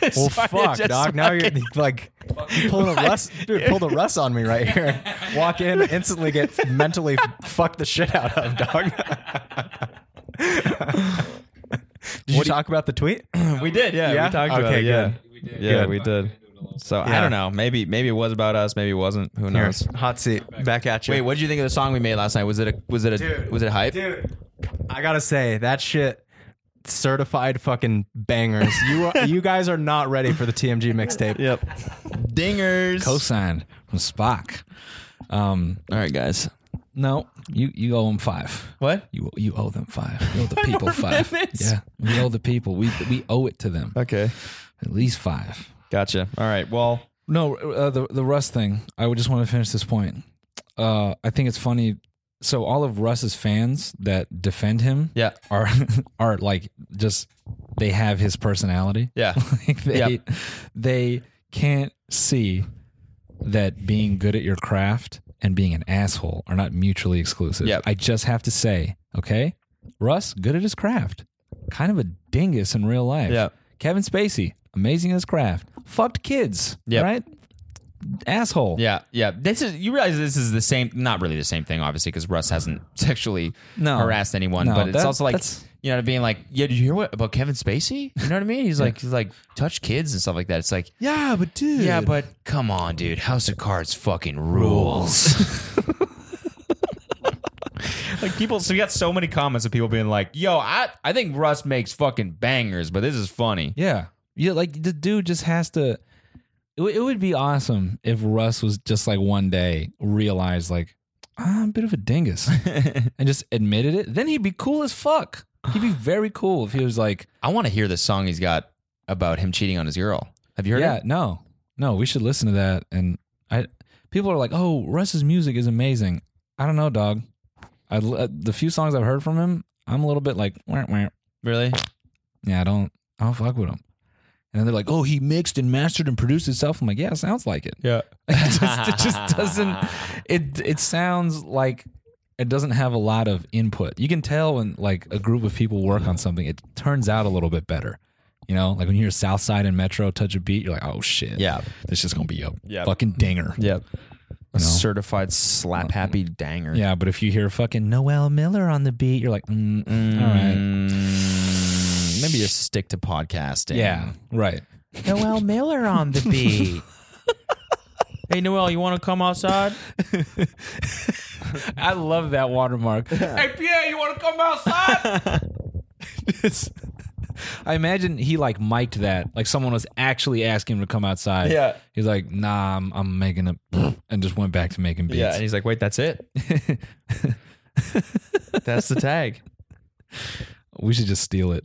Speaker 10: that.
Speaker 3: to-
Speaker 10: well,
Speaker 3: sorry to
Speaker 10: fuck,
Speaker 3: just
Speaker 10: dog. Now you're
Speaker 3: fucking-
Speaker 10: like you pulling a Russ, dude. Pull the Russ on me right here. Walk in, instantly get mentally fucked the shit out of, dog. Did you talk about the tweet?
Speaker 3: we did. Yeah,
Speaker 10: Yeah?
Speaker 3: we talked about
Speaker 10: Okay,
Speaker 3: it. Yeah,
Speaker 10: good.
Speaker 3: we did. Yeah,
Speaker 10: Good.
Speaker 3: we did. So I
Speaker 10: Yeah.
Speaker 3: don't know. Maybe maybe it was about us. Maybe it wasn't. Who
Speaker 10: Here,
Speaker 3: knows?
Speaker 10: hot seat, back at you.
Speaker 3: Wait, what did you think of the song we made last night? Was it a was it a
Speaker 10: Dude.
Speaker 3: was it hype?
Speaker 10: dude? I gotta say that shit, certified fucking bangers. You are, you guys are not ready for the TMG mixtape.
Speaker 3: Yep. Dingers.
Speaker 2: Cosigned from Spock. Um,
Speaker 3: All right, guys.
Speaker 2: no, you you owe him five.
Speaker 3: What?
Speaker 2: You you owe them five. You owe the people five. Yeah, we owe the people. We we owe it to them.
Speaker 3: Okay.
Speaker 2: At least five.
Speaker 3: Gotcha. All right. Well,
Speaker 2: No, uh, the the Russ thing. I would just want to finish this point. Uh, I think it's funny. So all of Russ's fans that defend him,
Speaker 3: Yeah.
Speaker 2: are are like just they have his personality.
Speaker 3: Yeah.
Speaker 2: like they
Speaker 3: Yeah.
Speaker 2: they can't see that being good at your craft and being an asshole are not mutually exclusive.
Speaker 3: Yep.
Speaker 2: I just have to say, okay, Russ, good at his craft, kind of a dingus in real life.
Speaker 3: Yeah.
Speaker 2: Kevin Spacey, amazing at his craft, fucked kids,
Speaker 3: Yep.
Speaker 2: right? Asshole.
Speaker 3: yeah, yeah. This is you realize this is the same. Not really the same thing, obviously, because Russ hasn't sexually
Speaker 2: No.
Speaker 3: harassed anyone.
Speaker 2: No,
Speaker 3: but it's
Speaker 2: that-
Speaker 3: also like
Speaker 2: that's-
Speaker 3: you know, being like, yeah, did you hear what about Kevin Spacey? You know what I mean? He's like, he's like touch kids and stuff like that. It's like,
Speaker 2: Yeah, but dude.
Speaker 3: yeah, but come on, dude. House of Cards fucking rules. like people, so we got so many comments of people being like, "Yo, I I think Russ makes fucking bangers, but this is funny."
Speaker 2: Yeah. Yeah, like the dude just has to. It, w- it would be awesome if Russ was just like one day realized, like, "Ah, I'm a bit of a dingus and just admitted it. Then he'd be cool as fuck. He'd be very cool if he was like,
Speaker 3: I want to hear the song he's got about him cheating on his girl. Have you heard
Speaker 2: yeah,
Speaker 3: it?
Speaker 2: no, no, we should listen to that. And I, people are like, oh, Russ's music is amazing. I don't know, dog. I l- uh, the few songs I've heard from him, I'm a little bit like, wah, wah.
Speaker 3: Really?
Speaker 2: yeah, I don't, I don't fuck with him. And then they're like, oh, he mixed and mastered and produced himself. I'm like, yeah, it sounds like it.
Speaker 3: Yeah.
Speaker 2: it, just, it just doesn't. It it sounds like it doesn't have a lot of input. You can tell when like a group of people work on something, it turns out a little bit better. You know, like when you hear Southside and Metro touch a beat, you're like, oh shit,
Speaker 3: Yeah.
Speaker 2: this is gonna be a
Speaker 3: Yeah.
Speaker 2: fucking dinger.
Speaker 3: Yep. A
Speaker 2: You know?
Speaker 3: certified slap happy danger.
Speaker 2: Yeah, but if you hear fucking Noel Miller on the beat, you're like, mm, mm, all right,
Speaker 3: Mm, maybe just stick to podcasting.
Speaker 2: yeah, right.
Speaker 3: Noel Miller on the beat. hey, Noel, you want to come outside?
Speaker 2: I love that watermark.
Speaker 3: hey, Pierre, you want to come outside?
Speaker 2: It's- I imagine he like mic'd that. Like someone was actually asking him to come outside.
Speaker 3: Yeah.
Speaker 2: He's like, nah, I'm, I'm making a and just went back to making
Speaker 3: yeah, and
Speaker 2: beats.
Speaker 3: he's like, wait, that's it. that's the tag.
Speaker 2: we should just steal it.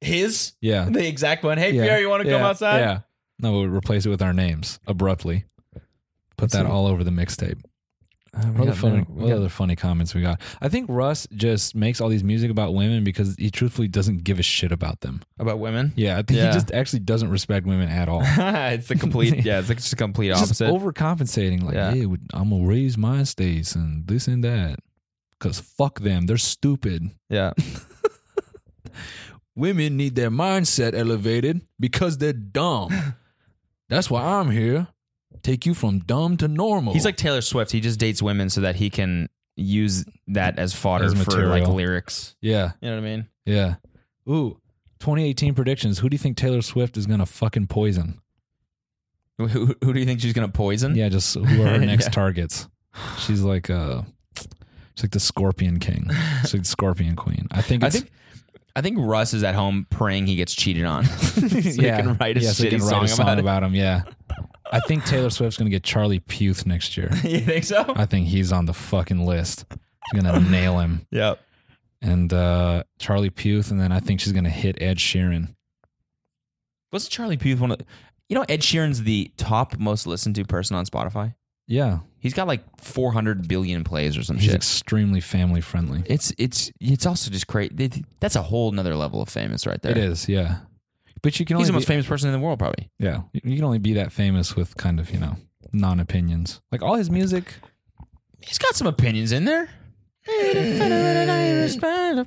Speaker 3: His?
Speaker 2: Yeah.
Speaker 3: The exact one. Hey,
Speaker 2: yeah.
Speaker 3: Pierre, you want to come
Speaker 2: Yeah.
Speaker 3: outside?
Speaker 2: Yeah. No, we'll replace it with our names abruptly. Put that all over the mixtape.
Speaker 3: Uh,
Speaker 2: What, other funny, what other funny comments we got? I think Russ just makes all these music about women because he truthfully doesn't give a shit about them.
Speaker 3: About women?
Speaker 2: Yeah, I think
Speaker 3: Yeah.
Speaker 2: he just actually doesn't respect women at all.
Speaker 3: it's the complete, yeah, it's like just the complete
Speaker 2: It's
Speaker 3: opposite.
Speaker 2: Just overcompensating, like,
Speaker 3: Yeah.
Speaker 2: hey, I'm gonna raise my states and this and that, cause fuck them, they're stupid.
Speaker 3: yeah.
Speaker 2: Women need their mindset elevated because they're dumb. That's why I'm here, take you from dumb to normal.
Speaker 3: He's like Taylor Swift. He just dates women so that he can use that as fodder
Speaker 2: As
Speaker 3: for like
Speaker 2: material.
Speaker 3: lyrics.
Speaker 2: yeah,
Speaker 3: You know what I mean?
Speaker 2: yeah. Ooh, 2018 predictions. Who do you think Taylor Swift is gonna fucking poison?
Speaker 3: Who, who, who do you think she's gonna poison?
Speaker 2: Yeah, just who are her next
Speaker 3: Yeah.
Speaker 2: targets? She's like uh she's like the Scorpion King. She's like the Scorpion Queen. I think
Speaker 3: I
Speaker 2: it's,
Speaker 3: think I think Russ is at home praying he gets cheated on. so he can write a
Speaker 2: Yeah, so he
Speaker 3: shitty
Speaker 2: can write
Speaker 3: song,
Speaker 2: a
Speaker 3: about,
Speaker 2: him. Yeah, I think Taylor Swift's gonna get Charlie Puth next year.
Speaker 3: it. you think so?
Speaker 2: I think he's on the fucking list. She's gonna nail him
Speaker 3: Yep.
Speaker 2: and uh, Charlie Puth, and then I think she's gonna hit Ed Sheeran.
Speaker 3: Wasn't Charlie Puth one of you know Ed Sheeran's the top most listened to person on Spotify?
Speaker 2: Yeah,
Speaker 3: He's got like 400 billion plays or some
Speaker 2: he's
Speaker 3: shit.
Speaker 2: extremely family friendly.
Speaker 3: it's it's it's also just crazy. That's a whole nother level of famous right there.
Speaker 2: It is, yeah. But you can only
Speaker 3: He's the
Speaker 2: be,
Speaker 3: most famous person in the world, probably.
Speaker 2: yeah. You can only be that famous with kind of you know non opinions. Like all his music,
Speaker 3: He's got some opinions in there. You know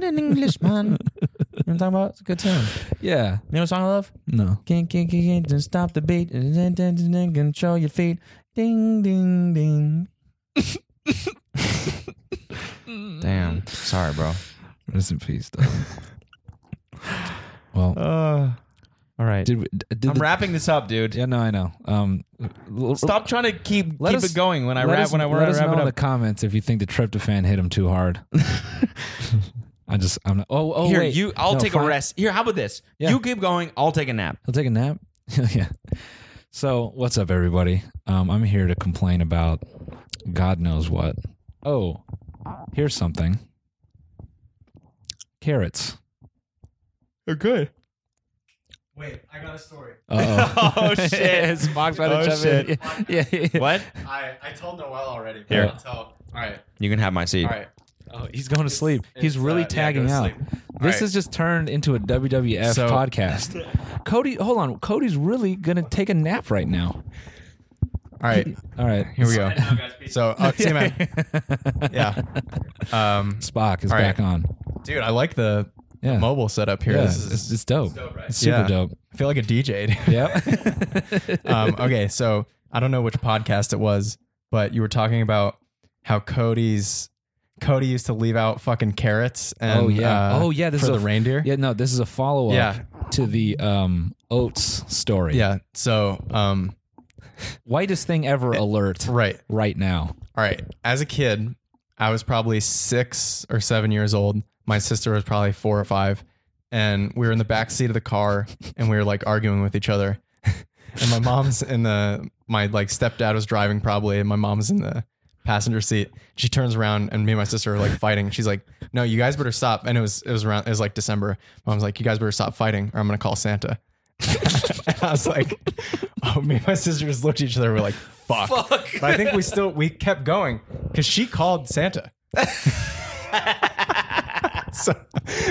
Speaker 3: what I'm talking about? It's a good tune.
Speaker 2: yeah.
Speaker 3: You know what song I love?
Speaker 2: No,
Speaker 3: Can can can can just stop the beat and then- then- then- then control your feet. Ding ding ding. Damn. Sorry, bro.
Speaker 2: rest in peace, dog. well,
Speaker 3: Uh, All right.
Speaker 2: did, we- did
Speaker 3: I'm
Speaker 2: the-
Speaker 3: wrapping this up, dude.
Speaker 2: Yeah, no, I know. Um, l-
Speaker 3: Stop trying to keep
Speaker 2: Let
Speaker 3: keep
Speaker 2: us-
Speaker 3: it going when I
Speaker 2: let
Speaker 3: wrap
Speaker 2: us-
Speaker 3: when I when
Speaker 2: let
Speaker 3: I
Speaker 2: us
Speaker 3: wrap
Speaker 2: know
Speaker 3: it
Speaker 2: in
Speaker 3: up.
Speaker 2: the comments if you think the tryptophan hit him too hard. I just I'm not. Oh, oh,
Speaker 3: Here,
Speaker 2: wait.
Speaker 3: you. I'll
Speaker 2: No,
Speaker 3: take a
Speaker 2: fine.
Speaker 3: rest. Here, how about this?
Speaker 2: Yeah.
Speaker 3: You keep going. I'll take a nap.
Speaker 2: I'll take a nap. yeah. So what's up, everybody? Um, I'm here to complain about God knows what. Oh, here's something. Carrots.
Speaker 3: They're good.
Speaker 10: Wait, I got a story.
Speaker 2: Uh-oh.
Speaker 3: Oh shit!
Speaker 2: Spock's about to
Speaker 3: Oh,
Speaker 2: jump in. Yeah. yeah, yeah.
Speaker 3: what?
Speaker 10: I, I told Noel already. But
Speaker 3: Here.
Speaker 10: I'll tell. All right.
Speaker 3: You can have my seat.
Speaker 10: All right.
Speaker 2: Oh, he's going to sleep. he's
Speaker 10: it's,
Speaker 2: really
Speaker 10: uh, yeah,
Speaker 2: tagging
Speaker 10: go to
Speaker 2: out.
Speaker 10: sleep.
Speaker 2: This
Speaker 10: right.
Speaker 2: has just turned into a WWF
Speaker 10: So-
Speaker 2: podcast. Cody, hold on. Cody's really going to take a nap right now.
Speaker 10: All right.
Speaker 2: All right.
Speaker 10: Here we go. So, uh, see you, man. yeah. Um,
Speaker 2: Spock is
Speaker 10: All right.
Speaker 2: back on.
Speaker 10: dude, I like the
Speaker 2: Yeah.
Speaker 10: mobile setup here.
Speaker 2: Yeah,
Speaker 10: This is,
Speaker 2: it's, it's dope. It's, super
Speaker 10: Yeah.
Speaker 2: dope.
Speaker 10: I feel like a DJ. dude.
Speaker 2: Yeah.
Speaker 10: um, okay, so I don't know which podcast it was, but you were talking about how Cody's Cody used to leave out fucking carrots. And,
Speaker 2: oh yeah.
Speaker 10: uh,
Speaker 2: oh yeah. This
Speaker 10: for
Speaker 2: is
Speaker 10: the
Speaker 2: a,
Speaker 10: reindeer.
Speaker 2: Yeah. No, this is a follow up
Speaker 10: Yeah.
Speaker 2: to the um, oats story.
Speaker 10: Yeah. So, um,
Speaker 2: Whitest thing ever. alert.
Speaker 10: right,
Speaker 2: Right now.
Speaker 10: all right. As a kid, I was probably six or seven years old. My sister was probably four or five, and we were in the back seat of the car, and we were like arguing with each other. and my mom's in the my like stepdad was driving probably, and my mom's in the passenger seat. She turns around and me and my sister are like fighting. She's like, "No, you guys better stop." And it was it was around it was like December. Mom's like, "You guys better stop fighting, or I'm gonna call Santa." and I was like, "Oh, me and my sister just looked at each other. We're like, fuck." But I think we still we kept going because she called Santa. so,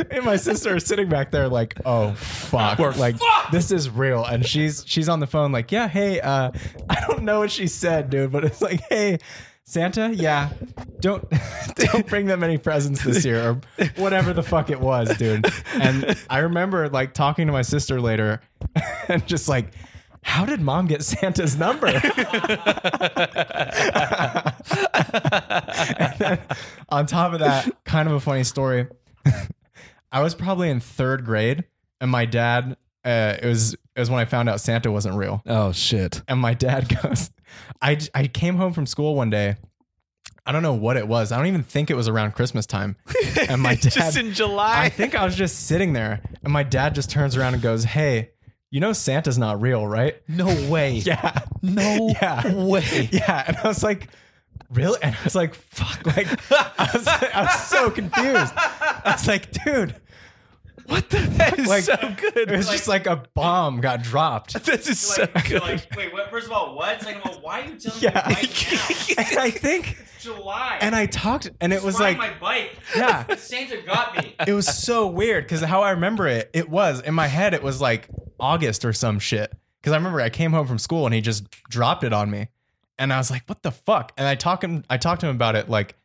Speaker 10: and my sister is sitting back there like, oh fuck, like this is real, and she's she's on the phone like, yeah, hey, uh, I don't know what she said, dude, but it's like, hey. Santa, yeah, don't don't bring them any presents this year or whatever the fuck it was, dude. And I remember like talking to my sister later and just like, how did mom get Santa's number? on top of that, kind of a funny story. I was probably in third grade, and my dad. Uh, it was it was when I found out Santa wasn't real,
Speaker 2: Oh shit.
Speaker 10: and my dad goes, "I I came home from school one day. I don't know what it was. I don't even think it was around Christmas time." And my dad,
Speaker 11: Just in
Speaker 10: I
Speaker 11: July.
Speaker 10: think I was just sitting there, and my dad just turns around and goes, "Hey." You know Santa's not real, right?
Speaker 2: No way.
Speaker 10: Yeah.
Speaker 2: No
Speaker 10: Yeah.
Speaker 2: way.
Speaker 10: Yeah. And I was like, really? And I was like, fuck. Like, I was, I was so confused. I was like, dude, what the fuck?
Speaker 11: is
Speaker 10: like,
Speaker 11: so good.
Speaker 10: It was just like a bomb got dropped.
Speaker 11: this is so
Speaker 3: Like,
Speaker 11: good.
Speaker 3: like, wait, what, first of all, what? Second of all, why are you telling
Speaker 10: Yeah.
Speaker 3: me right now?
Speaker 10: and I think,
Speaker 3: It's July.
Speaker 10: and I talked, and it was
Speaker 3: Ride
Speaker 10: like,
Speaker 3: my bike.
Speaker 10: yeah.
Speaker 3: Santa got me.
Speaker 10: It was so weird because how I remember it, it was in my head, it was like August or some shit. Because I remember I came home from school and he just dropped it on me, and I was like, "What the fuck?" And I talked him, I talked to him about it like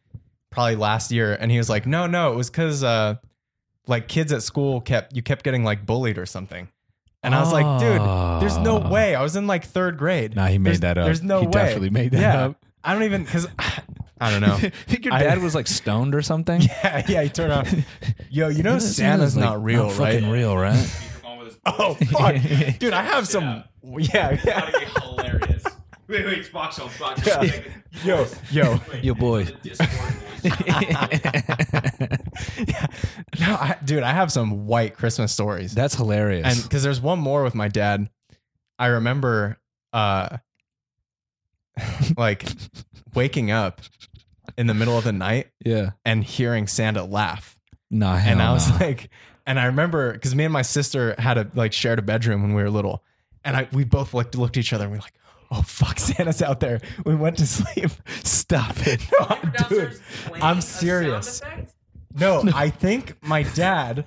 Speaker 10: probably last year, and he was like, "No, no, it was because uh, like kids at school kept you kept getting like bullied or something." And I was like, "Dude, there's no
Speaker 2: Ah.
Speaker 10: way." I was in like third grade.
Speaker 2: Nah, he made
Speaker 10: There's-
Speaker 2: that up.
Speaker 10: There's no
Speaker 2: He
Speaker 10: way.
Speaker 2: definitely made that
Speaker 10: Yeah.
Speaker 2: up.
Speaker 10: I don't even because I don't know.
Speaker 2: think your
Speaker 10: I-
Speaker 2: dad was like stoned or something.
Speaker 10: yeah, yeah. He turned off. Yo, you know
Speaker 2: Santa's,
Speaker 10: Santa's
Speaker 2: like,
Speaker 10: not real, right?
Speaker 2: Fucking real, right?
Speaker 10: Oh fuck, dude! I have some. Yeah, yeah.
Speaker 3: hilarious. Wait, wait, it's box on box.
Speaker 10: Yeah. Yo, yo.
Speaker 2: Your boy.
Speaker 10: No, I, dude, I have some white Christmas stories.
Speaker 2: That's hilarious.
Speaker 10: and because there's one more with my dad. I remember, uh, like waking up in the middle of the night
Speaker 2: yeah.
Speaker 10: and hearing Santa laugh.
Speaker 2: Nah. Hell
Speaker 10: and I was
Speaker 2: nah.
Speaker 10: like, and I remember because me and my sister had a like shared a bedroom when we were little, and I we both looked looked at each other and we are like, oh fuck, Santa's out there. We went to sleep. Stop it, no, dude. I'm serious. No, I think my dad.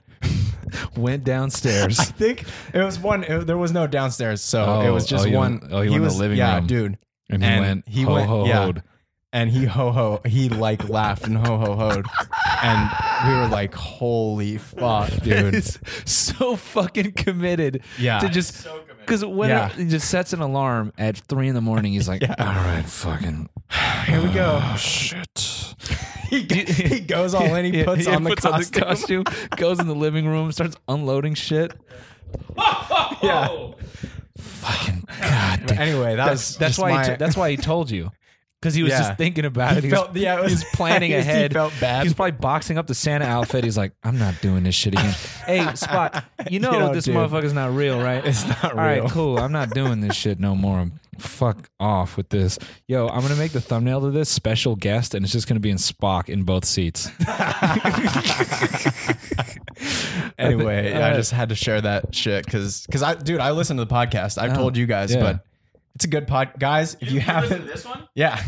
Speaker 2: went downstairs.
Speaker 10: I think it was one. It, there was no downstairs, so
Speaker 2: Oh,
Speaker 10: it was just
Speaker 2: oh, you
Speaker 10: one.
Speaker 2: went- oh, you went to the
Speaker 10: was,
Speaker 2: living
Speaker 10: yeah,
Speaker 2: room.
Speaker 10: dude.
Speaker 2: And he went ho, ho, ho'd.
Speaker 10: and he ho ho he like laughed and ho ho hoed, and we were like, holy fuck, dude.
Speaker 2: It's so fucking committed.
Speaker 10: Yeah.
Speaker 2: To just because when
Speaker 10: Yeah.
Speaker 2: he just sets an alarm at three in the morning, he's like, "All right, fucking
Speaker 10: Here we go.
Speaker 2: Oh, shit."
Speaker 10: he, go- he goes all in. He
Speaker 2: Yeah,
Speaker 10: puts,
Speaker 2: he
Speaker 10: on, the
Speaker 2: puts on the
Speaker 10: costume.
Speaker 2: costume, goes in the living room, starts unloading shit.
Speaker 3: Oh.
Speaker 10: Yeah.
Speaker 2: Fucking god. damn.
Speaker 10: Anyway, that
Speaker 2: That's
Speaker 10: was
Speaker 2: that's
Speaker 10: just
Speaker 2: why
Speaker 10: my,
Speaker 2: he t- that's why he told you because he was
Speaker 10: Yeah.
Speaker 2: just thinking about
Speaker 10: He
Speaker 2: it. He
Speaker 10: felt-
Speaker 2: was,
Speaker 10: yeah, it was-
Speaker 2: he was planning
Speaker 10: he
Speaker 2: ahead.
Speaker 10: felt bad.
Speaker 2: He was probably boxing up the Santa outfit. He's like, I'm not doing this shit again. hey, Spot, you know
Speaker 10: You know,
Speaker 2: this
Speaker 10: dude.
Speaker 2: motherfucker's not real, right?
Speaker 10: It's not
Speaker 2: All right,
Speaker 10: real.
Speaker 2: cool. I'm not doing this shit no more. Fuck off with this. Yo, I'm gonna make the thumbnail to this special guest, and it's just gonna be in Spock in both seats.
Speaker 10: anyway.
Speaker 2: think-
Speaker 10: I
Speaker 2: uh,
Speaker 10: just had to share that shit because because I dude, I listened to the podcast. I've
Speaker 2: Oh,
Speaker 10: told you guys,
Speaker 2: yeah.
Speaker 10: but it's a good pod, guys. If you, haven't,
Speaker 3: this one?
Speaker 10: yeah,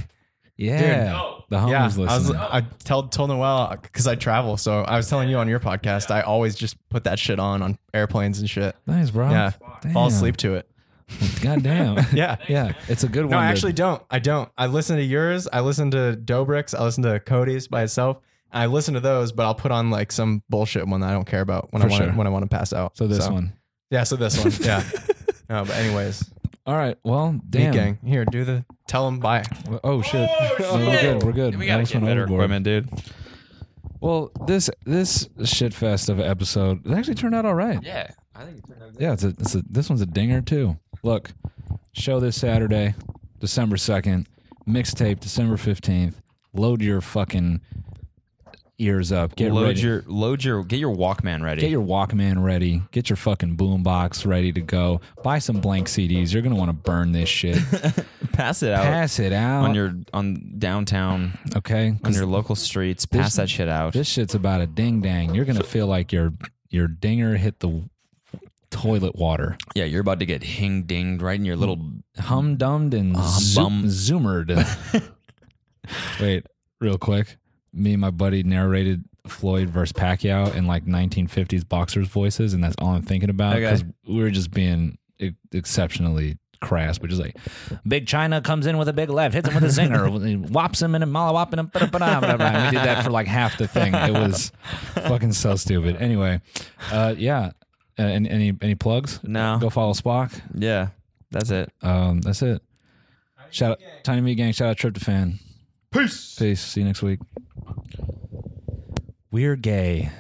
Speaker 2: Yeah, the homies
Speaker 10: yeah.
Speaker 2: listening.
Speaker 10: I was I told told Noel because I travel, so I was telling you on your podcast. I always just put that shit on on airplanes and shit.
Speaker 2: nice, bro.
Speaker 10: Yeah, fall
Speaker 2: Oh, Damn.
Speaker 10: asleep to it.
Speaker 2: God damn.
Speaker 10: Yeah.
Speaker 2: yeah, it's a good
Speaker 10: No,
Speaker 2: one.
Speaker 10: I
Speaker 2: to-
Speaker 10: actually don't. I don't. I listen to yours. I listen to Dobrik's. I listen to Cody's by itself. I listen to those, but I'll put on like some bullshit one that I don't care about when
Speaker 2: For
Speaker 10: I want
Speaker 2: sure.
Speaker 10: to when I want to pass out.
Speaker 2: So this one.
Speaker 10: yeah. So this one, yeah. no, but anyways,
Speaker 2: All right. Well,
Speaker 10: Meat
Speaker 2: damn.
Speaker 10: gang, here, do the tell them bye.
Speaker 2: Oh shit. No, we're good. We're good.
Speaker 3: We gotta
Speaker 2: That
Speaker 3: get
Speaker 2: went
Speaker 3: better
Speaker 2: overboard.
Speaker 3: equipment, dude.
Speaker 2: Well, this this shit fest of an episode it actually turned out all right.
Speaker 3: Yeah, I think it turned out good.
Speaker 2: Yeah, it's a, it's a this one's a dinger too. Look, show this Saturday, December second, mixtape December fifteenth. Load your fucking ears up. Get
Speaker 3: load
Speaker 2: ready.
Speaker 3: your load your get your Walkman ready.
Speaker 2: Get your Walkman ready. Get your fucking boombox ready to go. Buy some blank CDs. You're gonna want to burn this shit.
Speaker 3: pass it out
Speaker 2: Pass it out
Speaker 3: on your on downtown
Speaker 2: okay 'Cause
Speaker 3: on your local streets. Pass that shit out.
Speaker 2: This shit's about a ding dang. You're gonna feel like your your dinger hit the toilet water,
Speaker 3: yeah, you're about to get hing dinged right in your little
Speaker 2: humdummed and
Speaker 3: Uh,
Speaker 2: zo-
Speaker 3: bum.
Speaker 2: zoomered. Wait, real quick. Me and my buddy narrated Floyd versus Pacquiao in like 1950s boxers' voices, and that's all I'm thinking about
Speaker 3: Okay.
Speaker 2: because we were just being e- exceptionally crass. But just like, Big China comes in with a big left, hits him with a zinger, whops him, and then mala whopping him. ba-da, ba-da, ba-da, ba-da. And We did that for like half the thing. It was fucking so stupid. Anyway, uh, yeah. Uh, and any any plugs?
Speaker 3: No.
Speaker 2: Go follow Spock.
Speaker 3: Yeah, that's it.
Speaker 2: Um, that's it. Shout out Tiny Meat Gang. Shout out Tryptophan. Peace. Peace. See you next week. We're gay.